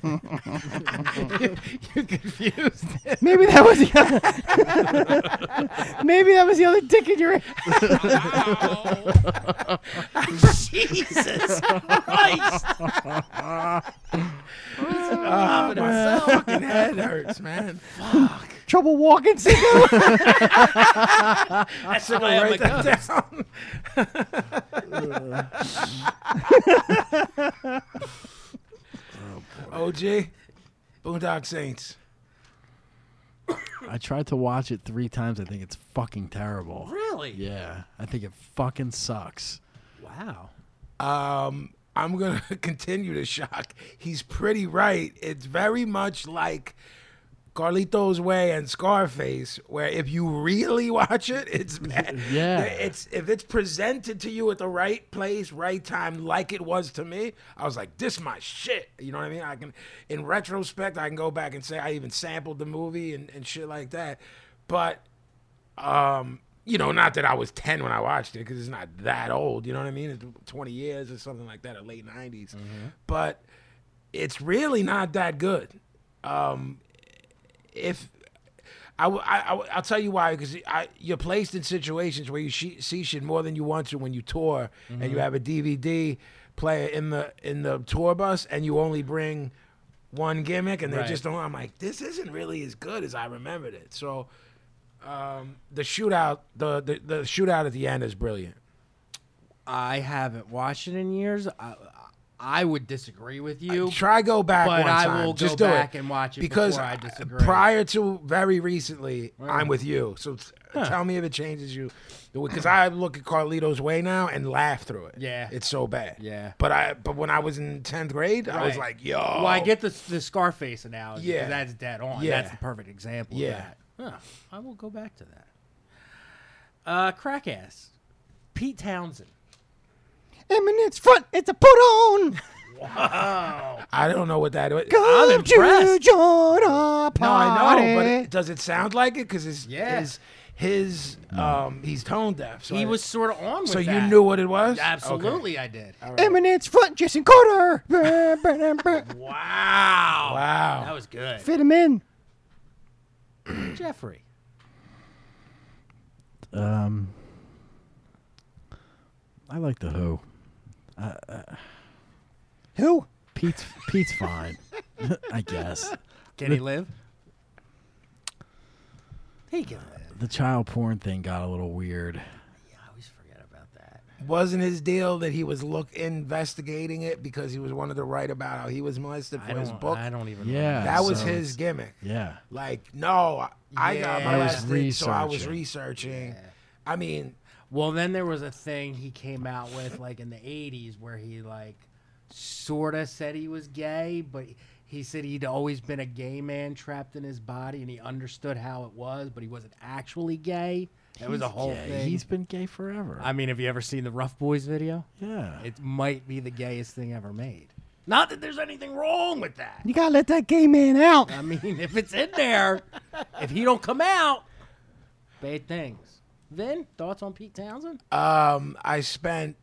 S2: confused.
S1: Maybe that was the other. Maybe that was the other dick in your.
S2: Jesus Christ!
S3: Oh, Ah, my fucking head hurts, man.
S1: Trouble walking syndrome.
S2: That's the way I'm a
S3: Write that
S2: ghost.
S3: down. Oh, OG, Boondock Saints.
S4: I tried to watch it three times. I think it's fucking terrible.
S2: Really?
S4: Yeah, I think it fucking sucks.
S2: Wow.
S3: um, I'm gonna continue to shock. He's pretty right. It's very much like Carlito's Way and Scarface, where if you really watch it, it's bad.
S4: Yeah.
S3: It's if it's presented to you at the right place, right time, like it was to me. I was like, this my shit. You know what I mean? I can, in retrospect, I can go back and say I even sampled the movie and, and shit like that. But um, you know, not that I was 10 when I watched it because it's not that old, you know what I mean? It's 20 years or something like that, or late 90s. But it's really not that good. Um, if I, w- I, I w- I'll tell you why, because I, you're placed in situations where you she- see shit more than you want to when you tour, and you have a DVD player in the in the tour bus, and you only bring one gimmick, and they
S2: Right.
S3: just don't. I'm like, this isn't really as good as I remembered it. So, um, the shootout, the, the the shootout at the end is brilliant.
S2: I haven't watched it in years. I, I would disagree with you.
S3: Try go back
S2: But
S3: one
S2: I
S3: time.
S2: will go
S3: Just do
S2: back
S3: it.
S2: and watch it
S3: because
S2: before I
S3: uh,
S2: disagree.
S3: prior to very recently, I'm with you. So t- tell me if it changes you, because I look at Carlito's Way now and laugh through it.
S2: Yeah.
S3: it's so bad.
S2: Yeah.
S3: but I but when I was in tenth grade, I was
S2: Right.
S3: like, yo.
S2: well, I get the the Scarface analogy.
S3: Oh. Yeah.
S2: Yeah, that's dead on.
S3: Yeah.
S2: that's the perfect example.
S3: Yeah.
S2: of that. Huh. I will go back to that. Uh, crackass, Pete Townsend.
S1: Eminem's front, it's a put on.
S3: I don't know what that is.
S2: I'm impressed.
S1: join our
S3: No, I know, but it, does it sound like it? Because his
S2: Yeah.
S3: his his um he's tone deaf. So
S2: He
S3: I-
S2: was sort of on with
S3: So you
S2: that.
S3: knew what it was?
S2: Absolutely, I did.
S1: Eminem's front, Jason Carter.
S2: Wow.
S3: Wow.
S2: That was good.
S1: Fit him in.
S2: Jeffrey.
S4: Um, I like the Who. uh,
S1: Who?
S4: Pete's Pete's fine, I guess.
S2: Can he live? He can live.
S4: The child porn thing got a little weird.
S2: Yeah, I always forget about that.
S3: Wasn't his deal that he was look investigating it because he was wanted to write about how he was molested
S2: I
S3: for his
S2: don't,
S3: book?
S2: I don't even
S4: Yeah,
S3: that was
S4: so
S3: his gimmick.
S4: Yeah,
S3: Like, no, I, I got
S2: Yeah. I was
S3: molested, so I was
S4: researching.
S3: researching. I mean,
S2: Well, then there was a thing he came out with, like in the '80s, where he like sort of said he was gay, but he said he'd always been a gay man trapped in his body, and he understood how it was, but he wasn't actually gay. It was a
S4: He's
S2: whole
S4: gay.
S2: thing.
S4: He's been gay forever.
S2: I mean, have you ever seen the Rough Boys video?
S4: yeah,
S2: It might be the gayest thing ever made. Not that there's anything wrong with that.
S1: You gotta let that gay man out.
S2: I mean, if it's in there, if he don't come out, bad things. Vin, thoughts on Pete Townsend?
S3: um, I spent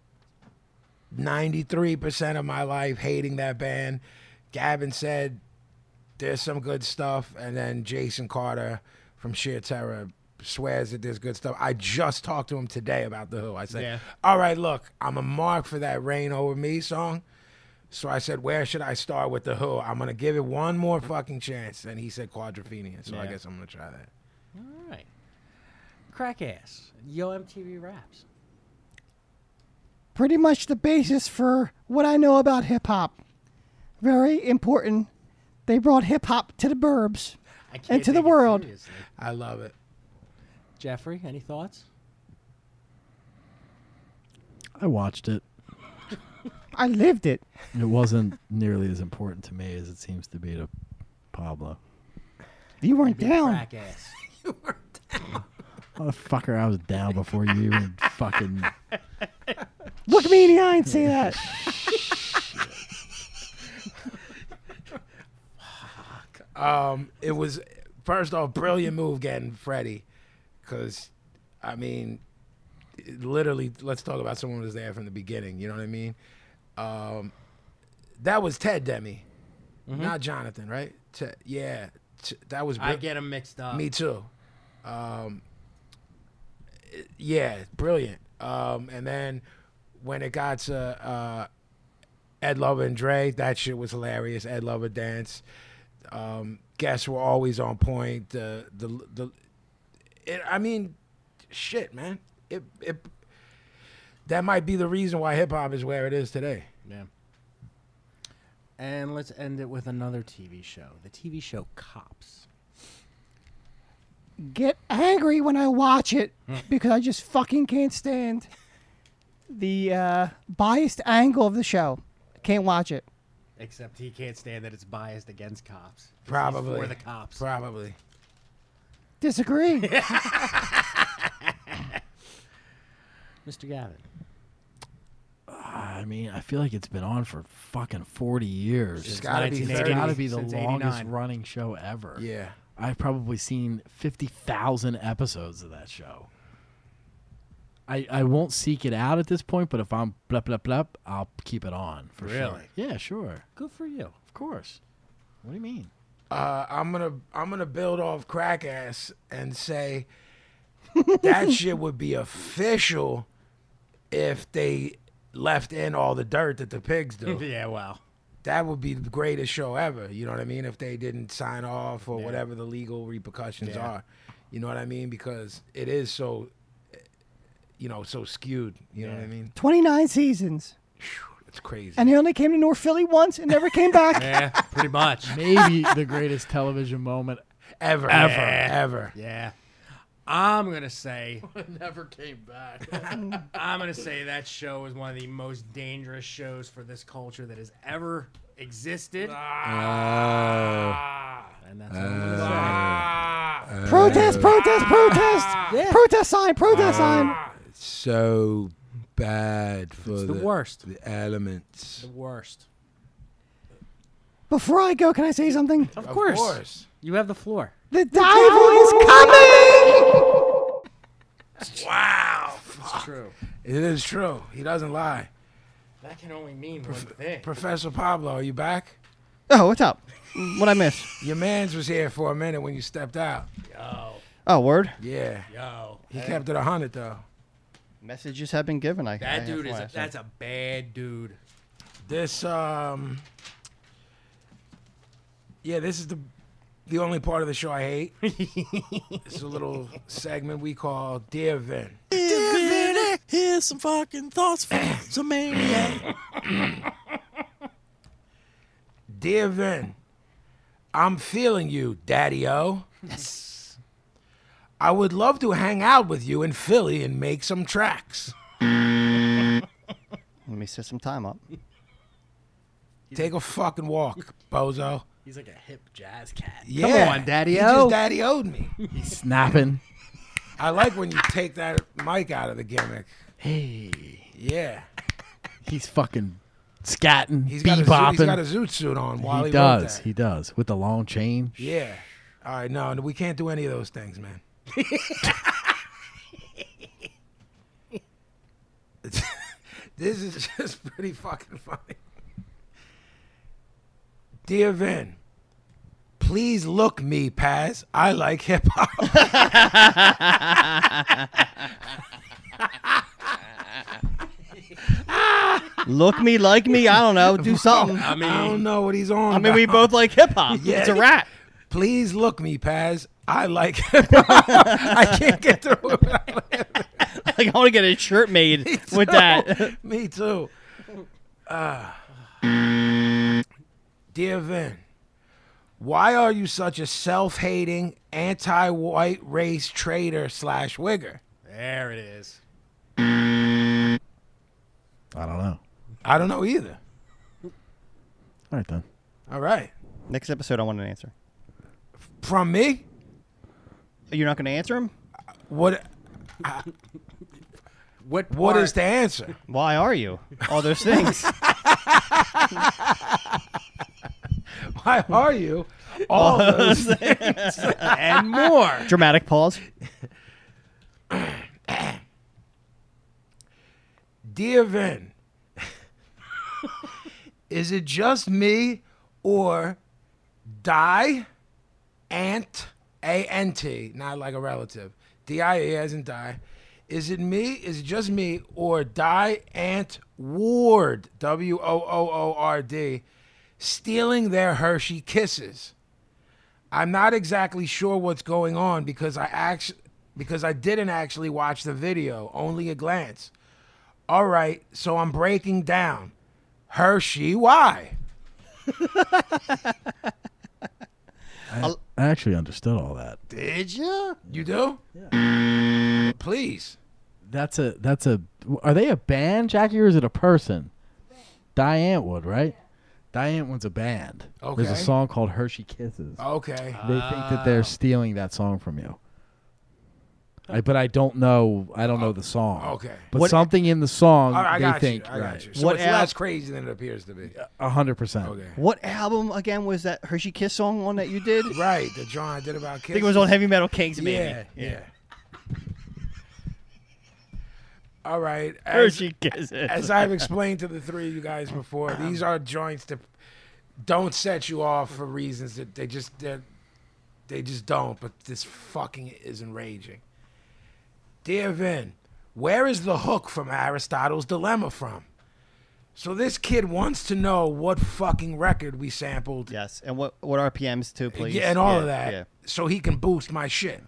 S3: 93% of my life hating that band. Gavin said there's some good stuff, and then Jason Carter from Sheer Terror swears that there's good stuff. I just talked to him today about The Who. I said,
S2: Yeah.
S3: All right, look, I'm a mark for that Rain Over Me song. So I said, Where should I start with The Who? I'm going to give it one more fucking chance. And he said Quadrophenia. So I
S2: Yeah.
S3: guess I'm going to try that.
S2: All right. Crackass. Yo MTV Raps.
S1: pretty much the basis for what I know about hip hop. Very important. They brought hip hop to the burbs.
S2: I can't
S1: And to the
S2: take it
S1: world.
S2: seriously.
S3: I love it.
S2: Jeffrey, any thoughts?
S4: I watched it.
S1: I lived it.
S4: It wasn't nearly as important to me as it seems to be to Pablo.
S1: You weren't
S2: Big
S1: down.
S2: Crackass.
S4: Motherfucker, I was down before you even fucking.
S1: Look me in the eye and say that.
S3: Um, it was first off brilliant move getting Freddie, because I mean, it literally, let's talk about someone who was there from the beginning. You know what I mean? Um, that was Ted Demi, not Jonathan, right? Ted, yeah, t- that was.
S2: I
S3: bri-
S2: get them mixed up.
S3: me too. Um, it- yeah, brilliant. Um, and then when it got to uh, Ed Lover and Dre, that shit was hilarious. Ed Lover dance. Um, guests were always on point. The the the. It, I mean, shit, man. It it. That might be the reason why hip hop is where it is today.
S2: Yeah. And let's end it with another TV show. The TV show Cops.
S1: Get angry when I watch it because I just fucking can't stand the uh, biased angle of the show. Can't watch it.
S2: Except he can't stand that it's biased against cops. 'Cause he's
S3: Probably
S2: for the cops.
S3: Probably.
S1: Disagree.
S2: Mr. Gavin.
S4: I mean, I feel like it's been on for fucking forty years.
S3: It's
S4: It's
S3: gotta be.
S2: 1980.
S3: 30.
S4: gotta be the
S2: Since
S4: longest
S2: 89.
S4: running show ever.
S3: Yeah.
S4: I've probably seen 50,000 episodes of that show. I, I won't seek it out at this point, but if I'm blup, blup, blup, I'll keep it on for sure.
S2: Really?
S4: Yeah, sure.
S2: Good for you.
S4: Of course. What do you mean?
S3: uh, I'm gonna I'm gonna build off crack ass and say that shit would be official if they left in all the dirt that the pigs do.
S2: yeah, well.
S3: that would be the greatest show ever. You know what I mean? If they didn't sign off or whatever the legal repercussions
S2: Yeah.
S3: are, you know what I mean? Because it is so, you know, so skewed. You know what I mean?
S1: 29 seasons.
S3: It's crazy.
S1: And they only came to North Philly once and never came back.
S2: Yeah, pretty much.
S4: Maybe the greatest television moment
S3: ever, ever, ever.
S2: Yeah. I'm going to say
S4: never came back.
S2: I'm gonna say that show is one of the most dangerous shows for this culture that has ever Ah. existed. And that's what I'm gonna say.
S7: Protest, protest, protest.
S2: Yeah.
S7: Protest sign, protest sign.
S3: So bad for
S2: It's the worst.
S3: The elements.
S2: The worst.
S7: Before I go, can I say something?
S2: Of course. You have the floor.
S7: The devil is coming!
S3: Wow.
S2: It's true.
S3: It is true. He doesn't lie.
S2: That can only mean one thing.
S3: Professor Pablo, are you back?
S1: Oh, what's up? What I miss?
S3: Your man's was here for a minute when you stepped out.
S1: Oh, word.
S3: Yeah.
S2: Yo,
S3: He kept it a hundred though.
S1: Messages have been given. I I
S2: that
S1: have
S2: dude is
S1: why,
S2: a,
S1: so-
S2: that's a bad dude.
S3: This um Yeah, this is the the only part of the show I hate. it's a little segment we call Dear Vin.
S4: Here's some fucking thoughts from some maniac.
S3: Dear Vin, I'm feeling you, Daddy O. Yes. I would love to hang out with you in Philly and make some tracks.
S1: Let me set some time up.
S3: Take a fucking walk, bozo.
S2: He's like a hip jazz cat.
S3: Yeah.
S2: on, Daddy
S3: You
S2: O.
S3: just daddy owed me.
S4: He's snapping.
S3: I like when you take that mic out of the gimmick.
S4: Hey,
S3: Yeah.
S4: he's fucking scatting,
S3: He's got, a, zoo-
S4: bebopping.
S3: he's got a zoot suit on while he,
S4: he
S3: wrote
S4: does.
S3: that.
S4: He does with the long chain.
S3: Yeah. All right, no, we can't do any of those things, man. this is just pretty fucking funny. Dear Vin, please look me, Paz. I like hip hop.
S1: Look me, like me. I don't know. Do something.
S3: I don't know what he's on.
S1: I mean, we
S3: about.
S1: both like hip hop.
S3: Yeah.
S1: It's a rap.
S3: Please look me, Paz. I like hip hop. I can't get through it. without laughing.
S1: Like I want to get a shirt made with that.
S3: Me too. Uh, dear Vin, why are you such a self-hating, anti-white race traitor slash wigger?
S2: There it is.
S4: I don't know.
S3: I don't know either.
S4: All right then.
S3: All right,
S1: Next episode, I want an answer.
S3: from me,
S1: You're not going to answer him?
S3: what
S2: What
S3: what
S2: part-
S3: is the answer?
S1: Why are you? All those things.
S3: Why are you all those?
S2: and more?
S1: Dramatic pause.
S3: Dear Vin, is it just me or die ant a n t not like a relative d i e as in die? Is it me? Is it just me or die ant Ward w o o o r d stealing their Hershey kisses? I'm not exactly sure what's going on because I act because I didn't actually watch the video, only a glance. All right, so I'm breaking down. Hershey, why?
S4: I actually understood all that.
S3: Did you? You do? Please.
S4: That's a that's a. Are they a band, Jackie, or is it a person? Diane Wood, right? Diane Wood's a band.
S3: Okay. Oh. Ah.
S4: There's a song called Hershey Kisses.
S3: Okay.
S1: Uh,
S4: They think that they're stealing that song from you. I, but I don't know. I don't know the song.
S3: Oh, Okay.
S4: But something in the song
S3: All right, I
S4: they
S3: got
S4: think
S3: you. I got
S4: right.
S3: you. So
S1: What
S3: it's
S1: app-
S3: less crazy than it appears to be.
S4: A hundred percent.
S3: Okay.
S1: What album again was that Hershey Kiss song on that you did? I
S3: Right, the John I did about kids.
S1: think it was on Heavy Metal Kings, maybe.
S3: Yeah, yeah. All right. as-
S1: Hershey Kisses.
S3: as I've explained to the three of you guys before, these are joints that don't set you off for reasons that they just they're- they just don't. But this fucking is enraging. Dear Vin, where is the hook from Aristotle's Dilemma from? So this kid wants to know what fucking record we sampled
S1: yes. And what what RPMs too, please?
S3: yeah, and all
S1: Yeah,
S3: of that,
S1: yeah.
S3: so he can boost my shit.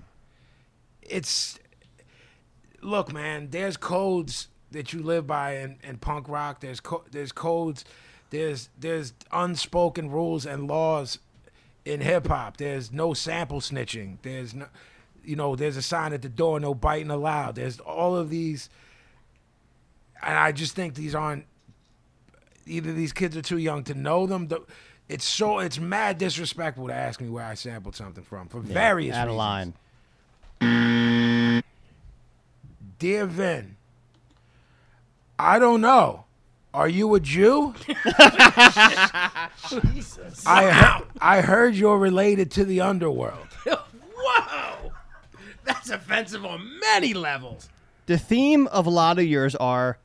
S3: It's look, man. There's codes that you live by in, in punk rock. There's co- there's codes. There's there's unspoken rules and laws in hip hop. There's no sample snitching. There's no, you know, there's a sign at the door, no biting allowed. There's all of these, and I just think these aren't either these kids are too young to know them. The, it's so it's mad disrespectful to ask me where I sampled something from for various
S1: Out of
S3: reasons.
S1: line.
S3: Dear Vin, I don't know. Are you a Jew? I he- I heard you're related to the underworld.
S2: Whoa! That's offensive on many levels.
S1: The theme of a lot of yours are,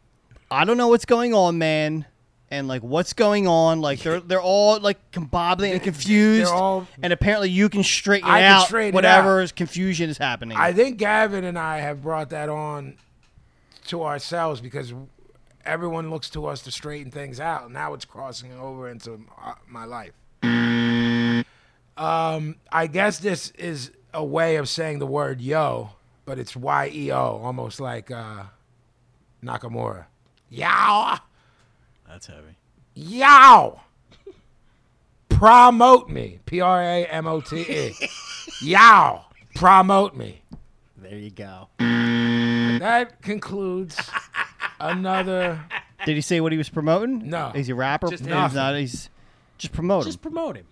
S1: I don't know what's going on, man, and like what's going on. Like they're they're all like combobulated and confused.
S3: all-
S1: and apparently you can straighten
S3: I can
S1: out
S3: straighten it
S1: whatever is confusion is happening.
S3: I think Gavin and I have brought that on to ourselves because everyone looks to us to straighten things out. Now it's crossing over into m- uh, my life. Um, I guess this is a way of saying the word yo, but it's Y E O, almost like uh, Nakamura. Yow!
S4: That's heavy.
S3: Yow! Promote me. P R A M O T E. Yow! Promote me.
S1: there you go.
S3: That concludes another.
S1: Did he say what he was promoting?
S3: No.
S1: He's a rapper.
S3: Just
S1: he's
S3: nothing.
S1: not. He's just promote him.
S2: Just promote him.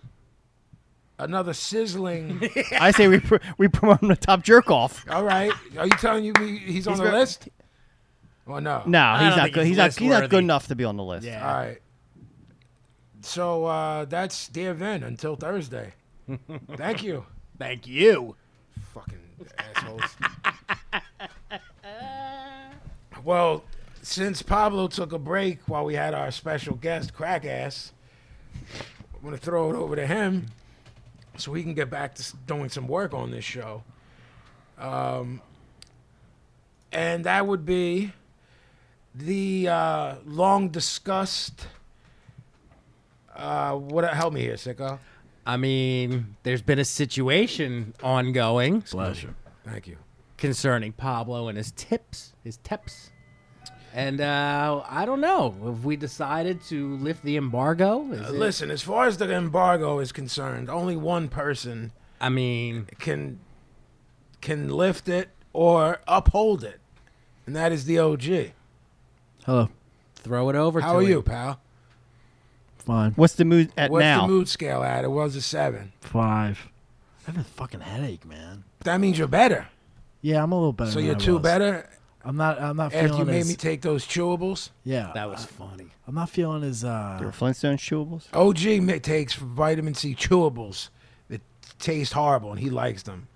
S3: another sizzling.
S1: I say we pr- we promote him to top jerk off.
S3: All right, are you telling you he- he's on the
S1: very-
S3: list? Or no?
S1: No, he's
S2: don't
S1: not
S2: think
S1: good.
S2: he's
S1: He's not. He's not
S2: list-worthy.
S1: good enough to be on the list.
S2: Yeah.
S3: All right. So uh, that's dear Vin until Thursday. Thank you,
S2: Thank you.
S3: fucking assholes. well, since Pablo took a break while we had our special guest Crackass, I'm gonna throw it over to him so he can get back to s- doing some work on this show. Um, and that would be the uh, long discussed. Uh, what help me here, sicko?
S2: I mean, there's been a situation ongoing
S4: Pleasure.
S3: Thank you.
S2: concerning Pablo and his tips, his tips. And uh, I don't know. Have we decided to lift the embargo? Is it-
S3: Uh, Listen, as far as the embargo is concerned, only one person
S2: I mean,
S3: can can lift it or uphold it, and that is the OG.
S4: Hello.
S2: throw it over
S3: How
S2: to
S3: are
S2: him.
S3: you, pal?
S4: Fine.
S1: What's the mood at
S3: What's
S1: now?
S3: the mood scale at? It was a seven.
S4: Five. I have a fucking headache, man.
S3: That means you're better.
S4: Yeah, I'm a little better.
S3: So
S4: than
S3: you're
S4: I
S3: two
S4: was.
S3: better
S4: I'm not. I'm not
S3: after
S4: feeling
S3: you made
S4: as.
S3: me take those chewables.
S4: yeah.
S2: That
S3: Ah.
S2: was funny.
S4: I'm not feeling as.
S1: Your
S4: Uh,
S1: Flintstone chewables.
S3: OG ma- takes vitamin C chewables that taste horrible, and he likes them.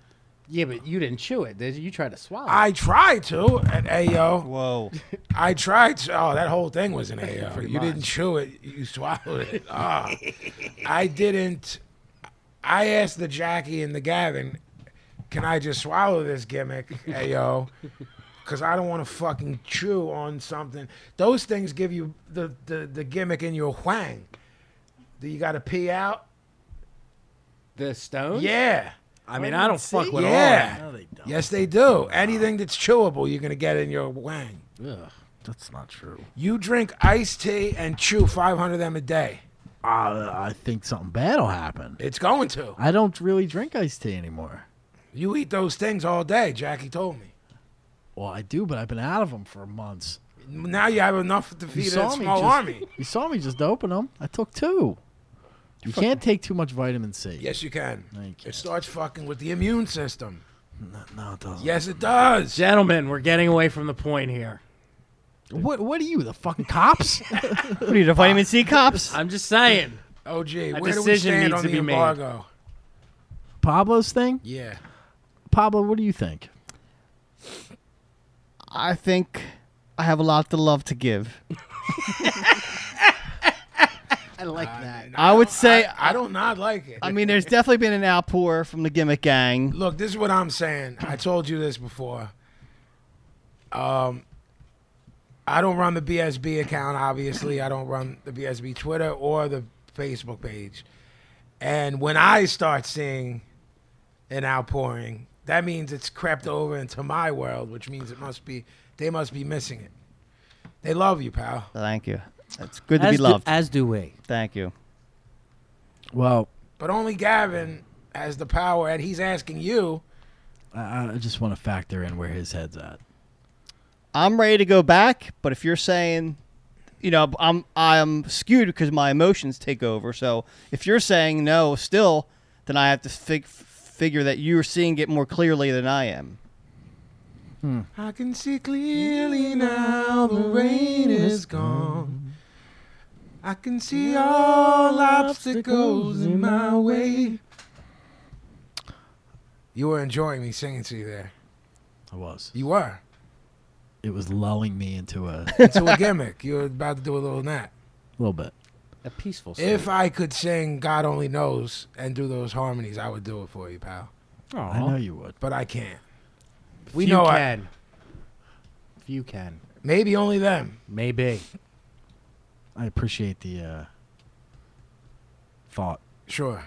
S2: Yeah, but you didn't chew it. Did you? You tried to swallow. it.
S3: I tried to at AO.
S1: Whoa.
S3: I tried to. Oh, that whole thing was an AO. You didn't chew it. You swallowed it. Ah. I didn't. I asked the Jackie and the Gavin, can I just swallow this gimmick, AO? Because I don't want to fucking chew on something. Those things give you the, the, the gimmick in your whang. Do you got to pee out?
S2: the stone.
S3: Yeah.
S2: I mean, I don't fuck with
S3: Yeah.
S4: no, they don't.
S3: Yes, they do. Anything that's chewable, you're gonna get in your wang.
S4: That's not true.
S3: You drink iced tea and chew 500 of them a day.
S4: Uh, I think something bad will happen.
S3: It's going to.
S4: I don't really drink iced tea anymore.
S3: You eat those things all day. Jackie told me.
S4: Well, I do, but I've been out of them for months.
S3: Now you have enough to feed a
S4: saw me
S3: small
S4: just-
S3: army.
S4: You saw me just open them. I took two. You can't take too much vitamin C.
S3: Yes, you can.
S4: No, you
S3: It
S4: can't.
S3: starts fucking with the immune system.
S4: No, it doesn't.
S3: Yes, it does.
S2: Gentlemen, we're getting away from the point here.
S4: What? What are you? The fucking cops?
S1: What are you, the vitamin C cops?
S2: I'm just saying.
S3: Oh, gee,
S2: A
S3: where do we
S2: decision
S3: stand
S2: needs
S3: on
S2: to
S3: the
S2: be made.
S3: embargo?
S4: Pablo's thing.
S3: Yeah.
S4: Pablo, what do you think?
S1: I think I have a lot of love to give.
S4: I like
S1: I would say, I,
S3: I don't not like it.
S1: mean, there's definitely been an outpour from the gimmick gang.
S3: Look, this is what I'm saying. I told you this before. Um, I don't run the BSB account, obviously. I don't run the BSB Twitter or the Facebook page. And when I start seeing an outpouring, that means it's crept over into my world, which means it must be they must be missing it. They love you, pal.
S1: Thank you. It's good to be loved.
S2: as do we.
S1: Thank you.
S4: Well,
S3: But only Gavin has the power, and he's asking you.
S4: I, I just want to factor in where his head's at.
S1: I'm ready to go back, but if you're saying, you know, I'm I'm skewed because my emotions take over. So if you're saying no, still, then I have to fig- f- figure that you're seeing it more clearly than I am.
S3: I can see clearly now the rain is gone. I can see all obstacles in my way. You were enjoying me singing to you there.
S4: I was.
S3: You were.
S4: It was lulling me into a
S3: Into a gimmick. You were about to do a little nap.
S4: little bit.
S2: A peaceful. Song.
S3: If I could sing God Only Knows and do those harmonies, I would do it for you, pal.
S4: I know you would.
S3: But I can't.
S2: we
S3: know I-
S2: can, if you can,
S3: Maybe only them.
S2: maybe.
S4: I appreciate the uh, thought.
S3: Sure.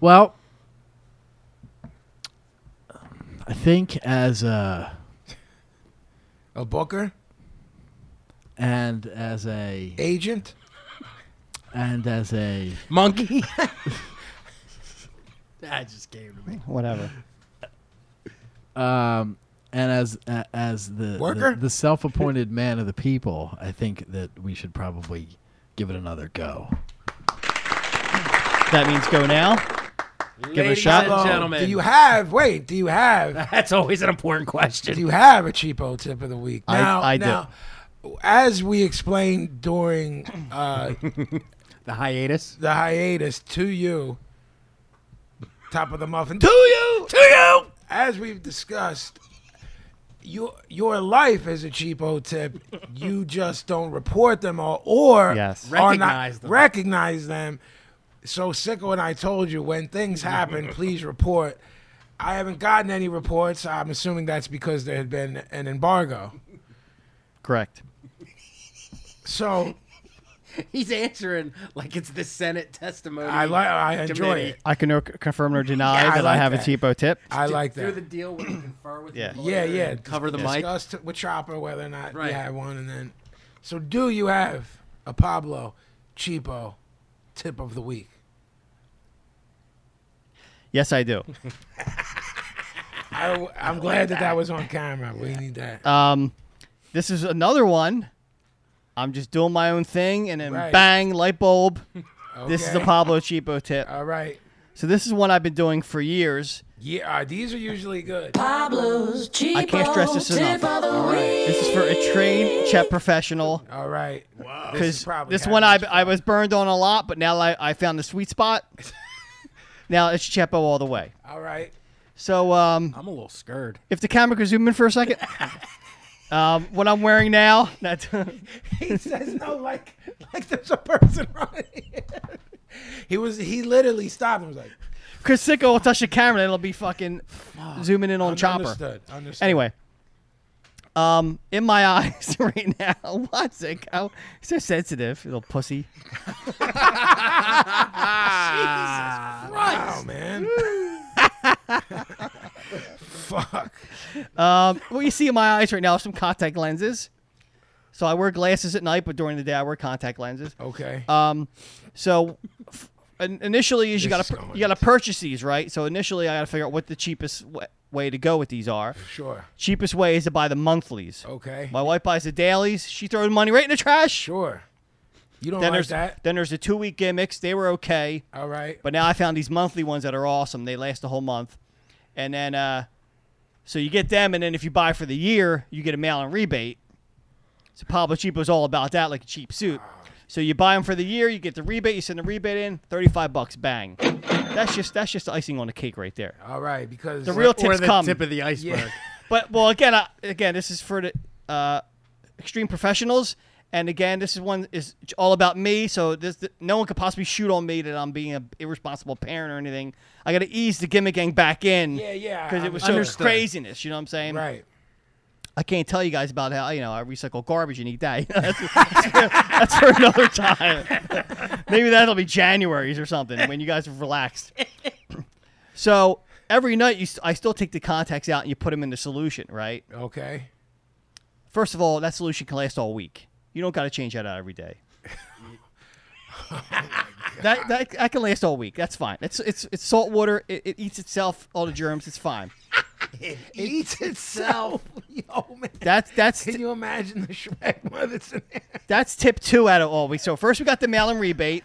S4: Well, I think as a
S3: A booker?
S4: and as a
S3: Agent?
S4: and as a
S2: Monkey.
S4: that just came to me.
S1: Whatever.
S4: Um, and as a as the
S3: Worker?
S4: the, the self-appointed man of the people, I think that we should probably give it another go.
S1: That means go now. Give it a shot.
S3: Hello.
S2: gentlemen.
S3: Do you have, wait, do you have
S2: That's always an important
S3: Do
S2: question.
S3: you have a cheapo tip of the week?
S1: I-
S3: Now,
S1: I do.
S3: now, As we explained during uh,
S2: The hiatus.
S3: the hiatus to you, top of the muffin to you, to you. As we've discussed, your your life is a cheapo tip. You just don't report them or or
S1: Yes.
S3: are
S2: Recognize
S3: not,
S2: them.
S3: Recognize them. So Sicko and I told you when things happen, please report. I haven't gotten any reports. I'm assuming that's because there had been an embargo.
S1: Correct.
S3: So
S2: He's answering like it's the Senate testimony.
S3: I like I enjoy
S2: Committee.
S3: it.
S1: I can no- confirm or deny
S3: Yeah, I
S1: that I
S3: like
S1: have a
S3: that.
S1: cheapo tip.
S3: I like that.
S2: Do the deal where you confer with
S1: Yeah.
S2: your
S3: Yeah,
S2: lawyer
S3: yeah.
S2: and cover the mic.
S3: Discuss t- with Chopper whether or not
S2: Right.
S3: you had one, and then. So, do you have a Pablo Cheapo tip of the week?
S1: Yes, I do.
S3: I, am glad that that was on camera. We need that.
S1: Um, this is another one. I'm just doing my own thing, and then
S3: Right.
S1: bang, light bulb. This is a
S3: Okay. Uh,
S1: Pablo Cheapo tip.
S3: All right.
S1: So this is one I've been doing for years.
S3: Yeah, uh, these are usually good.
S6: Pablo's cheap.
S1: I can't stress this enough.
S6: Tip of the week.
S1: This is for a trained chat professional.
S3: All right. Wow.
S1: because this, one I, I was burned on a lot, but now I, I found the sweet spot. now it's Chepo all the way.
S3: All right.
S1: So um,
S2: I'm a little scared.
S1: if the camera could zoom in for a second, um, what I'm wearing now, that
S3: He says no, like like there's a person running. he was he literally stopped and was like
S1: Chris Sicko will touch the camera and it'll be fucking zooming in on Chopper.
S3: Understood. Understood.
S1: Anyway, um, in my eyes right now, what's it? How so sensitive, little pussy.
S3: Wow, man. Fuck.
S1: Um, what you see in my eyes right now are some contact lenses. So I wear glasses at night, but during the day I wear contact lenses.
S3: Okay.
S1: Um, so f- in- initially, is you
S3: This
S1: gotta
S3: is
S1: pur-
S3: going
S1: you gotta purchase these, right? So initially, I gotta figure out what the cheapest w- way to go with these are.
S3: sure.
S1: Cheapest way is to buy the monthlies.
S3: Okay.
S1: My wife buys the dailies. She throws money right in the trash.
S3: Sure. You don't
S1: Then
S3: like
S1: there's
S3: that?
S1: then there's the two week gimmicks. They were okay,
S3: All right.
S1: but now I found these monthly ones that are awesome. They last a whole month, and then uh, so you get them, and then if you buy for the year, you get a mail in rebate. So Pablo Cheapo's all about that, like a cheap suit. So you buy them for the year, you get the rebate, you send the rebate in, thirty-five bucks, bang. That's just that's just icing on the cake right there.
S3: All right. Because
S1: The real
S2: or
S1: tips
S2: the
S1: come,
S2: tip of the iceberg.
S3: Yeah.
S1: but well, again, I, again, this is for the uh, extreme professionals, and again, this is one is all about me. So this no one could possibly shoot on me that I'm being an irresponsible parent or anything. I got to ease the gimmick gang back in.
S3: Yeah, yeah,
S1: Because it was so
S3: understood.
S1: craziness. You know what I'm saying?
S3: right.
S1: I can't tell you guys about how you know I recycle garbage and eat that. You know, that's, that's for, that's for another time. Maybe that'll be January's or something when you guys have relaxed. So every night, you st- I still take the contacts out and you put them in the solution, right?
S3: Okay.
S1: First of all, that solution can last all week. You don't got to change that out every day. that, that that can last all week. That's fine. It's it's it's salt water. It, it eats itself. All the germs. It's fine.
S3: It eats itself. Yo, man.
S1: That's that's
S3: Can you imagine the Shrek mother that's in there?
S1: That's tip two out of all we. So first we got the mail and rebate.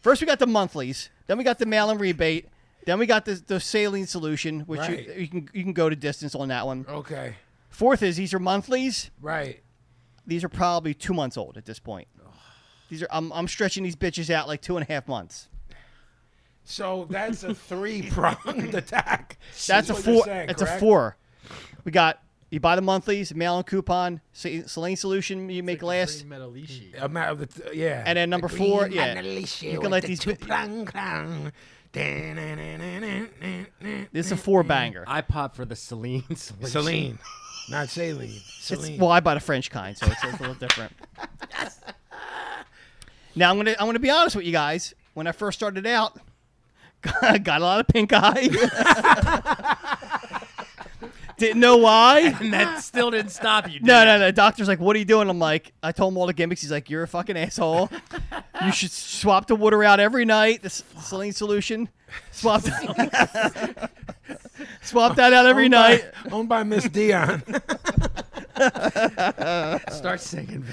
S1: First we got the monthlies. Then we got the mail and rebate. Then we got this, the saline solution, which you,
S3: Right.
S1: you can you can go to distance on that one.
S3: Okay.
S1: Fourth is these are monthlies.
S3: Right.
S1: These are probably two months old at this point. These are I'm, I'm stretching these bitches out like two and a half months.
S3: So that's a three pronged attack.
S1: That's a
S3: Is what you're
S1: four.
S3: saying,
S1: It's a
S3: correct?
S1: four. We got you buy the monthlies, mail and coupon, sa- saline solution you make last,
S3: Amount of the- yeah.
S1: and then number four, yeah.
S3: you
S1: can let these
S3: two
S1: bi-
S3: prong prong. Da-na-na-na-na-na-na.
S1: This is a four banger.
S8: I pop for the Celine. solution.
S3: Celine, not saline.
S1: It's-
S3: Celine.
S1: well, I bought a French kind, so it's, it's a little different. Now I'm gonna I'm gonna be honest with you guys. When I first started out, got, got a lot of pink eye. Didn't know why.
S8: And that still didn't stop you. Did
S1: No,
S8: it?
S1: no, no. The doctor's like, "What are you doing?" I'm like, "I told him all the gimmicks." He's like, "You're a fucking asshole. You should swap the water out every night. The s- saline solution. Swap, swap that out every
S3: Owned by-
S1: night."
S3: Owned by Miss Dion.
S2: Start singing.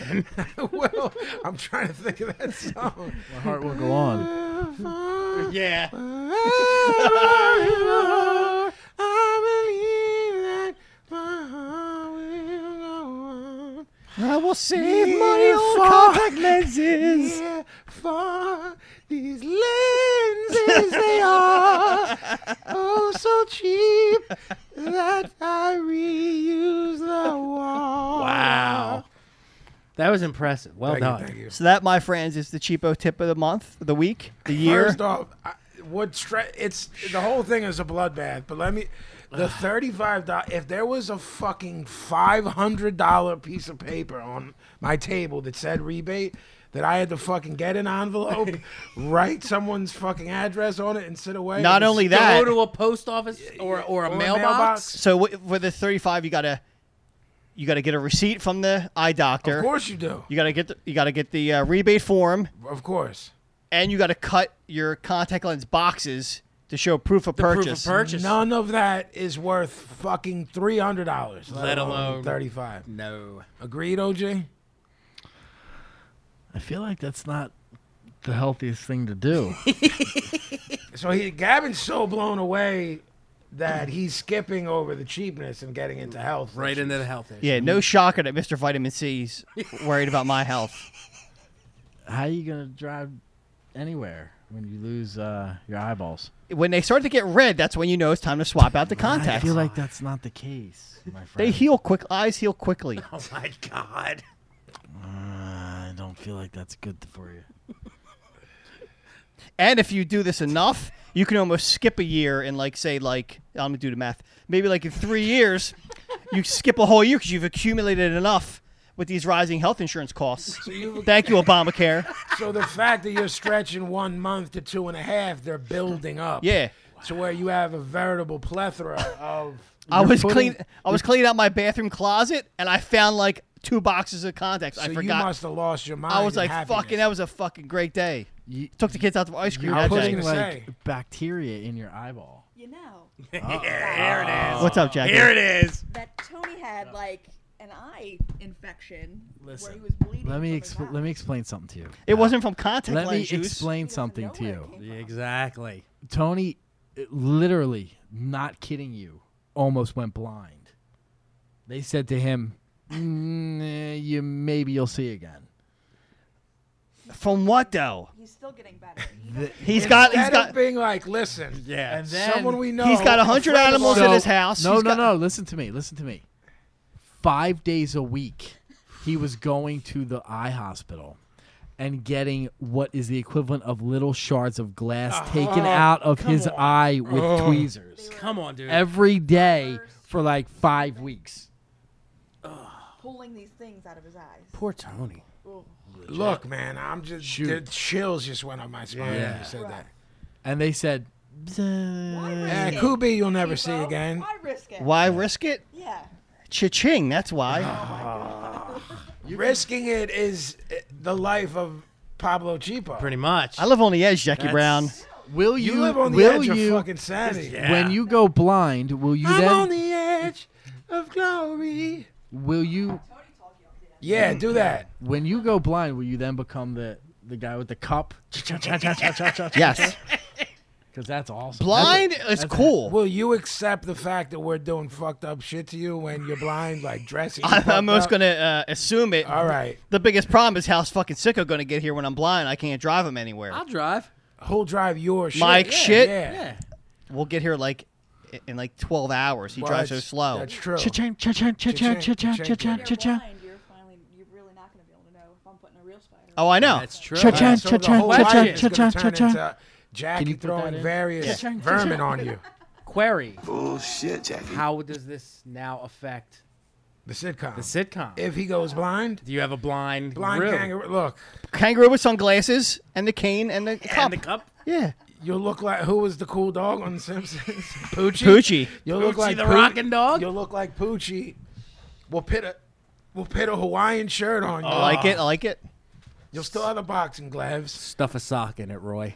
S3: well, I'm trying to think of that song.
S4: My heart will go on.
S1: Yeah.
S3: I believe that my heart will go on.
S1: I will save
S3: Yeah,
S1: money on
S3: fuck.
S1: contact lenses.
S3: Yeah, for these lenses they are oh so cheap that I reuse the wall. Wow.
S2: That was impressive. Well
S3: Thank you,
S2: done.
S3: thank you.
S1: So that, my friends, is the cheapo tip of the month, the week, the year.
S3: First off, I, what stre- it's the whole thing is a bloodbath. But let me, the thirty-five dollars. If there was a fucking five hundred dollar piece of paper on my table that said rebate, that I had to fucking get an envelope, write someone's fucking address on it, and sit away.
S1: Not
S3: and
S1: only
S3: s-
S1: that,
S8: Go to a post office or, or a
S3: Or a
S8: mailbox.
S3: mailbox.
S1: so w- for the 35, you gotta you gotta get a receipt from the eye doctor.
S3: of course you do.
S1: You gotta get the, you gotta get the uh, rebate form.
S3: Of course.
S1: and you got to cut your contact lens boxes to show proof of
S8: Proof of
S1: purchase.
S8: purchase.
S3: None of that is worth fucking three hundred dollars.
S8: Let alone-
S3: thirty-five.
S8: No.
S3: Agreed, OJ.
S4: I feel like that's not the healthiest thing to do.
S3: So he, Gavin's so blown away that he's skipping over the cheapness and getting into health.
S8: Right into the health issue.
S1: Yeah, no shocker that Mr. Vitamin C's worried about my health.
S4: How are you gonna drive anywhere when you lose uh, your eyeballs?
S1: When they start to get red, that's when you know it's time to swap out the
S4: I
S1: contacts.
S4: feel like that's not the case, my
S1: they
S4: friend.
S1: heal quick. Eyes heal quickly.
S8: Oh my god.
S4: Uh, I don't feel like that's good for you.
S1: And if you do this enough, you can almost skip a year and like say like I'm gonna do the math. Maybe like in three years, you skip a whole year because you've accumulated enough with these rising health insurance costs. Thank you, Obamacare.
S3: So the fact that you're stretching one month to two and a half, they're building up.
S1: Yeah.
S3: To where you have a veritable plethora of.
S1: I was
S4: putting-
S1: clean. I was cleaning out my bathroom closet, and I found like two boxes of contacts.
S3: So
S1: I
S3: you
S1: forgot.
S3: must have lost your mind.
S1: I was
S3: in
S1: like,
S3: happiness.
S1: "Fucking, that was a fucking great day."
S4: You,
S1: Took the kids out for ice cream
S4: you're
S1: that
S4: putting
S1: day.
S3: gonna
S4: like
S3: say.
S4: bacteria in your eyeball.
S9: You know
S1: What's up, Jackie?
S8: Here it is.
S9: that Tony had like an eye infection
S8: Listen,
S9: where he was bleeding.
S4: Let me
S9: from his
S4: expl-
S9: eye.
S4: let me explain something to you.
S1: It wasn't from contact
S4: Let me
S1: lens use.
S4: explain
S9: doesn't
S4: something
S9: know
S4: to
S9: where it
S4: you.
S9: came
S8: Exactly.
S4: Tony, it- literally, not kidding you, almost went blind. They said to him, "Nah, "You maybe you'll see again."
S1: From what though?
S9: He's still getting better. He doesn't
S1: He's got. He's
S3: Instead
S1: got.
S3: of being like, listen,
S8: Yeah. And
S4: then-
S3: someone we know.
S1: He's got a hundred
S3: afraid of
S1: animals
S3: us."
S1: in his house.
S4: No,
S1: He's
S4: no,
S1: got-
S4: no. Listen to me. Listen to me. Five days a week, he was going to the eye hospital and getting what is the equivalent of little shards of glass
S3: Oh,
S4: taken out of his eye with tweezers
S8: Come on, dude.
S4: every day for like five weeks.
S9: pulling these things out of his eyes.
S2: Poor Tony.
S3: Look, man, I'm just. The chills just went up my spine when
S4: Yeah.
S3: you said that.
S4: And they said, "Zzzz."
S9: Why risk
S3: And
S9: it?
S3: Kubi, you'll never see
S9: Well,
S3: again.
S9: Why risk it?
S1: Why risk it?
S9: Yeah.
S1: Cha-ching. That's
S3: Oh.
S1: why.
S3: Risking it is uh, the life of Pablo Chipo.
S8: Pretty much.
S1: I live on the edge, Jackie Brown.
S4: "Will you,
S3: You live on the
S4: will
S3: edge
S4: you,
S3: of fucking sanity.
S4: when you go blind, will you
S3: I'm
S4: then
S3: on the edge of glory.
S4: will you
S3: Yeah, do that.
S4: when you go blind, will you then become the the guy with the cup?
S1: Yes.
S2: because that's awesome.
S1: Blind is cool.
S3: Will you accept the fact that we're doing fucked up shit to you when you're blind, like dressing? you
S1: I'm
S3: fucked
S1: almost
S3: up?
S1: gonna uh, assume it.
S3: All right.
S1: The biggest problem is how's fucking sicko gonna get here when I'm blind? I can't drive him anywhere.
S2: I'll drive.
S3: Who'll drive your shit?
S1: Mike
S3: yeah,
S1: shit?
S3: Yeah.
S2: Yeah.
S1: We'll get here like i- in like 12 hours. He
S3: Well,
S1: drives so
S3: that's-
S1: slow.
S3: That's true.
S4: Cha-ching, cha-ching, cha-ching,
S3: Cha-ching,
S4: cha-ching,
S3: cha-ching.
S4: cha-ching,
S9: If you're
S4: cha-ching.
S9: blind, you're finally, you're really not going to be able to know if I'm putting a real spider.
S1: Oh, I know.
S2: That's true.
S3: All right, so the
S4: Cha-ching,
S3: whole
S4: cha-ching,
S3: life is gonna
S4: cha-ching,
S3: turn
S4: cha-ching.
S3: into Jackie
S4: put that
S3: throwing
S4: in?
S3: various
S4: Cha-ching,
S3: vermin
S4: cha-ching.
S3: on you.
S2: Query:
S5: Bullshit, Jackie.
S2: How does this now affect
S3: The sitcom.
S2: the sitcom?
S3: If he goes blind,
S2: Do you have a blind
S3: blind
S2: room?
S3: kangaroo. Look,
S1: Kangaroo with sunglasses and the cane and the cup.
S2: And the cup?
S1: yeah.
S3: you look like who was the cool dog on The Simpsons? Poochie.
S1: Poochie.
S3: You'll look
S2: Poochie
S3: like
S2: the
S3: Poo-
S2: rockin' dog?
S3: You'll look like Poochie. We'll put a we'll put a Hawaiian shirt on
S2: Oh,
S3: you.
S1: I like it. I like it.
S3: You'll still have the boxing gloves.
S2: Stuff a sock in it, Roy.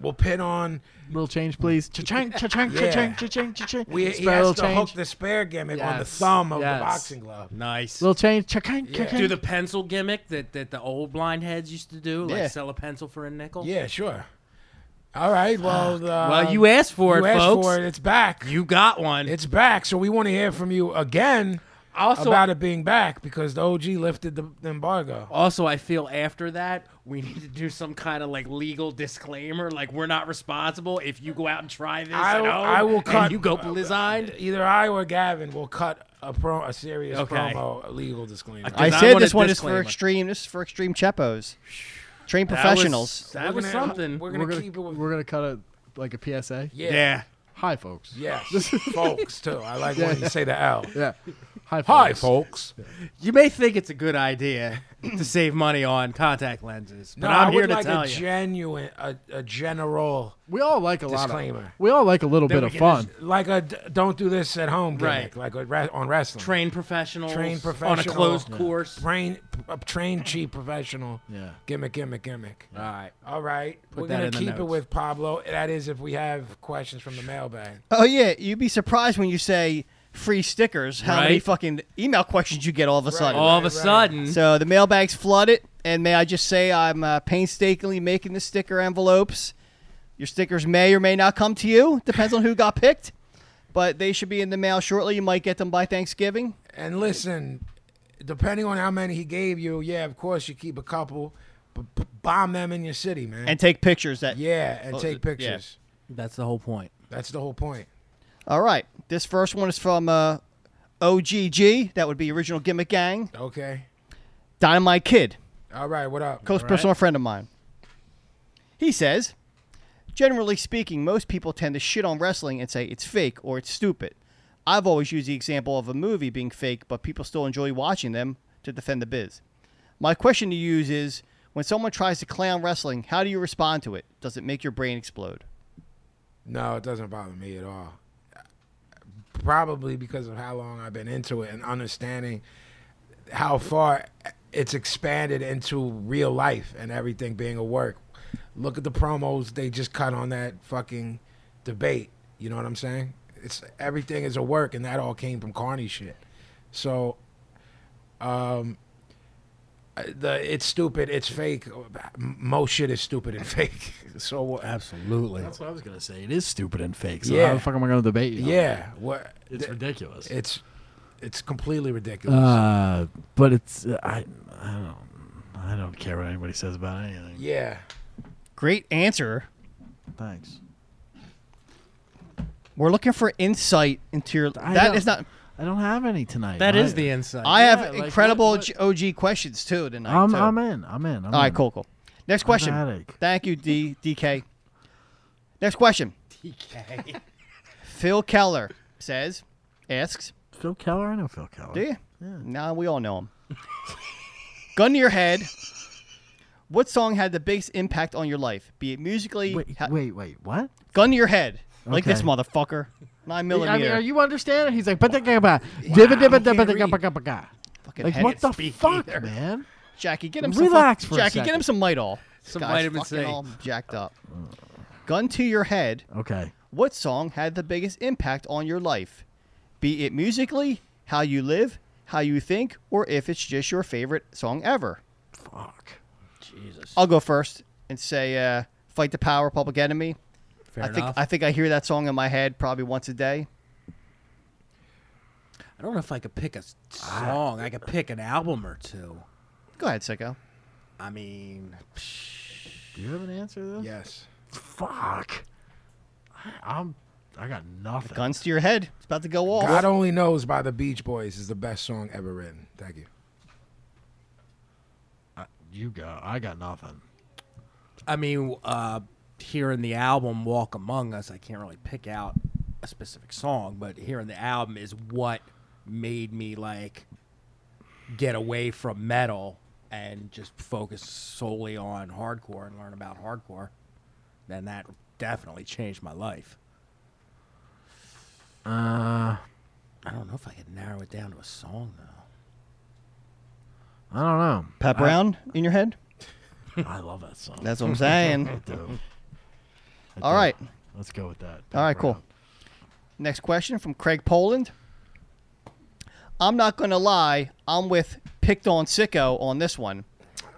S3: We'll pit on.
S4: Little change, please. Cha-ching, cha-ching,
S3: Yeah.
S4: cha-ching, cha-ching, cha-ching.
S3: We he
S4: Spell
S3: has to hook
S4: change.
S3: the spare gimmick on the
S2: Yes.
S3: thumb of
S2: Yes.
S3: the boxing glove.
S2: Nice.
S4: Little change, cha-ching,
S3: Yeah.
S4: cha-ching.
S2: do the pencil gimmick that, that the old blind heads used to do, like
S1: Yeah.
S2: sell a pencil for a nickel.
S3: Yeah, sure. All right. Well, the,
S2: Well, you asked for
S3: you
S2: it,
S3: asked
S2: folks.
S3: for it. It's back.
S2: You got one.
S3: It's back. So we want to hear from you again
S2: also,
S3: about it being back because the OG lifted the, the embargo.
S2: also, I feel after that we need to do some kind of like legal disclaimer, like we're not responsible if you go out and try this.
S3: I
S2: at
S3: will-
S2: home
S3: I will
S2: and
S3: cut-
S2: you go blind.
S3: Either I or Gavin will cut a pro a serious
S2: Okay.
S3: promo a legal disclaimer.
S1: I
S2: I
S1: said
S2: want
S1: this
S2: a
S1: one is for
S2: disclaimer.
S1: extreme. This is for extreme chepos, trained professionals.
S2: That was,
S3: We're gonna-
S2: something.
S3: We're
S4: We're
S3: gonna,
S4: gonna,
S3: keep it with
S4: we're gonna cut a like a PSA.
S3: yeah.
S4: Hi, folks.
S3: Yes, folks too. I like when you say the L.
S4: Yeah. Hi, folks.
S3: Hi, folks.
S2: You may think it's a good idea to save money on contact lenses, but
S3: no,
S2: I'm
S3: I
S2: here
S3: would
S2: to
S3: like
S2: tell
S3: a
S2: you.
S3: genuine, a, a general,
S4: We all like a lot
S3: Disclaimer.
S4: of. We all like a little bit of fun.
S3: like a d- don't do this at home gimmick,
S2: Right.
S3: like a re- on wrestling.
S2: train professionals,
S3: Trained
S2: on a
S3: professional.
S2: closed
S3: Yeah.
S2: course.
S3: Train, a trained cheap professional.
S4: Yeah.
S3: Gimmick, gimmick, gimmick.
S2: All right.
S3: All right. We're
S2: that
S3: going
S2: in
S3: to
S2: the
S3: keep it
S2: notes.
S3: with Pablo. That is, if we have questions from the mailbag.
S1: Oh yeah, you'd be surprised when you say free stickers. How many
S2: Right.
S1: fucking email questions you get all of a sudden?
S2: All of a
S3: Right, right.
S2: sudden,
S1: So the mailbag's flooded, and may I just say I'm uh, painstakingly making the sticker envelopes. Your stickers may or may not come to you. Depends on who got picked, but they should be in the mail shortly. You might get them by Thanksgiving.
S3: And listen, depending on how many he gave you, yeah, of course you keep a couple, but p- bomb them in your city, man.
S1: And take pictures. That
S3: yeah, and
S1: Oh,
S3: take
S1: yeah.
S3: pictures.
S2: that's the whole point.
S3: That's the whole point.
S1: all right. This first one is from uh, OGG. That would be original gimmick gang.
S3: Okay.
S1: Dynamite Kid.
S3: All right. What up?
S1: close personal friend of mine. He says, generally speaking, most people tend to shit on wrestling and say it's fake or it's stupid. I've always used the example of a movie being fake, but people still enjoy watching them to defend the biz. My question to you is when someone tries to clown wrestling, how do you respond to it? Does it make your brain explode?
S3: No, it doesn't bother me at all. Probably because of how long I've been into it and understanding how far it's expanded into real life and everything being a work. Look at the promos they just cut on that fucking debate. You know what I'm saying? It's everything is a work, and that all came from Carney shit. So, um, uh, the it's stupid, it's fake. Most shit is stupid and fake. So what?
S2: Absolutely.
S4: That's what I was gonna say. It is stupid and fake. So
S3: Yeah.
S4: how the fuck am I gonna debate you?
S3: Yeah, what?
S4: It's ridiculous.
S3: It's it's completely ridiculous.
S4: Uh, but it's uh, I I don't I don't care what anybody says about anything.
S3: yeah.
S1: Great answer.
S4: Thanks.
S1: We're looking for insight into your.
S4: I
S1: that
S4: know.
S1: is not.
S4: I don't have any tonight.
S2: That
S4: I,
S2: is the insight.
S1: I
S4: Yeah,
S1: have
S4: like, what-
S1: incredible
S4: what-
S1: OG questions too tonight.
S4: I'm
S1: too.
S4: I'm in. I'm in. I'm
S1: All right,
S4: in.
S1: cool, cool. Next question.
S4: headache.
S1: Thank you, D DK. Next question.
S2: TK.
S1: Phil Keller says, asks,
S4: Phil Keller. I know Phil Keller.
S1: do you? Nah, we all know him. Gun to your head. What song had the biggest impact on your life? Be it musically,
S4: Wait,
S1: ha-
S4: wait, wait. What?
S1: gun to your head, like
S4: Okay.
S1: this motherfucker, nine
S4: I mean,
S1: millimeter.
S4: are you understanding? He's like, but think about dibba dibba dibba dibba
S3: read.
S4: dibba dibba.
S1: Fucking
S4: Like
S1: head
S4: what
S1: is-
S4: the fuck, man?
S1: Jackie, get him
S4: Relax
S1: some
S4: for
S1: fuck-
S4: a
S1: Jackie, get
S4: second.
S1: him some Midol. This
S2: Some
S1: guy's
S2: vitamin
S1: fucking
S2: C.
S1: all jacked up. Gun to your head.
S4: Okay.
S1: What song had the biggest impact on your life? Be it musically, how you live, how you think, or if it's just your favorite song ever.
S4: Fuck.
S1: I'll go first and say uh, Fight the Power, Public Enemy.
S2: Fair
S1: I think
S2: enough.
S1: I think I hear that song in my head probably once a day.
S2: I don't know if I could pick a s- song. I could pick an album or two.
S1: Go ahead, sicko.
S2: I mean,
S4: Do you have an answer though?
S3: Yes.
S4: Fuck. I, I'm. I got nothing.
S1: Guns to your head. It's about to go off.
S3: God Only Knows by the Beach Boys is the best song ever written. Thank you.
S4: You go. I got nothing.
S2: I mean, uh, hearing the album "Walk Among Us," I can't really pick out a specific song, but hearing the album is what made me like get away from metal and just focus solely on hardcore and learn about hardcore. Then that definitely changed my life.
S4: Uh,
S2: I don't know if I could narrow it down to a song though.
S4: I don't know.
S1: Pat Brown in your head.
S4: I love that song.
S1: That's what I'm saying.
S4: I do. I
S1: All
S4: do.
S1: right.
S4: Let's go with that.
S1: All right, cool. Next question from Craig Poland. I'm not going to lie, I'm with Picked on Sicko on this one.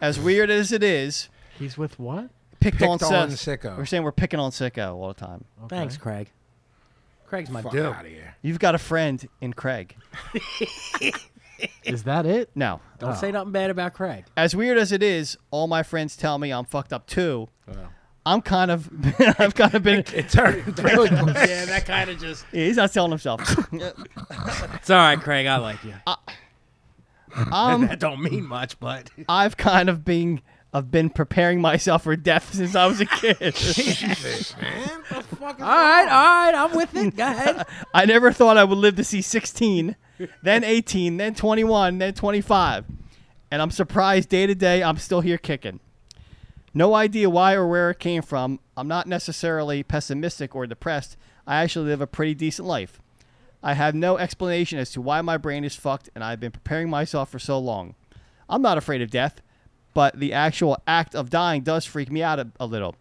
S1: As weird as it is,
S4: He's with what?
S1: Picked,
S3: Picked
S1: on,
S3: on
S1: Sick-
S3: Sicko.
S1: We're saying we're picking on Sicko all the time.
S2: Thanks, Craig. Craig's my
S3: Fuck
S2: dude.
S3: out of here.
S1: You've got a friend in Craig.
S4: Is that it?
S1: No.
S2: Don't say nothing bad about Craig.
S1: As weird as it is, all my friends tell me I'm fucked up too. I'm kind of, I've kind of been.
S3: It turned really
S2: yeah, that kind of just.
S1: Yeah, he's not selling himself.
S2: It's all right, Craig. I like you.
S1: I'm,
S2: that don't mean much, but
S1: Um, I've kind of been I've been preparing myself for death since I was a kid.
S3: Jesus, man. What the fuck is
S2: all right, all right, I'm with it. Go ahead.
S1: I never thought I would live to see 16, then 18, then 21, then 25. And I'm surprised day to day I'm still here kicking. No idea why or where it came from. I'm not necessarily pessimistic or depressed. I actually live a pretty decent life. I have no explanation as to why my brain is fucked and I've been preparing myself for so long. I'm not afraid of death, but the actual act of dying does freak me out a, a little.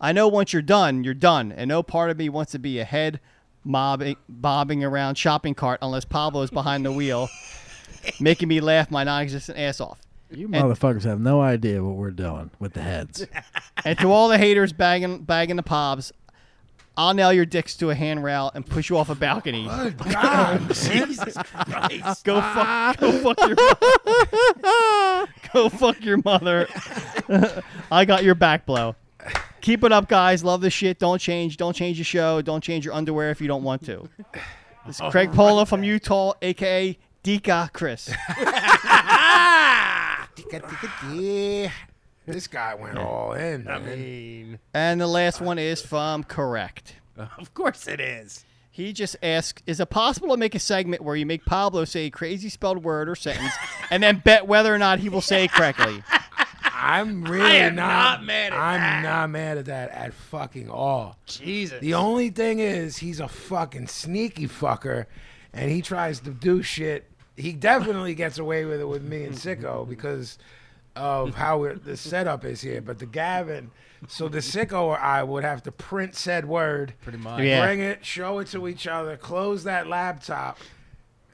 S1: I know once you're done, you're done, and no part of me wants to be a head mobbing, bobbing around shopping cart unless Pablo's behind the wheel, making me laugh my non-existent ass off.
S4: You motherfuckers have no idea what we're doing with the heads.
S1: And to all the haters bagging bagging the pobs, I'll nail your dicks to a handrail and push you off a balcony.
S2: Jesus Christ.
S1: Go fuck, go fuck your, go fuck your mother. I got your back blow. Keep it up, guys. Love this shit. Don't change. Don't change the show. Don't change your underwear if you don't want to. This is Craig Polo from Utah, aka Dika Chris.
S3: Yeah. This guy went all in. Man.
S1: And the last one is from Correct.
S2: Of course it is.
S1: He just asked, "Is it possible to make a segment where you make Pablo say a crazy spelled word or sentence, and then bet whether or not he will say it correctly?"
S3: I'm really
S2: am
S3: not,
S2: not mad at
S3: I'm
S2: that.
S3: not mad at that at fucking all.
S2: Jesus.
S3: The only thing is, he's a fucking sneaky fucker, and he tries to do shit. He definitely gets away with it with me and Sicko because of how we're, the setup is here. But the Gavin, so the Sicko or I would have to print said word, pretty
S2: much.
S1: Yeah.
S3: bring it, show it to each other, close that laptop,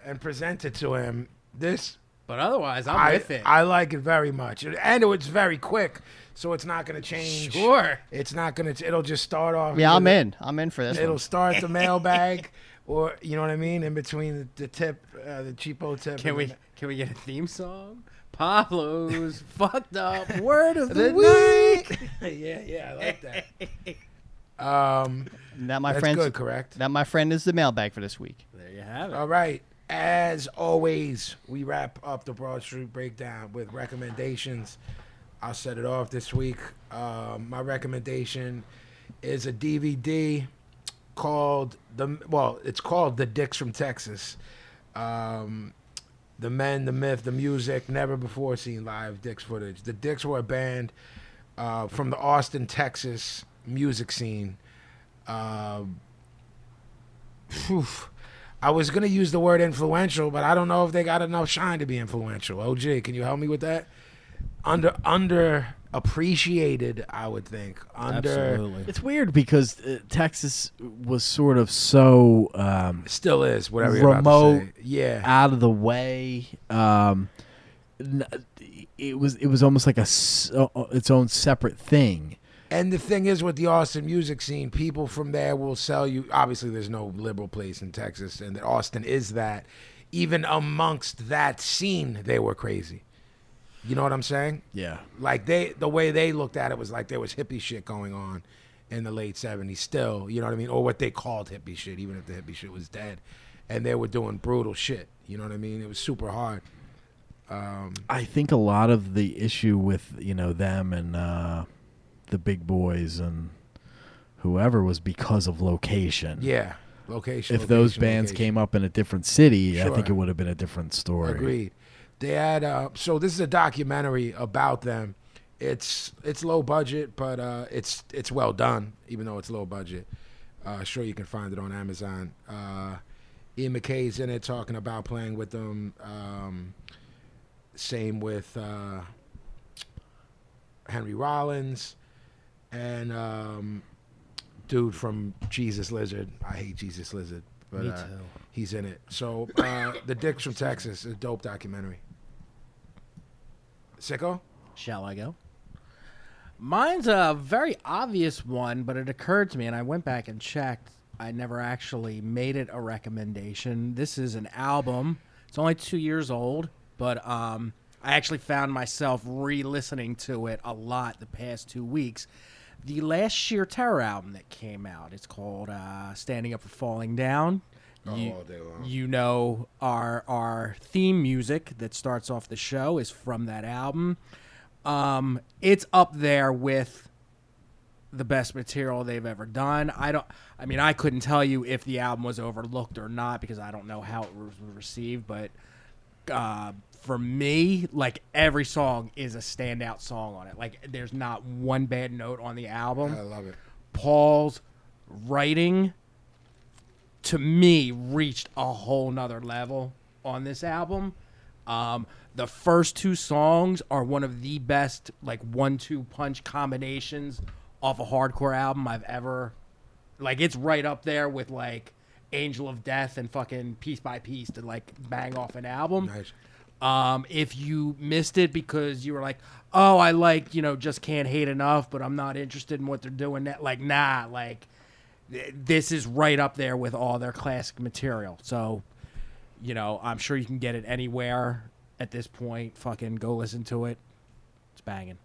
S3: and present it to him. This
S2: But otherwise, I'm
S3: I,
S2: with it.
S3: I like it very much, and it's very quick, so it's not going to change.
S2: sure.
S3: It's not going to. It'll just start off.
S1: Yeah, I'm
S3: with a-
S1: in. I'm in for this.
S3: It'll
S1: One.
S3: start the mailbag, or you know what I mean, in between the, the tip, uh, the cheapo tip.
S2: Can
S3: and
S2: we
S3: the-
S2: can we get a theme song? Pablo's fucked up word of the,
S3: The
S2: week.
S3: night. yeah, yeah, I like that. Um,
S1: That my
S3: that's
S1: friends.
S3: good, correct?
S1: That my friend is the mailbag for this week.
S2: There you have it.
S3: All right. As always, we wrap up the Broad Street Breakdown with recommendations. I'll set it off this week. Um, my recommendation is a DVD called the well, it's called The Dicks from Texas. Um, the men, the myth, the music, never before seen live Dicks footage. The Dicks were a band uh, from the Austin, Texas music scene. Um phew, I was gonna use the word influential, but I don't know if they got enough shine to be influential. OG, can you help me with that? Under under appreciated, I would think. Under
S4: It's weird because uh, Texas was sort of so um,
S3: still is whatever you're about to
S4: Remote
S3: say. Yeah,
S4: out of the way. Um, oh, n- it was it was almost like a s- uh, its own separate thing.
S3: And the thing is, with the Austin music scene, people from there will sell you. Obviously, there's no liberal place in Texas, and that Austin is that. Even amongst that scene, they were crazy. You know what I'm saying?
S4: Yeah.
S3: Like they, the way they looked at it was like there was hippie shit going on in the late '70s. Still, you know what I mean? Or what they called hippie shit, even if the hippie shit was dead. And they were doing brutal shit. You know what I mean? It was super hard. Um,
S4: I think a lot of the issue with you know them and uh, the big boys and whoever was because of location.
S3: yeah, location.
S4: if those
S3: location,
S4: bands
S3: location.
S4: came up in a different city, I think
S3: Sure.
S4: it would have been a different story.
S3: Agreed. They had uh, so this is a documentary about them. It's it's low budget, but uh, it's it's well done, even though it's low budget. Uh, sure, you can find it on Amazon. Uh, Ian McKay's in it talking about playing with them. Um, same with uh, Henry Rollins and um, dude from Jesus Lizard. I hate Jesus Lizard, but
S2: Me
S3: uh,
S2: too.
S3: he's in it. So uh, the Dicks from Texas, a dope documentary. Sicko,
S2: Shall I go? Mine's a very obvious one, but it occurred to me, and I went back and checked. I never actually made it a recommendation. This is an album. It's only two years old, but um, I actually found myself re-listening to it a lot the past two weeks. The last Sheer Terror album that came out. It's called uh, "Standing Up for Falling Down." You-
S3: Oh, all day long.
S2: you know our our theme music that starts off the show is from that album. Um, it's up there with the best material they've ever done. I don't. I mean, I couldn't tell you if the album was overlooked or not because I don't know how it was received. But uh, for me, like every song is a standout song on it. Like there's not one bad note on the album.
S3: I love it.
S2: Paul's writing to me reached a whole nother level on this album. Um, the first two songs are one of the best like one two punch combinations off a hardcore album I've ever like it's right up there with like Angel of Death and fucking piece by piece to like bang off an album.
S3: Nice.
S2: Um, if you missed it because you were like, "Oh, I like you know, just can't hate enough," but I'm not interested in what they're doing. That like, nah, like th- this is right up there with all their classic material. So, you know, I'm sure you can get it anywhere at this point. Fucking go listen to it. It's banging.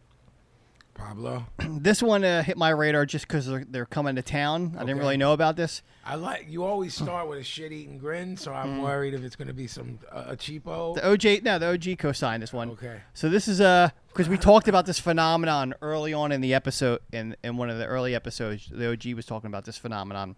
S3: Pablo.
S1: This one uh, hit my radar just because they're, they're coming to town. I didn't really know about this.
S3: I like you always
S1: Hmm.
S3: start with a shit-eating grin, so I'm worried if it's gonna be some uh, a cheapo.
S1: The OJ, no, the OG co-signed this one.
S3: Okay.
S1: So this is uh because we talked about this phenomenon early on in the episode in in one of the early episodes. The OG was talking about this phenomenon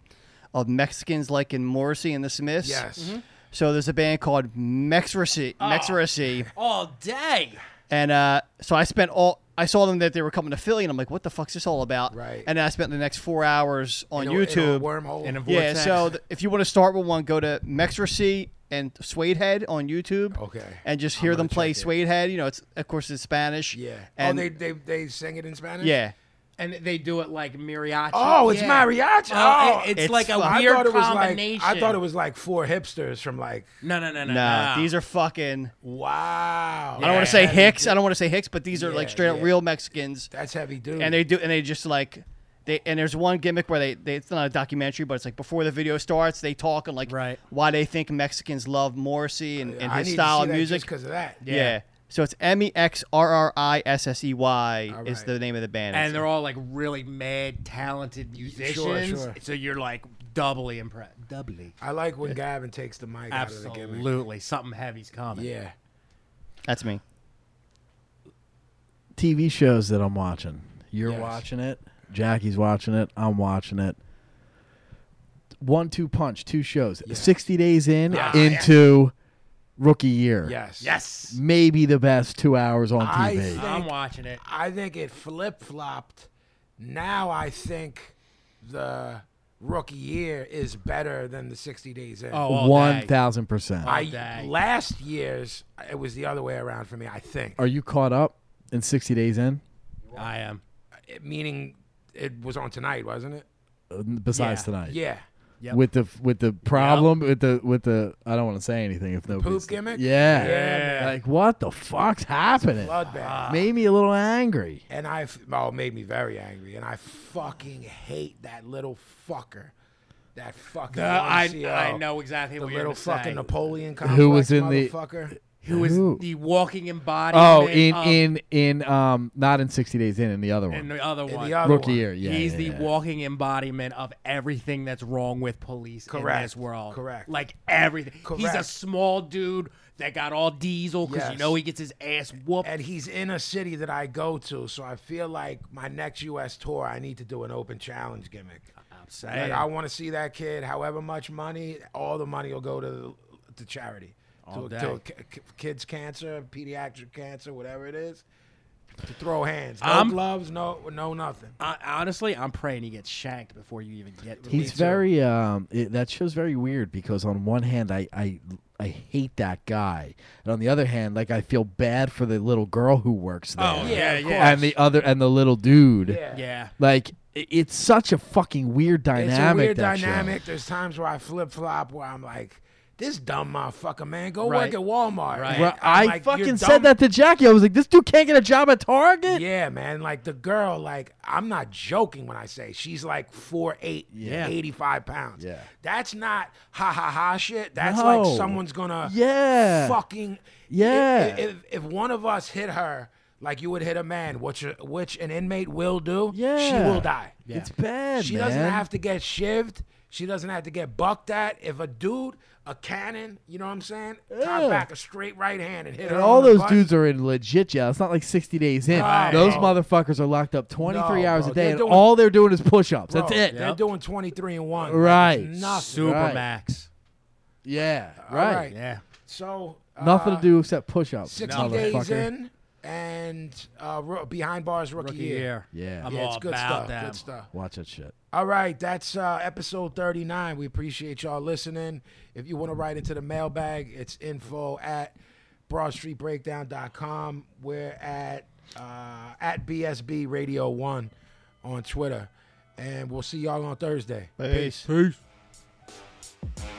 S1: of Mexicans liking Morrissey and the Smiths.
S3: Yes. Ah.
S1: So there's a band called Mexrissy, Mexrissy,
S2: All day.
S1: and uh, so I spent all. I saw them that they were coming to Philly, and I'm like, "What the fuck's this all about?"
S3: Right.
S1: And then I spent the next four hours on
S3: In a- in a
S1: YouTube.
S3: wormhole.
S2: And a
S1: yeah.
S2: vortex.
S1: So th- if you want to start with one, go to Mexrissy and Suede Head on YouTube.
S3: Okay.
S1: And just
S3: I'm
S1: hear
S3: gonna
S1: them play
S3: check it.
S1: Suede Head. You know, it's of course it's Spanish.
S3: yeah.
S1: And
S3: oh, they, they they sing it in Spanish.
S1: yeah.
S2: and they do it like mariachi.
S3: Oh, it's
S2: Yeah.
S3: mariachi.
S2: Oh,
S3: Oh,
S2: it- it's,
S1: it's
S2: like a
S1: fu- I
S2: weird
S3: it was
S2: combination.
S3: Like, I thought it was like four hipsters from like
S2: no, no, no, no,
S1: Nah,
S2: no.
S1: these are fucking.
S3: wow.
S1: I don't want
S2: Yeah.
S1: to say Hicks. I don't want to say Hicks, but these are like
S3: Yeah,
S1: straight up
S3: yeah.
S1: real Mexicans.
S3: That's heavy dude.
S1: and they do and they just like they and there's one gimmick where they, they it's not a documentary but it's like before the video starts they talk on like
S2: Right.
S1: why they think Mexicans love Morrissey and, and
S3: I
S1: his
S3: need
S1: style
S3: to
S1: of
S3: see
S1: music
S3: because of that.
S1: yeah. so it's M E X R R I S S E Y is
S3: right.
S1: the name of the band
S2: and they're all like really mad, talented musicians.
S3: sure.
S2: So you're like doubly impressed. Doubly.
S3: I like when Gavin takes the mic out of the gimmick.
S2: Absolutely. Something heavy's coming.
S3: Yeah.
S1: that's me
S4: TV shows that I'm watching. You're
S3: Yes.
S4: watching it. Jackie's watching it. I'm watching it. One two punch, two shows. 60 days in
S3: Ah,
S4: into rookie year.
S3: Yes.
S2: Yes.
S4: Maybe the best 2 hours on
S3: I
S4: TV.
S3: think-
S2: I'm watching it.
S3: I think it flip flopped. Now I think the rookie year is better than the sixty days in.
S2: Oh, all day.
S4: 1000%.
S3: I
S2: dang.
S3: last year's it was the other way around for me. I think,
S4: Are you caught up in 60 days in?
S2: I am.
S3: It- meaning it was on tonight, wasn't it?
S4: Uh, Besides
S2: Yeah.
S4: tonight.
S3: Yeah.
S2: Yep.
S4: with the with the problem with the with the I don't want to say anything if no
S3: poop gimmick?
S4: Yeah.
S3: Yeah, man.
S4: Like what the fuck's happening?
S3: Bloodbath.
S4: Made me a little angry.
S3: And I, f- oh, it made me very angry. And I fucking hate that little fucker. That fucking.
S8: Uh, I,
S3: NCO.
S8: I know exactly
S3: The
S8: what you're
S3: little
S8: gonna
S3: fucking
S8: say.
S3: Napoleon complex.
S4: Who was in the-
S3: motherfucker.
S8: Who is
S4: Who?
S8: the walking embodiment?
S4: Oh, in
S8: of-
S4: in in um not in 60 days in in the other
S8: in
S4: one.
S8: the other
S3: In
S8: one.
S3: the other
S4: Rookie
S3: one.
S4: year. Yeah.
S8: He's
S4: yeah,
S8: the
S4: yeah.
S8: walking embodiment of everything that's wrong with police in
S3: Correct.
S8: this world.
S3: Correct.
S8: Like everything. He's a
S3: Correct.
S8: small dude that got all diesel because you
S3: Yes.
S8: know he gets his ass whooped.
S3: And he's in a city that I go to, so I feel like my next U.S. tour, I need to do an open challenge gimmick.
S8: I'm
S3: Like,
S8: saying.
S3: I want to see that kid. However much money, all the money will go to to charity, to,
S8: day.
S3: to k- k- kids' cancer, pediatric cancer, whatever it is. To throw hands, no
S8: I'm-
S3: gloves, no no nothing.
S8: I- honestly, I'm praying he gets shanked before you even get to
S4: He's
S8: it.
S4: very um it, that show's very weird because on one hand I I I hate that guy. And on the other hand, like I feel bad for the little girl who works there.
S8: Oh, yeah, yeah.
S4: And the other and the little dude.
S8: Yeah.
S4: Like i- it's such a fucking weird dynamic.
S3: It's a weird
S4: that show.
S3: dynamic. There's times where I flip flop where I'm like, this dumb motherfucker, man, go
S8: Right.
S3: work at Walmart.
S8: Right.
S3: And
S4: Bru-
S3: I'm
S4: I
S3: like, "You're
S4: fucking
S3: dumb."
S4: said that to Jackie. I was like, this dude can't get a job at Target.
S3: Yeah, man. Like the girl, like I'm not joking when I say she's like 4'8",
S4: Yeah.
S3: 85 pounds.
S4: Yeah.
S3: That's not ha ha ha shit. That's
S4: No.
S3: like someone's gonna
S4: Yeah.
S3: fucking
S4: Yeah.
S3: If, if, if one of us hit her like you would hit a man, which which an inmate will do, she
S4: Yeah.
S3: will die.
S4: It's bad.
S3: She doesn't
S4: man.
S3: have to get shivved. She doesn't have to get bucked at. If a dude, a cannon, you know what I'm saying? Top
S4: Yeah.
S3: back a straight right hand and hit her.
S4: And all
S3: on the
S4: those
S3: button.
S4: dudes are in legit jail. It's not like 60 days in.
S3: Right.
S4: Those
S3: No.
S4: motherfuckers are locked up 23
S3: No,
S4: hours
S3: bro.
S4: a day,
S3: They're
S4: and
S3: doing-
S4: all they're doing is push-ups.
S3: Bro,
S4: That's it.
S3: They're doing 23 and one. Like,
S4: Right.
S3: it's nothing.
S8: Supermax.
S4: Yeah,
S3: All
S4: right.
S8: Yeah.
S3: So uh,
S4: Nothing to do except push-ups.
S3: 60 days
S4: motherfucker.
S3: in and uh, ro- behind bars rookie,
S8: Rookie year.
S4: Yeah.
S8: I'm
S3: Yeah,
S8: all
S3: it's good
S8: about
S3: stuff.
S8: that.
S3: Good stuff.
S4: Watch that shit.
S3: All right, that's uh, episode 39. We appreciate y'all listening. If you want to write into the mailbag, it's info at broadstreetbreakdown.com. We're at uh, at BSB Radio 1 on Twitter. And we'll see y'all on Thursday. Peace.
S4: Peace.